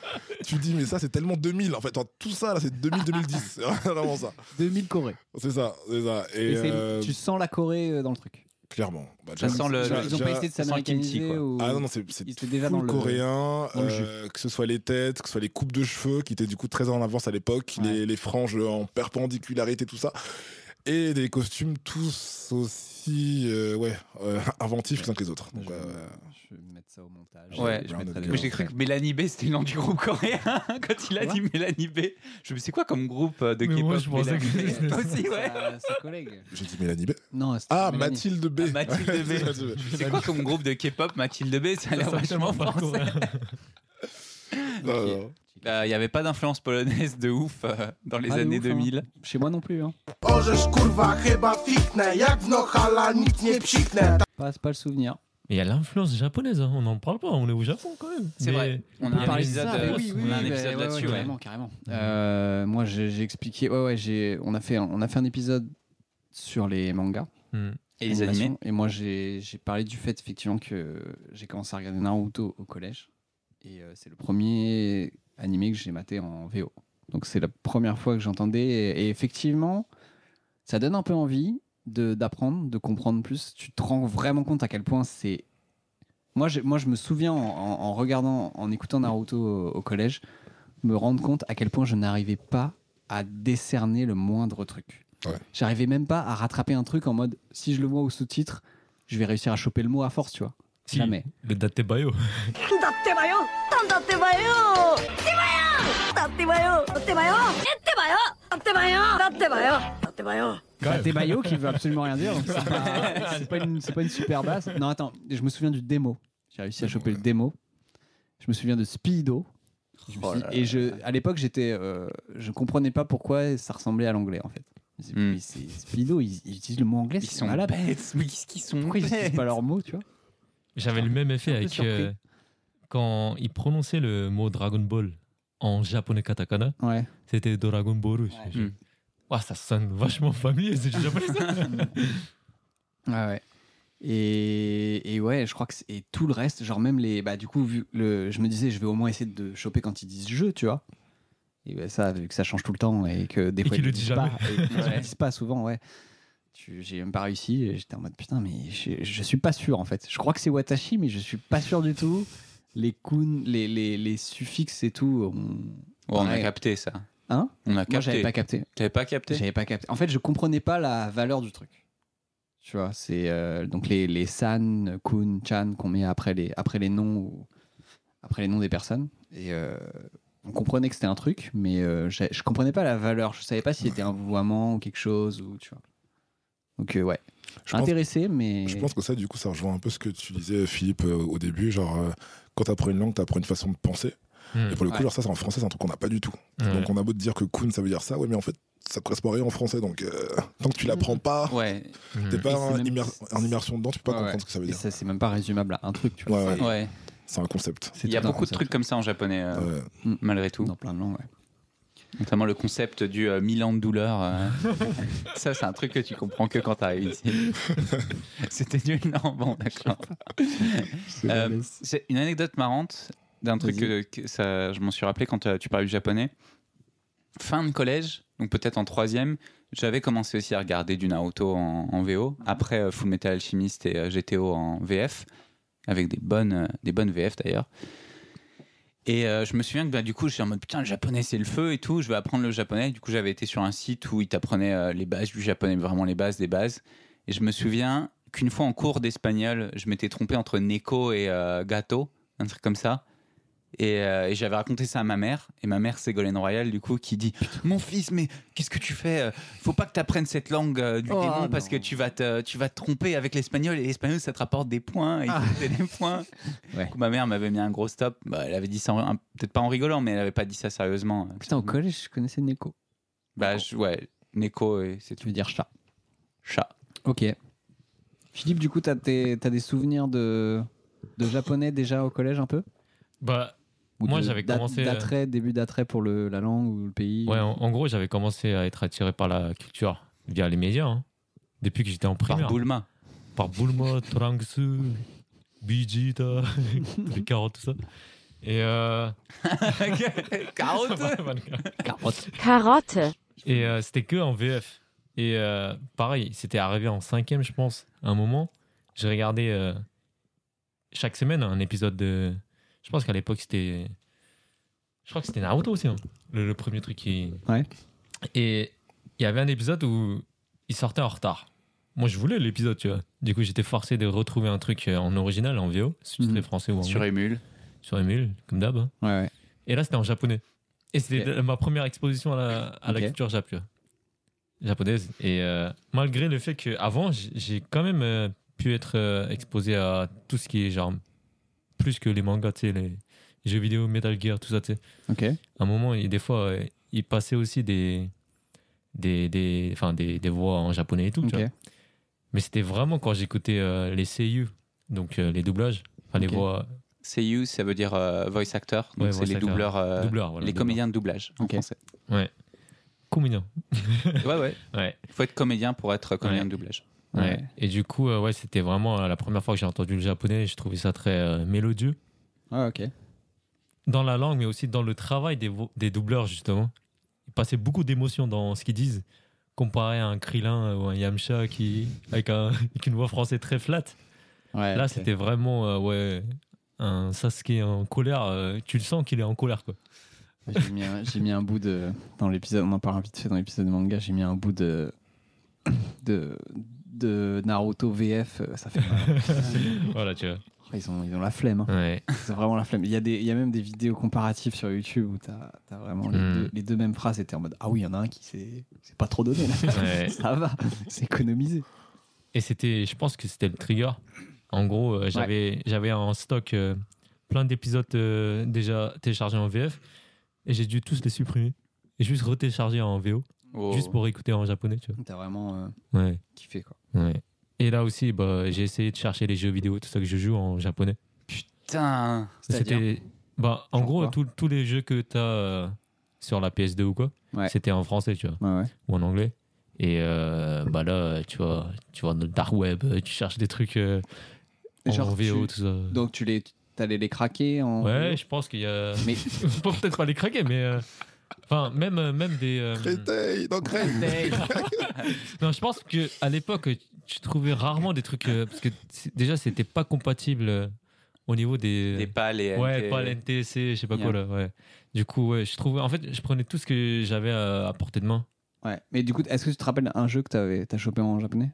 S3: tu dis, mais ça, c'est tellement 2000. En fait, Enfin, tout ça, là, c'est 2000-2010. (laughs) C'est vraiment ça.
S2: 2000 Corée.
S3: C'est ça, c'est ça. Et,
S2: Et c'est-
S3: euh,
S2: tu sens la Corée euh, dans le truc.
S3: clairement. Bah,
S1: Ça
S3: déjà-
S1: sent le-
S3: déjà-
S1: le-
S2: Ils ont pas
S3: déjà-
S2: essayé de
S1: ça sent le kimchi,
S2: s'américaniser
S1: quoi.
S2: ou
S3: Ah non, non, c'est c'est
S2: Ils étaient déjà dans
S3: full
S2: le-
S3: coréen,
S2: dans le
S3: euh, que ce soit les têtes, que ce soit les coupes de cheveux, qui étaient du coup très en avance à l'époque,
S2: Ouais.
S3: les, les franges en perpendicularité, tout ça, et des costumes tous aussi euh, ouais, euh, inventifs les uns que les autres. Donc,
S2: Je,
S3: euh,
S2: Bah, je vais mettre ça au montage.
S1: Ouais.
S2: je mettrai
S3: Mais
S2: les-
S1: J'ai cru que Mélanie B c'était le nom du groupe coréen (laughs) quand il a dit Mélanie B. Je me suis quoi comme groupe euh, de
S4: Mais moi,
S1: K-pop
S4: je pensais
S1: Mélanie
S4: que
S1: B
S4: c'était
S1: Toi
S2: (laughs)
S1: aussi, ouais.
S2: Sa, Ah, sa collègue.
S3: j'ai dit Mélanie B.
S2: Non, c'était
S3: Ah,
S2: Mélanie.
S3: Mathilde (laughs) B.
S1: Ah,
S3: (laughs)
S1: Mathilde B.
S3: Mathilde B.
S1: C'est quoi comme groupe de K-pop Mathilde B Ça a l'air
S4: Ça, c'est
S1: vachement
S4: tellement pas
S1: français.
S4: coréen.
S3: Non, non.
S1: Il n'y avait pas d'influence polonaise de ouf euh, dans les
S2: Ah, de
S1: années
S2: ouf, hein.
S1: 2000.
S2: Chez moi non plus. Hein.
S12: Orzesz kurwa chyba fiknę, jak w Nohala nic nie psiknę.
S2: Pas, pas le souvenir.
S4: Mais il y a l'influence japonaise, hein, on n'en parle pas, on est au Japon quand même.
S1: C'est
S4: Mais-
S1: vrai. On
S4: mais
S1: a
S4: il y
S1: un
S4: avait-
S1: épisode,
S2: ça,
S1: euh,
S2: oui, oui,
S1: on a un
S2: oui,
S1: épisode
S2: bah, ouais,
S1: là-dessus.
S2: ouais,
S1: ouais.
S2: carrément, carrément. Euh, moi, j'ai j'ai expliqué. Ouais, ouais, j'ai. On a fait, un- on a fait un épisode sur les mangas.
S4: Hmm.
S1: Et les
S2: animations.
S1: animés.
S2: Et moi, j'ai j'ai parlé du fait effectivement que j'ai commencé à regarder Naruto au collège. Et euh, c'est le premier animé que j'ai maté en VO. Donc c'est la première fois que j'entendais. Et, et effectivement, ça donne un peu envie de- d'apprendre, de, comprendre plus. Tu te rends vraiment compte à quel point c'est. Moi, j'ai- moi, je me souviens en, en- en regardant, en écoutant Naruto au, au collège, me rendre compte à quel point je n'arrivais pas à décerner le moindre truc.
S3: Ouais.
S2: J'arrivais même pas à rattraper un truc en mode si je le vois au sous-titre, je vais réussir à choper le mot à force, tu vois.
S4: Si,
S2: Jamais.
S4: Le Datebayo.
S8: だってばよだってばよだってばよだってばよだってばよだってばよだってばよ
S2: Bah, T'es Bayo qui veut absolument rien dire. donc C'est pas, c'est pas une- c'est pas une super basse. Non, attends, je me souviens du démo. J'ai réussi à choper le démo. Je me souviens de Speedo. Je me
S1: Oh
S2: suis-
S1: là
S2: et je, à l'époque, j'étais, euh, je comprenais pas pourquoi ça ressemblait à l'anglais en fait. Je me suis dit,
S1: Mm.
S2: mais c'est- Speedo, ils, ils utilisent le mot anglais,
S1: Ils
S2: c'est
S1: sont
S2: malade.
S1: bêtes. Oui, qu'est-ce qu'ils sont
S2: Pourquoi ils
S1: bêtes.
S2: utilisent pas leurs mots, tu vois
S4: J'avais le même effet
S2: peu
S4: avec
S2: surpris.
S4: euh, quand il prononçait le mot Dragon Ball en japonais katakana,
S2: Ouais.
S4: c'était Dragon Ball. Je-
S3: Hmm.
S1: Mm.
S4: Ouah, ça sonne vachement familier, c'est du japonais.
S3: (laughs)
S4: ça.
S2: Ouais, ouais. Et, et ouais, je crois que c'est- et tout le reste, genre même les. Bah, du coup, vu le, je me disais, je vais au moins essayer de choper quand ils disent jeu, tu vois. Et bah, ça, vu que ça change tout le temps et que des
S4: Et
S2: fois
S4: qu'ils
S2: ils
S4: le
S2: disent
S4: disent jamais.
S2: pas, et qu'ils le
S1: Ouais.
S2: disent pas souvent, ouais. Tu- J'ai même pas réussi. et J'étais en mode putain, mais je, je suis pas sûr en fait. Je crois que c'est Watashi, mais je suis pas sûr du tout. Les kun, les, les, les suffixes et tout. on-
S1: Ouais, on a
S2: pareil.
S1: capté ça.
S2: Hein
S1: On a
S2: Moi,
S1: capté.
S2: j'avais pas capté.
S1: T'avais pas capté
S2: J'avais pas capté. En fait, je comprenais pas la valeur du truc. Tu vois, c'est euh, donc les, les san, kun, chan qu'on met après les, après les noms ou- après les noms des personnes. Et euh, on comprenait que c'était un truc, mais euh, j'ai- je comprenais pas la valeur. Je savais pas si c'était un vouvoiement ou quelque chose ou tu vois. Donc euh, ouais,
S3: Je pense-
S2: intéressé, mais
S3: Je pense que ça, du coup, ça rejoint un peu ce que tu disais, Philippe, euh, au début. Genre, euh, quand t'apprends une langue, t'apprends une façon de penser.
S4: Mm.
S3: Et pour le coup,
S2: Ouais.
S3: genre, ça, c'est en français, c'est un truc qu'on n'a pas du tout.
S4: Ouais.
S3: Donc, on a beau te dire que Kun, ça veut dire ça, ouais, mais en fait, ça correspond à rien en français. Donc, euh, tant que tu l'apprends pas,
S1: Ouais,
S4: Mm.
S3: t'es
S2: Et
S3: pas
S2: c'est
S3: en,
S2: même-
S3: immer- en immersion dedans, tu peux pas
S2: Ouais,
S3: comprendre
S2: ouais.
S3: ce que ça veut
S2: Et
S3: dire.
S2: ça c'est même pas résumable à un truc, tu vois.
S3: Ouais, ouais,
S1: ouais.
S3: c'est un concept.
S2: C'est
S1: Il y a
S2: tout un
S1: beaucoup de
S2: concept.
S1: trucs comme ça en japonais,
S2: Ah.
S1: euh,
S3: Ouais.
S1: malgré tout.
S2: dans plein de langues. ouais.
S1: Notamment le concept du euh, mille ans de douleur. euh. ça, c'est un truc que tu comprends que quand t'arrives ici. C'était nul, non Bon, d'accord. Euh, c'est une anecdote marrante d'un truc que, que ça, je m'en suis rappelé quand euh, tu parlais du japonais. Fin de collège, donc peut-être en troisième, j'avais commencé aussi à regarder du Naruto en, en VO, après euh, Full Metal Alchemist et euh, GTO en VF, avec des bonnes, euh, des bonnes VF d'ailleurs. Et euh, je me souviens que bah, du coup, j'étais en mode putain, le japonais c'est le feu et tout, je vais apprendre le japonais. Du coup, j'avais été sur un site où ils t'apprenaient euh, les bases du japonais, vraiment les bases des bases. Et je me souviens qu'une fois en cours d'espagnol, je m'étais trompé entre Neko et euh, Gato, un truc comme ça. Et, euh, et j'avais raconté ça à ma mère, et ma mère Ségolène Royal, du coup, qui dit Mon fils, mais qu'est-ce que tu fais Euh, Faut pas que tu apprennes cette langue euh, du
S2: Oh,
S1: démon
S2: non.
S1: parce que tu vas, te, tu vas te tromper avec l'espagnol, et l'espagnol ça te rapporte des points, et
S2: Ah.
S1: il faut que t'aies des points.
S2: Ouais.
S1: Du coup, ma mère m'avait mis un gros stop. Bah, elle avait dit ça, en- un- peut-être pas en rigolant, mais elle avait pas dit ça sérieusement.
S2: Putain, au collège, je connaissais Neko.
S1: Bah, je- ouais, Neko, et c'est
S2: Tu
S1: tout.
S2: veux dire chat.
S1: Chat.
S2: Ok. Philippe, du coup, t'as tes- t'as des souvenirs de, de japonais déjà au collège un peu
S4: Bah,
S2: Ou
S4: Moi,
S2: de-
S4: j'avais
S2: d'a-
S4: commencé, euh,
S2: D'attrait, début d'attrait pour le, la langue ou le pays
S4: ouais, en, en gros, j'avais commencé à être attiré par la culture via les médias. hein. Depuis que j'étais en
S1: Par
S4: primaire. (laughs)
S1: Bulma.
S4: par Bulma, Trunks,
S3: (laughs)
S4: Vegeta, les carottes, tout ça. Et euh, (laughs)
S1: Carotte
S2: Carotte.
S13: Carotte.
S4: et euh, c'était que en VF. Et euh, pareil, c'était arrivé en cinquième, je pense. À un moment, j'ai regardé euh, chaque semaine un épisode de. Je pense qu'à l'époque c'était. Je crois que c'était Naruto aussi, hein, le, le premier truc qui.
S2: Ouais.
S4: Et il y avait un épisode où il sortait en retard. Moi, je voulais l'épisode, tu vois. Du coup, j'étais forcé de retrouver un truc euh, en original, en VO, sous-titré
S2: Mhm.
S4: français ou en
S1: Sur Emule.
S4: sur Emule, comme d'hab. hein.
S2: Ouais, ouais.
S4: Et là, c'était en japonais. Et c'était ma première exposition à la, à la
S2: Ok.
S4: culture jap- tu vois, japonaise. Et euh, malgré le fait qu'avant, j'ai quand même euh, pu être euh, exposé à tout ce qui est genre plus que les mangas, tu sais, les, jeux vidéo, Metal Gear, tout ça, tu sais.
S2: Ok.
S4: À un moment, il- des fois, euh, il passait aussi des, des, des, enfin, des, des voix en japonais et tout, tu
S2: Ok.
S4: vois. Mais c'était vraiment quand j'écoutais euh, les CU, donc euh, les doublages, enfin les
S1: Ok.
S4: voix.
S1: CU, ça veut dire euh, voice actor. Donc
S4: Ouais,
S1: c'est
S4: voice
S1: les
S4: actor.
S1: doubleurs, euh,
S4: Doubleurs, voilà,
S1: les
S4: doubleurs.
S1: comédiens de doublage en français.
S4: Ouais. Combien
S1: Ouais, ouais.
S4: Ouais.
S1: Il faut être comédien pour être comédien de doublage.
S4: Ouais. Et du coup, euh, ouais, c'était vraiment euh, la première fois que j'ai entendu le japonais. Je trouvais ça très euh, mélodieux
S2: Ah, ok.
S4: dans la langue, mais aussi dans le travail des, vo- des doubleurs, justement. Ils passaient beaucoup d'émotions dans ce qu'ils disent, comparé à un Krillin ou un Yamcha qui, avec, un, (laughs) avec une voix française très flat.
S2: Ouais,
S4: Là,
S2: ok.
S4: c'était vraiment euh, ouais, un Sasuke en colère. euh, tu le sens qu'il est en colère, (laughs) quoi.
S2: J'ai mis, un- j'ai mis un bout de. Dans l'épisode, on en parle vite fait dans l'épisode de manga, j'ai mis un bout de. de, de Naruto VF, euh, ça fait
S4: (laughs)
S2: mal. Ah,
S4: voilà, tu vois.
S2: Ils ont, ils ont la flemme. hein.
S4: Ouais.
S2: Ils ont vraiment la flemme. Il y, a des, il y a même des vidéos comparatives sur YouTube où t'as as vraiment les,
S4: Hmm.
S2: deux, les deux mêmes phrases et t'es en mode Ah oui, il y en a un qui s'est s'est pas trop donné. là. (laughs)
S4: (laughs) Ouais.
S2: ça va, c'est économisé.
S4: Et c'était, je pense que c'était le trigger. En gros, euh, j'avais, j'avais en stock euh, plein d'épisodes euh, déjà téléchargés en VF et j'ai dû tous les supprimer et juste retélécharger en VO,
S2: Oh.
S4: juste pour écouter en japonais, tu vois.
S2: T'as vraiment euh,
S4: Ouais.
S2: kiffé quoi.
S4: Ouais. Et là aussi, bah, j'ai essayé de chercher les jeux vidéo, tout ça que je joue en japonais.
S1: Putain.
S4: C'était, bah, en
S1: Genre
S4: gros,
S1: quoi
S4: tout- tous les jeux que t'as euh, sur la PS2 ou quoi,
S2: Ouais.
S4: c'était en français, tu vois,
S2: Ouais, ouais.
S4: ou en anglais. Et euh, bah là, euh, tu vois, tu vois, dans le dark web, euh, tu cherches des trucs euh, en VO,
S2: tu-
S4: tout ça.
S2: Donc tu les, t'allais les craquer en.
S4: Ouais, je pense qu'il y a. (laughs)
S2: Mais-
S4: Faut peut-être pas les craquer, mais. euh, Enfin, même, euh, même des. euh,
S3: Créteil, dans Créteil.
S4: non, je pense que à l'époque, tu trouvais rarement des trucs. euh, parce que c'est- déjà, c'était pas compatible euh, au niveau des.
S1: Des pales et
S4: Ouais,
S1: NT.
S4: pales NTSC, je sais pas quoi
S1: Yeah.
S4: là. Ouais. Du coup, ouais, je trouvais. En fait, je prenais tout ce que j'avais à, à portée de main.
S2: Ouais. Mais du coup, est-ce que tu te rappelles un jeu que t'avais- t'as chopé en japonais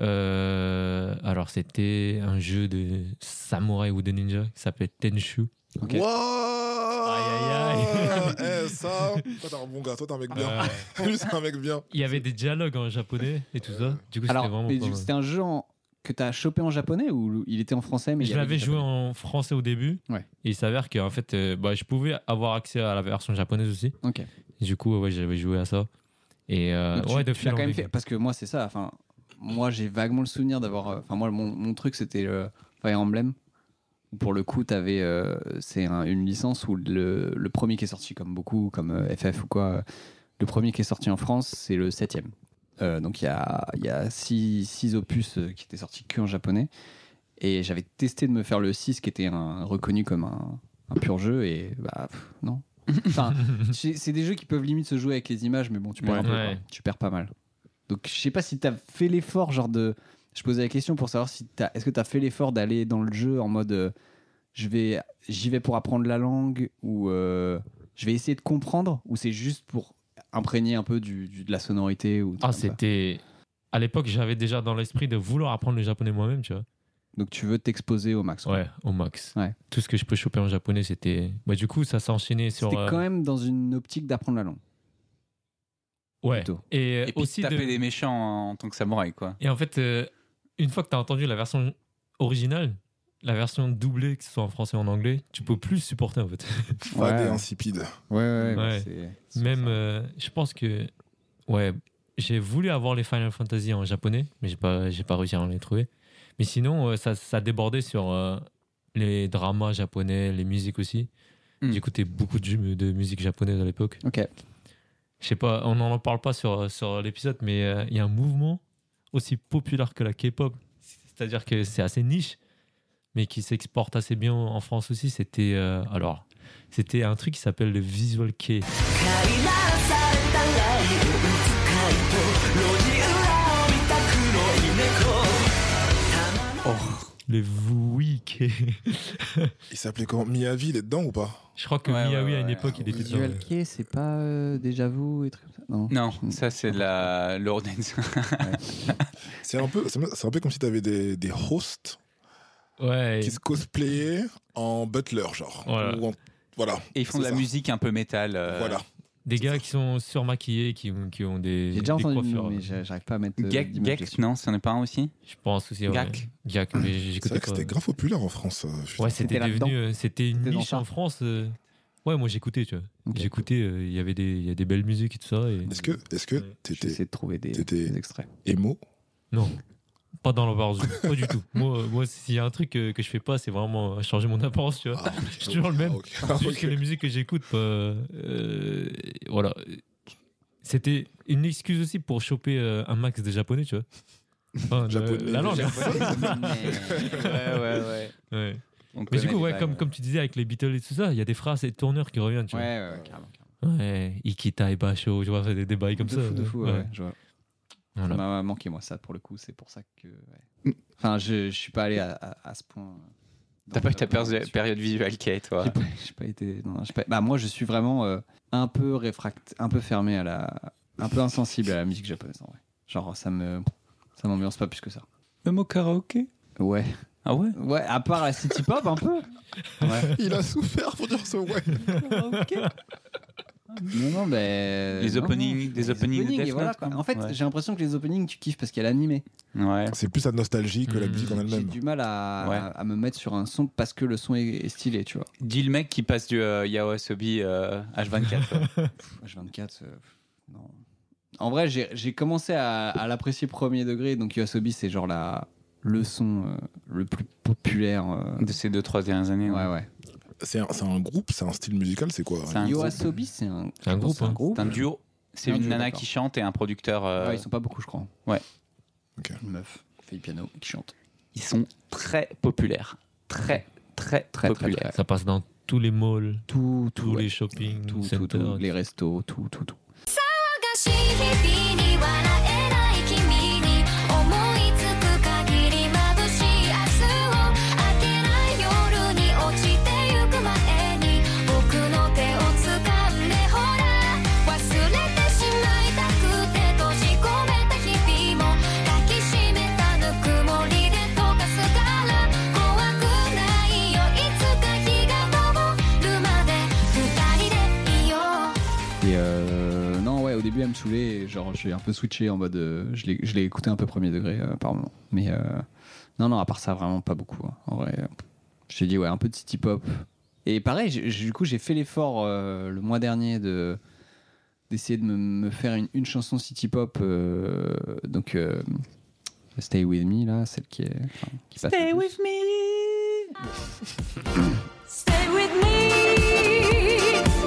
S4: Euh, alors, c'était un jeu de samouraï ou de ninja qui s'appelle Tenchu.
S2: Ok.
S3: Aïe, aïe, aïe. Eh, ça, toi, t'es un bon gars, toi, t'es un mec Ah, bien. (laughs) Lui, c'est un mec bien.
S4: Euh, Il y avait des dialogues en japonais et tout ça. Du coup, c'était
S2: Alors, mais
S4: vraiment. pas
S2: du coup,
S4: mal.
S2: c'était un jeu en- que t'as chopé en japonais ou il était en français mais il y
S4: je
S2: avait
S4: l'avais
S2: du
S4: joué en français au début.
S2: Ouais.
S4: Et il s'avère qu'en fait, euh, bah, je pouvais avoir accès à la version japonaise aussi.
S2: Ok.
S4: Du coup, ouais, j'avais joué à ça. Et euh,
S2: Donc, tu-
S4: ouais, de
S2: tu
S4: fil
S2: l'as
S4: en
S2: quand même
S4: aiguille.
S2: fait- Parce que moi, c'est ça. Enfin, moi, j'ai vaguement le souvenir d'avoir. euh, Enfin, moi, mon, mon truc, c'était le Fire Emblem. où Pour le coup, t'avais, euh, c'est un- une licence où le, le premier qui est sorti, comme beaucoup, comme euh, FF ou quoi, euh, le premier qui est sorti en France, c'est le septième. Euh, donc il y a, il y a six, six opus euh, qui étaient sortis que en japonais. Et j'avais testé de me faire le 6 qui était un- reconnu comme un, un pur jeu. Et bah, pff,
S4: (laughs)
S2: non. Enfin, c'est c'est des jeux qui peuvent limite se jouer avec les images, mais bon, tu perds
S4: Ouais.
S2: un peu,
S4: Ouais.
S2: quoi. Tu perds pas mal. Donc je sais pas si t'as fait l'effort, genre de. Je posais la question pour savoir si t'as. Est-ce que t'as fait l'effort d'aller dans le jeu en mode. euh, je vais, j'y vais pour apprendre la langue ou euh, je vais essayer de comprendre ou c'est juste pour imprégner un peu du, du- de la sonorité ou.
S4: Ah,
S2: comme ça
S4: c'était. À l'époque, j'avais déjà dans l'esprit de vouloir apprendre le japonais moi-même, tu vois.
S2: Donc tu veux t'exposer au max. quoi.
S4: Ouais, au max.
S2: Ouais.
S4: Tout ce que je peux choper en japonais, c'était. Bah, du coup, ça s'enchaînait sur.
S2: C'était
S4: euh,
S2: quand même dans une optique d'apprendre la langue.
S4: Ouais.
S2: plutôt.
S4: Et, euh,
S1: Et puis
S4: aussi
S1: taper
S4: de-
S1: des méchants en, en tant que samouraï, quoi.
S4: Et en fait, euh, une fois que tu as entendu la version originale, la version doublée, que ce soit en français ou en anglais, tu peux plus supporter en fait.
S3: Fade et insipide.
S2: Ouais, ouais,
S4: Ouais. Même, euh, je pense que, ouais, j'ai voulu avoir les Final Fantasy en japonais, mais j'ai pas, j'ai pas réussi à en les trouver. Mais sinon, euh, ça, ça débordait sur euh, les dramas japonais, les musiques aussi. J'écoutais beaucoup de, ju- de musique japonaise à l'époque.
S2: Ok.
S4: Je sais pas, on n'en parle pas sur, sur l'épisode, mais euh, il y a un mouvement aussi populaire que la K-pop. C'est-à-dire que c'est assez niche, mais qui s'exporte assez bien en France aussi. C'était euh, alors, c'était un truc qui s'appelle le visual K.
S8: 「飼いなされたライブ」「使いと路地裏を見た黒い猫」
S4: Le Vouy K.
S3: Il s'appelait comment Miyavi, il est dedans ou pas
S4: (laughs) Je crois que
S1: Ouais,
S4: Miyawi
S1: ouais,
S4: à une
S1: ouais.
S4: époque, il était
S2: Visual
S4: dedans.
S2: Kei, c'est pas euh, déjà vous et trucs comme ça. Non.
S1: Non, ça c'est de la lourde.
S3: C'est un, peu- c'est c'est un peu comme si t'avais des, des hosts
S4: Ouais.
S3: qui se cosplayaient en butler, genre.
S4: Voilà.
S3: Ou en- voilà.
S1: Et ils font
S3: C'est
S1: de la
S3: ça.
S1: musique un peu métal. euh,
S3: Voilà.
S4: Des gars qui sont surmaquillés, qui, ont- qui ont des.
S1: J'ai déjà
S4: des
S1: entendu le
S4: coiffures,
S1: nom, mais
S4: euh,
S2: j'ai- j'arrive pas à mettre. euh,
S1: Gak,
S2: d'image
S1: Gak,
S2: dessus.
S1: non, c'en est pas un
S4: (laughs)
S1: aussi
S4: Je pense aussi. ouais.
S1: Gak.
S4: Gak, mais j'écoutais
S3: C'est vrai que
S4: pas.
S3: c'était grave populaire en France. euh, putain.
S4: Ouais, c'était devenu. euh, C'était une
S3: dans
S4: niche en France. euh. Ouais, moi j'écoutais, tu vois. J'écoutais, euh, il y avait des, il y a des belles musiques et tout ça. Et...
S3: Est-ce que est-ce que t'étais
S2: de trouver des, extraits
S4: (laughs)
S3: émo
S4: Non, pas dans l'overall, pas du tout. Moi, euh, moi s'il y a un truc que, que je fais pas, c'est vraiment euh, changer mon apparence, tu
S3: Ah,
S4: vois. je suis toujours le même. C'est juste que les musiques que j'écoute, bah, euh, voilà. C'était une excuse aussi pour choper euh, un max des japonais, tu vois. Enfin, de-
S1: Japonais,
S4: la
S1: des
S4: langue. hein.
S1: (laughs) Japonais. Ouais, euh, ouais, ouais.
S4: Ouais.
S1: On
S4: Mais du
S1: connaît euh.
S4: coup,
S1: les
S4: ouais,
S1: vibes.
S4: comme, comme tu disais avec les Beatles et tout ça, il y a des phrases et des tourneurs qui reviennent, tu vois.
S2: Ouais, ouais, ouais, carrément,
S4: Ouais, Ikita et Basho, tu vois, c'est des débats comme
S2: de
S4: ça.
S2: Fou, de
S4: ouais.
S2: fou, ouais, ouais, je vois.
S4: Voilà.
S2: Ça m'a manqué, moi, ça, pour le coup. C'est pour ça que.
S1: Mm.
S2: ouais. Enfin, je, je suis pas allé à, à- à ce point.
S1: T'as pas eu ta période, période visuelle qui est, toi.
S2: J'ai pas été. non, j'ai pas- Bah, moi, je suis vraiment euh, un peu réfract... un peu fermé à la. un peu insensible à la musique japonaise, en vrai. Genre, ça me. ça m'ambiance pas plus que ça.
S1: Même au karaoké
S2: Ouais.
S1: Ah ouais
S2: Ouais, à part la city pop, un peu. Ouais.
S3: Il a souffert pour dire ce
S4: (laughs)
S3: ouais.
S2: Non, non, mais.
S1: Les
S2: non,
S1: openings-
S2: non,
S1: les openings de
S2: et
S1: Death
S2: voilà,
S1: Note,
S2: quoi.
S1: quoi.
S2: En fait,
S1: Ouais.
S2: j'ai l'impression que les openings, tu kiffes parce qu'il y a l'animé.
S3: C'est plus la nostalgie que la
S4: Hmm.
S3: musique en
S2: J'ai
S3: elle-même.
S2: du mal à,
S1: Ouais.
S2: à- à me mettre sur un son parce que le son est, est stylé, tu vois.
S1: Dis le mec qui passe du euh, Yao Asobi euh, H24. ouais.
S2: H24, euh, pff, non. En vrai, j'ai j'ai commencé à, à l'apprécier premier degré, donc Yoasobi, c'est genre la, le son euh, le plus populaire.
S1: (laughs)
S2: euh.
S1: De ces deux, trois dernières années.
S2: Ouais, ouais.
S3: C'est un, c'est un groupe, c'est un style musical, c'est quoi
S1: C'est un groupe.
S2: Yoasobi, c'est un,
S1: C'est un groupe,
S2: c'est
S1: hein. C'est un duo. C'est
S2: Un
S1: une
S2: duo,
S1: nana
S2: d'accord.
S1: qui chante et un producteur. euh,
S2: Ouais, ils sont pas beaucoup, je crois.
S1: Ouais.
S2: Une meuf qui fait du piano, qui chante.
S1: Ils sont très populaires. Très, très, très populaires.
S4: Ça passe dans tous les malls,
S2: tous
S4: les shopping,
S2: tout,
S4: centers,
S2: tout, les restos, tout, tout, tout.
S8: 騒がしい日々に笑えない君に思いつく限り眩しい明日を明けない夜に落ちてゆく前に僕の手を掴んでほら忘れてしまいたくて閉じ込めた日々も抱きしめたぬくもりで溶かすから怖くないよいつか日が昇るまで二人でいよう
S2: Et euh, non, ouais, au début, elle me saoulait. et Genre, j'ai un peu switché en mode. euh, je l'ai je l'ai écouté un peu premier degré euh, par moment. Mais euh, non, non, à part ça, vraiment pas beaucoup. hein. En vrai, euh, je t'ai dit, ouais, un peu de city pop. Et pareil, j'ai- j'ai- du coup, j'ai fait l'effort euh, le mois dernier de d'essayer de me, me faire une, une chanson city pop. euh, donc, euh, Stay With Me, là, celle qui est. enfin, qui passe
S8: Stay with me. Stay with me.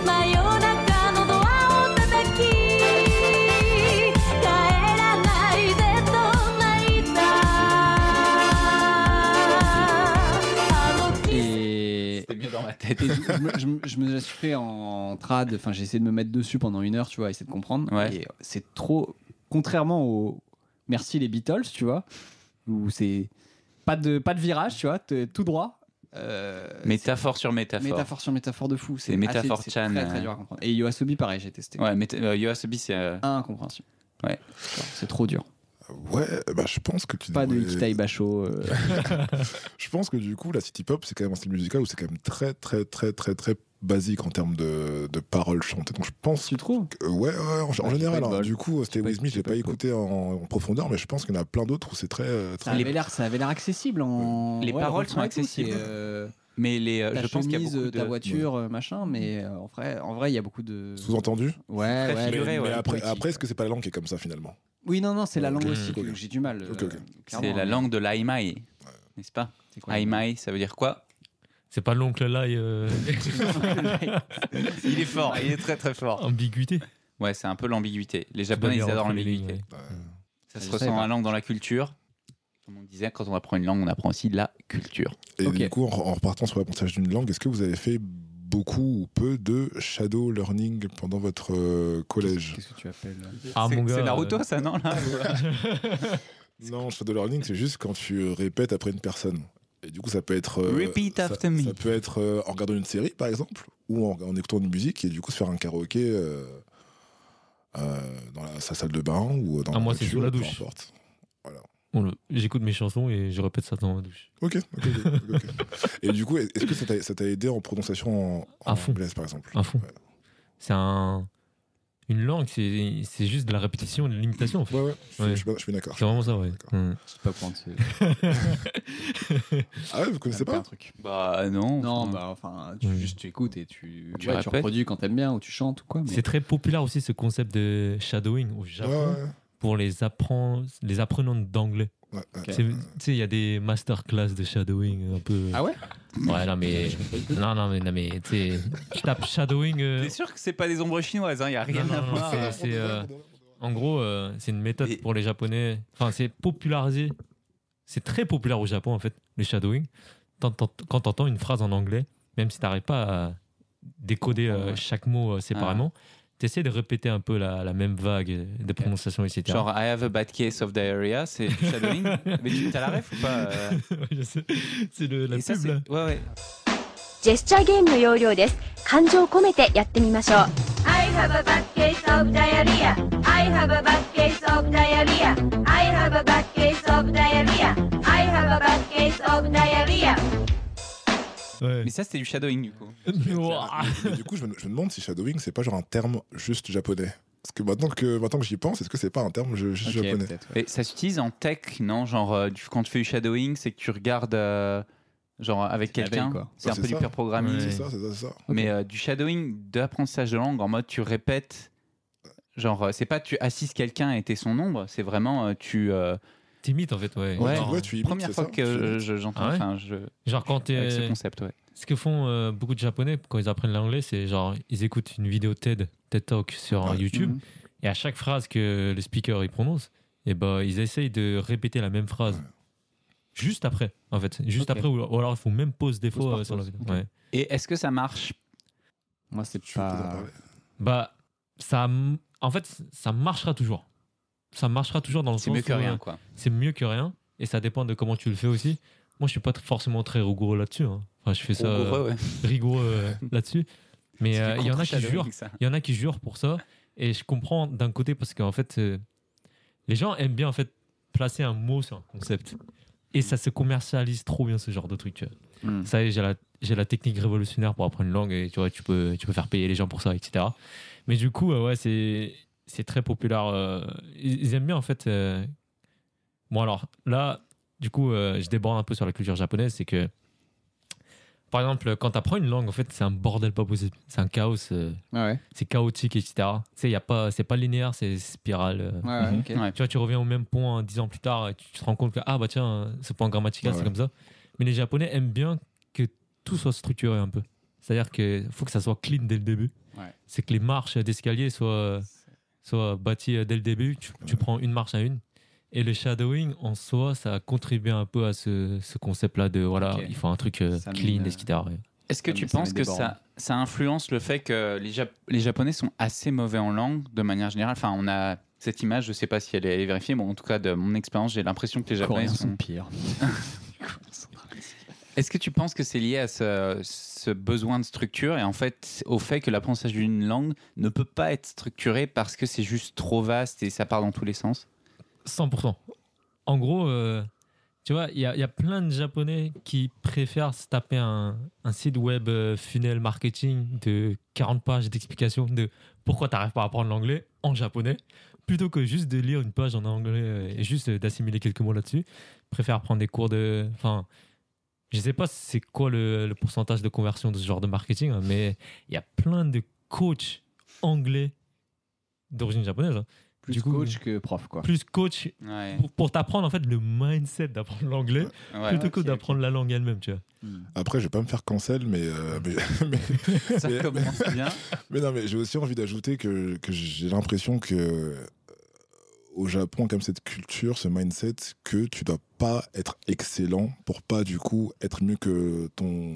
S8: 真夜中のドアを叩き、帰らないでと泣いた。あの
S2: Et.
S1: C'était mieux dans ma tête.
S2: Et je, me- je me- je me la suis fait en trad, enfin j'ai essayé de me mettre dessus pendant une heure, tu vois, essayer de comprendre. Et c'est trop. Contrairement au Merci les Beatles, tu vois, où c'est pas de, pas de virage, tu vois, t'es tout droit. Euh,
S1: Métaphore sur
S2: c'est
S1: métaphore.
S2: métaphore sur métaphore de fou.
S1: C'est métaphore
S2: assez- c'est
S1: Chan. euh.
S2: Très, très dur à comprendre. Et Yoasobi, pareil, j'ai testé.
S1: Ouais, mais euh, Yo Asobi, c'est. euh,
S2: Incompréhensible.
S1: Ouais.
S2: C'est trop dur.
S3: Ouais, bah je pense que tu
S2: Pas de
S3: devrais-
S2: Ikitai Basho. euh,
S3: Je pense que du coup, la city pop, c'est quand même un style musical où c'est quand même très, très, très, très, très basique en termes de, de paroles chantées. Donc je pense.
S2: Tu trouves
S3: Euh, Ouais, ouais, en, en
S1: Ah, j'ai pas eu
S3: général.
S1: de
S3: hein.
S1: bol.
S3: du coup, Stay With Me, je l'ai pas écouté en, en profondeur, mais je pense qu'il y en a plein d'autres où c'est très. euh,
S2: ça,
S3: très...
S2: avait l'air, ça avait l'air accessible en.
S1: Les
S2: ouais,
S1: paroles sont
S2: refrain et tout,
S1: accessibles.
S2: c'est, euh,
S1: Mais les, euh,
S2: ta
S1: je pense qu'il y a
S2: chemise,
S1: beaucoup de. Mm.
S2: ta voiture, euh, machin, mais euh, en vrai, en vrai, il y a beaucoup de.
S3: Sous-entendu
S2: Ouais,
S3: Mais-
S2: ouais.
S3: mais,
S2: ouais.
S3: après, après est-ce que c'est pas la langue qui est comme ça finalement
S2: Oui, non, non, c'est la
S3: Ok,
S2: langue
S3: ok,
S2: aussi
S3: ok.
S2: que j'ai du mal. euh,
S3: Ok, ok.
S1: C'est
S2: clairement.
S1: la langue de l'Aimai, n'est-ce pas
S2: quoi,
S1: Aimai, ça veut dire quoi
S4: C'est pas l'oncle Lai. euh,
S1: Il est fort, il est très très fort.
S4: Ambiguïté.
S1: Ouais, c'est un peu l'ambiguïté. Les
S4: dois
S1: Japonais,
S4: bien
S1: ils adorent
S4: rentrer les
S1: l'ambiguïté.
S4: lignes,
S3: Euh,
S1: Ça
S4: Je
S1: se
S4: savais
S1: ressent
S4: pas.
S1: à la langue dans la culture. Comme on disait, quand on apprend une langue, on apprend aussi la culture.
S3: Et du coup, en, en repartant sur l'apprentissage d'une langue, est-ce que vous avez fait beaucoup ou peu de shadow learning pendant votre euh, collège
S2: Qu'est-ce que tu appelles euh,
S4: Ah,
S1: c'est
S4: mon gars,
S1: c'est Naruto,
S4: euh,
S1: ça, non là
S3: Non, shadow learning, c'est juste quand tu euh, répètes après une personne. Et du coup, ça peut être. euh,
S1: Repeat
S3: ça-
S1: after me.
S3: Ça peut être euh, en regardant une série, par exemple, ou en, en écoutant une musique, et du coup, se faire un karaoké euh, euh, dans la, sa salle de bain ou dans
S4: Ah, moi, c'est
S3: voiture,
S4: sous la
S3: peu
S4: douche.
S3: importe.
S4: on le- J'écoute mes chansons et je répète ça dans ma douche.
S3: Ok, ok, ok, ok,
S4: (laughs)
S3: ok. Et du coup, est-ce que ça t'a- ça t'a aidé en prononciation en, en
S4: À fond. Ah.
S3: anglaise, par exemple
S4: À fond. C'est un. Une langue, c'est c'est juste de la répétition, de l'imitation. En fait.
S3: je suis- je suis- je suis d'accord.
S4: C'est vraiment ça, ouais. Mm.
S2: pas prendre
S3: Ah ouais, vous connaissez pas
S1: Bah non.
S2: Non, bah enfin, tu juste tu écoutes et tu,
S4: Tu
S2: ouais, tu
S4: répètes.
S2: reproduis quand t'aimes bien ou tu chantes ou quoi. mais-
S4: C'est très populaire aussi ce concept de shadowing au Japon
S3: Ouais, ouais.
S4: pour les, appren- les apprenantes d'anglais.
S3: Ouais, ouais.
S4: C'est- Tu sais, il y a des masterclass de shadowing un peu.
S2: Ah ouais
S4: Ouais, non, mais. non, non, mais. Non, mais tu sais, je tape shadowing. euh,
S1: T'es sûr que c'est pas des ombres chinoises, il n'y a rien
S4: non,
S1: à
S4: non,
S1: voir.
S4: c'est- c'est, euh, en gros, euh, c'est une méthode pour les Japonais. Enfin, c'est popularisé. C'est très populaire au Japon, en fait, le shadowing. T'entends- Quand t'entends une phrase en anglais, même si t'arrives pas à décoder euh, chaque mot euh, séparément,
S1: Ah.
S4: t'essaies de répéter un peu la, la même vague euh, de prononciation, etc. (laughs)
S1: Genre, I have a bad case of diarrhea, c'est du shadowing. Mais tu t'as la ref ou pas euh
S4: Je sais. C'est le- la
S1: Et ça,
S4: pub,
S1: c'est-
S4: là.
S1: Ouais, ouais.
S13: ジェスチャーゲームの要領です感情を込めてやってみましょう
S8: I have a bad case of diarrhea. I have a bad case of diarrhea. I have a bad case of diarrhea. I have a bad case of diarrhea.
S1: Mais ça, c'était du shadowing du coup.
S4: (laughs)
S3: Mais du coup, je me, je me demande si shadowing, c'est pas genre un terme juste japonais. Parce que maintenant que, maintenant que j'y pense, est-ce que c'est pas un terme ju- juste japonais
S1: Et ça s'utilise en tech, non Genre, euh, du- quand tu fais du shadowing, c'est que tu regardes euh, genre avec
S3: la veille,
S1: quelqu'un.
S3: quoi.
S1: C'est
S3: Ouais,
S1: un
S3: c'est
S1: peu du
S3: ça.
S1: pure programming.
S3: Ouais, c'est ça, c'est ça, c'est ça.
S1: Mais euh, du shadowing d'apprentissage de langue, en mode tu répètes. Genre, euh, c'est pas tu assises quelqu'un et t'es son nombre, c'est vraiment euh, tu. euh,
S4: T'imites en fait, ouais.
S1: Ouais,
S4: Genre,
S1: ouais, tu imites, première c'est fois ça, que, tu euh, imites. je- j'entends-
S4: Ah ouais
S1: enfin, je-
S4: Genre quand t'es-
S1: avec ce concept, ouais.
S4: Ce que font euh, beaucoup de Japonais quand ils apprennent l'anglais, c'est genre ils écoutent une vidéo TED, TED Talk sur euh, YouTube,
S2: Mm.
S1: Mhm.
S4: et à chaque phrase que le speaker il prononce, et ben ils essayent de répéter la même phrase juste après, en fait, juste
S1: Ok.
S4: après ou, ou alors ils font même pause des fois euh, sur la vidéo. Ouais.
S1: Et est-ce que ça marche
S2: Moi, c'est
S1: Ah.
S2: pas.
S4: Bah ça, m- en fait, ça marchera toujours. Ça marchera toujours dans le
S1: C'est
S4: sens
S1: mieux que
S4: où,
S1: rien,
S4: euh,
S1: quoi.
S4: C'est mieux que rien, et ça dépend de comment tu le fais aussi. Moi, je suis pas tr- forcément très rigoureux là-dessus. hein. Enfin, je fais ça euh,
S1: Rigoureux, ouais.
S4: rigoureux euh, là-dessus. Mais
S1: C'est
S4: euh,
S1: du
S4: il y en a qui
S1: contre-shadowing,
S4: jurent,
S1: ça.
S4: il y en a qui jurent pour ça, et je comprends d'un côté parce qu'en fait, euh, les gens aiment bien en fait placer un mot sur un concept, et ça se commercialise trop bien ce genre de truc. tu vois.
S1: Mm.
S4: Ça y est, j'ai la j'ai la technique révolutionnaire pour apprendre une langue et tu vois, tu peux tu peux faire payer les gens pour ça, etc. Mais du coup, euh, ouais, c'est c'est très populaire. euh, ils, ils aiment bien en fait. euh, Bon alors là, du coup, euh, je déborde un peu sur la culture japonaise, c'est que par exemple, quand tu apprends une langue, en fait, c'est un bordel pas possible. C'est un chaos. euh, C'est chaotique, etc. Tu sais, y a pas, c'est pas linéaire, c'est spirale. euh.
S2: Ouais,
S1: Mhm.
S2: ouais, ok. Ouais.
S4: Tu vois, tu reviens au même point euh, dix ans plus tard et tu, tu te rends compte que, ah bah tiens, ce point grammatical,
S2: Ouais,
S4: c'est
S2: ouais.
S4: comme ça. Mais les Japonais aiment bien que tout soit structuré un peu. C'est-à-dire qu'il faut que ça soit clean dès le début.
S2: Ouais.
S4: C'est que les marches d'escalier soient, soient bâties euh, dès le début. Tu, tu prends une marche à une. Et le shadowing, en soi, ça contribue un peu à ce, ce concept-là de, voilà, il faut un truc euh, clean, etc. ouais.
S1: Est-ce que
S4: Ça
S1: tu
S4: met- ça
S1: penses
S4: met
S1: que
S4: des bornes.
S1: ça, ça influence le fait que les, Jap- les Japonais sont assez mauvais en langue de manière générale Enfin, on a cette image, je sais pas si elle est, elle est vérifiée, mais en tout cas, de mon expérience, j'ai l'impression que les Japonais
S2: Coréens
S1: sont...
S2: sont pires.
S1: Est-ce que tu penses que c'est lié à ce, ce besoin de structure et en fait au fait que l'apprentissage d'une langue ne peut pas être structuré parce que c'est juste trop vaste et ça part dans tous les sens
S4: 100%. En gros, euh, tu vois, il y, a- il y a plein de Japonais qui préfèrent se taper un, un site web euh, funnel marketing de 40 pages d'explications de pourquoi tu n'arrives pas à apprendre l'anglais en japonais, plutôt que juste de lire une page en anglais euh, et juste euh, d'assimiler quelques mots là-dessus. Ils préfèrent prendre des cours de... Enfin, je sais pas c'est quoi le, le pourcentage de conversion de ce genre de marketing, hein, mais il y a plein de coachs anglais d'origine japonaise. hein.
S2: Plus coach que prof, quoi.
S4: Plus coach pour, pour t'apprendre en fait le mindset d'apprendre l'anglais
S3: Ouais.
S4: plutôt
S3: Ouais,
S4: que d'apprendre la langue elle-même, tu vois.
S3: Après, je vais pas me faire cancel, mais. euh, (laughs) mais- mais-
S4: Ça
S3: mais-
S4: commence bien.
S3: Mais non, mais j'ai aussi envie d'ajouter que, que j'ai l'impression que. euh, Au Japon, comme cette culture, ce mindset que tu dois pas être excellent pour pas du coup être mieux que ton,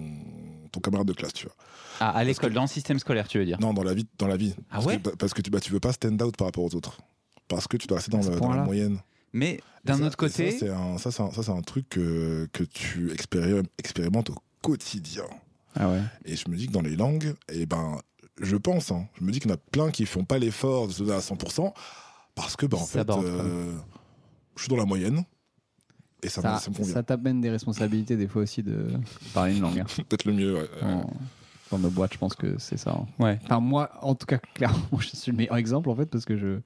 S3: ton camarade de classe, tu vois.
S1: Ah, à l'école, dans le système scolaire, tu veux dire
S3: Non, dans la vie, dans la vie.
S1: Ah
S3: Parce
S1: ouais
S3: que, Parce que tu bah, tu veux pas stand out par rapport aux autres. Parce que tu dois rester dans,
S1: ce
S3: le- dans la
S1: point-là.
S3: moyenne.
S1: Mais
S3: Et
S1: d'un
S3: ça-
S1: autre
S3: et ça,
S1: côté,
S3: c'est un- ça, c'est un, ça, c'est un truc que, que tu expéri- expérimentes au quotidien.
S2: Ah ouais.
S3: Et je me dis que dans les langues, et ben, je pense, hein, je me dis qu'il y en a plein qui font pas l'effort de se donner à 100% parce que, ben, en
S2: Ça
S3: fait,
S2: aborde,
S3: euh, je suis dans la moyenne et ça, (laughs) me- ça me convient.
S2: ça t'amène des responsabilités des fois aussi de parler une langue. hein.
S3: Peut-être le mieux, ouais.
S2: En- dans nos boîtes, je pense que c'est ça. hein.
S1: Ouais.
S2: Enfin, moi, en tout cas, clairement, (laughs) je suis le meilleur exemple en fait parce que je,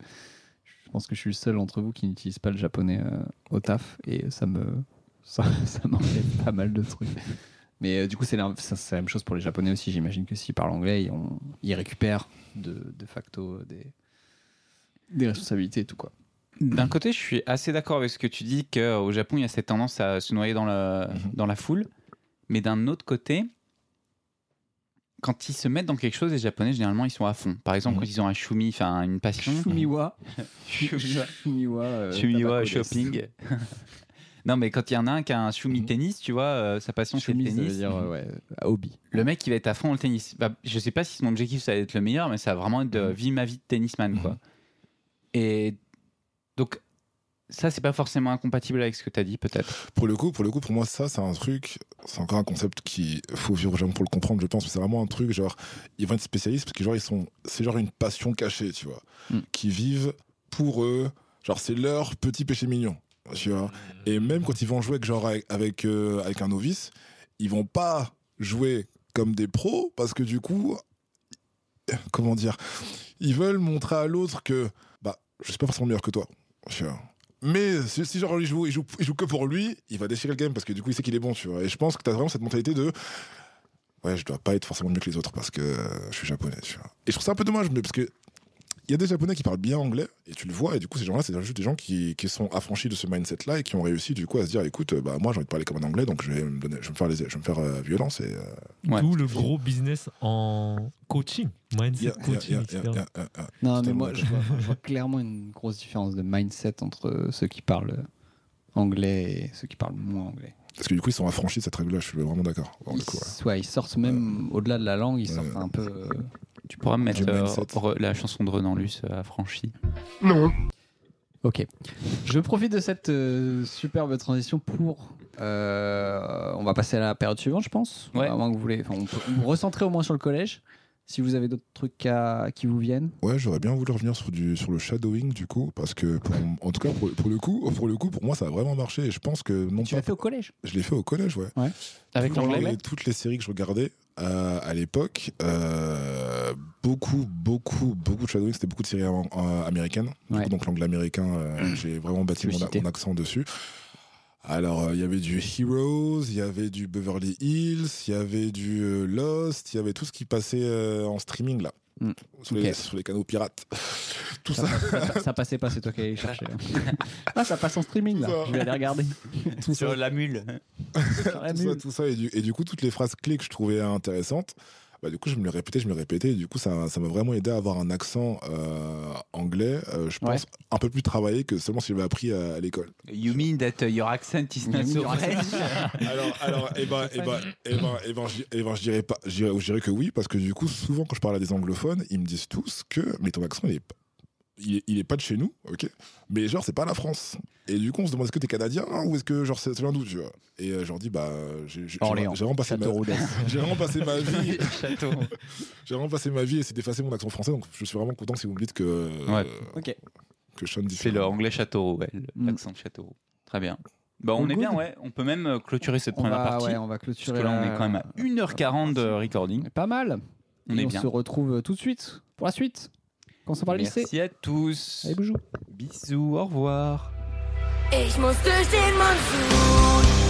S2: je pense que je suis le seul d'entre vous qui n'utilise pas le japonais euh, au taf et ça me (laughs) ça, ça m'enlève pas mal de trucs. Mais euh, du coup, c'est la, ça- c'est la même chose pour les japonais aussi. J'imagine que s'ils parlent anglais, ils, ont- ils récupèrent de, de facto euh, des, des responsabilités et tout quoi.
S1: D'un côté, je suis assez d'accord avec ce que tu dis qu'au Japon, il y a cette tendance à se noyer dans la,
S3: Mhm.
S1: dans la foule. Mais d'un autre côté, quand ils se mettent dans quelque chose, les Japonais, généralement, ils sont à fond. Par
S3: Mhm.
S1: exemple, quand ils ont un shumi, enfin une passion.
S2: Shumiwa. Shumiwa. euh,
S1: Shumiwa
S2: Tabaco
S1: shopping.
S2: Desu.
S1: non, mais quand il y en a un qui a un
S2: Mhm.
S1: shumi tennis, tu vois, euh, sa passion c'est le
S2: Shumi, ça
S1: tennis.
S2: veut dire, euh, ouais, hobby.
S1: Le mec, il va être à fond au tennis. Bah, je sais pas si son objectif, ça va être le meilleur, mais ça va vraiment être de
S2: Mhm.
S1: vivre ma vie de tennisman, quoi. Et donc, ça, c'est pas forcément incompatible avec ce que tu as dit, peut-être.
S3: Pour le coup, pour le coup, pour moi, ça, c'est un truc, c'est encore un concept qui faut vivre jamais pour le comprendre, je pense. mais C'est vraiment un truc, genre, ils vont être spécialistes parce que, genre, ils sont, c'est genre une passion cachée, tu vois, qui vivent pour eux, genre, c'est leur petit péché mignon, tu vois. Et même quand ils vont jouer avec, genre, avec, avec, euh, avec un novice, ils vont pas jouer comme des pros parce que, du coup, comment dire, ils veulent montrer à l'autre que, bah, je suis pas forcément meilleur que toi. tu vois. Mais si, si genre il joue, il, joue, il joue que pour lui, il va déchirer le game parce que du coup il sait qu'il est bon, tu vois. Et je pense que t'as vraiment cette mentalité de, ouais, je dois pas être forcément mieux que les autres parce que euh, je suis japonais, tu vois. Et je trouve ça un peu dommage, mais parce que il y a des japonais qui parlent bien anglais et tu le vois, et du coup ces gens-là, c'est juste des gens qui, qui sont affranchis de ce mindset-là et qui ont réussi du coup à se dire, écoute, euh, bah moi j'ai envie de parler comme un anglais, donc je vais me, donner, je vais me faire, les, je vais me faire euh, violence et. euh,
S4: D'où le gros business en coaching, mindset
S3: Yeah, yeah,
S4: coaching,
S3: yeah,
S4: etc.
S3: yeah, yeah, yeah.
S2: Non, mais
S3: Totalement
S2: moi, je
S3: d'accord.
S2: vois, je vois clairement une grosse différence de mindset entre euh, ceux qui parlent anglais et ceux qui parlent moins anglais.
S3: Parce que du coup, ils sont affranchis de cette règle-là, je suis vraiment d'accord. Bon, du coup, ouais.
S2: Soit ils sortent même au-delà de la langue, ils sortent un peu. euh,
S1: Tu pourras me mettre
S2: du
S1: euh,
S2: mindset.
S1: re- la chanson de Renan Luce, euh, Affranchi.
S2: Non. Ok. Je profite de cette euh, superbe transition pour. euh, on va passer à la période suivante, je pense.
S1: Ouais.
S2: À moins que vous voulez. Enfin, on peut vous recentrer au moins sur le collège. Si vous avez d'autres trucs à- qui vous viennent.
S3: Ouais, j'aurais bien voulu revenir sur, du, sur le shadowing du coup, parce que pour- en tout cas pour, pour le coup, pour le coup, pour moi ça a vraiment marché. Et je pense que non
S2: Tu l'as fait au collège
S3: je l'ai fait au collège, ouais.
S1: Avec
S3: Tout le-
S1: l'anglais
S3: les- Toutes les séries que je regardais euh, à l'époque, euh, beaucoup, beaucoup, beaucoup de shadowing, c'était beaucoup de séries am- euh, américaines. Du coup, donc l'anglais américain, euh, j'ai vraiment bâti
S2: Tu
S3: mon,
S2: le citais.
S3: mon accent dessus. Alors, euh, il y avait du Heroes, il y avait du Beverly Hills, il y avait du euh, Lost, il y avait tout ce qui passait euh, en streaming là, sur, les,
S2: Ok.
S3: sur les canaux pirates. Tout
S2: Ça, passe- ça, ça passait pas, c'est toi qui allais (laughs) chercher. ah, ça passe en streaming là.
S3: Ça.
S2: Je vais aller
S3: (laughs)
S2: regarder.
S1: Sur la mule.
S2: Ah,
S3: tout, ça, tout ça. Et du, et du coup, toutes les phrases clés que je trouvais intéressantes, bah, du coup, je me les répétais, je me les répétais. Et du coup, ça ça m'a vraiment aidé à avoir un accent euh, anglais, euh, je pense, un peu plus travaillé que seulement si j'avais appris à, à l'école.
S1: You mean that uh, your accent is not
S3: mean
S1: so
S3: your accent-
S1: French
S3: Alors, alors, eh ben, eh ben, eh ben, eh ben, je- eh ben, je dirais pas, je dirais, je dirais que oui, parce que du coup, souvent quand je parle à des anglophones, ils me disent tous que, mais ton accent, il est, pas- il est, il est pas de chez nous, ok, mais genre, c'est pas la France. Et du coup, on se demande est-ce que t'es canadien hein, ou est-ce que genre c'est c'est l'un d'où, tu vois. Et euh, je leur dis, bah, j'ai j'ai- j'ai
S2: Orléans.
S3: vraiment passé ma,
S2: Château-Rodez.
S3: (laughs) j'ai vraiment passé
S1: (laughs)
S3: ma vie, j'ai vraiment passé ma vie et c'est d'effacer mon accent français, donc je suis vraiment content si vous me dites que, euh,
S1: Ouais.
S2: Ok.
S3: que Sean dit
S1: (laughs) C'est le anglais Châteauroux, ouais, le-
S2: Mm.
S1: l'accent de Châteauroux. Très bien. Bah, on
S2: All
S1: est bien,
S2: good.
S1: ouais. On peut même euh, clôturer cette
S2: On
S1: première
S2: va-
S1: partie.
S2: Bah ouais, on va clôturer
S1: Parce que là, on
S2: la-
S1: est quand même à 1h40 de recording.
S2: Pas mal.
S1: On
S2: euh, Et
S1: est
S2: on
S1: bien.
S2: se retrouve tout de suite pour la suite. Quand on parle lycée.
S1: Merci à tous.
S2: Allez, bonjour.
S1: Bisous, au revoir.
S8: Ich muss durch den Monsun.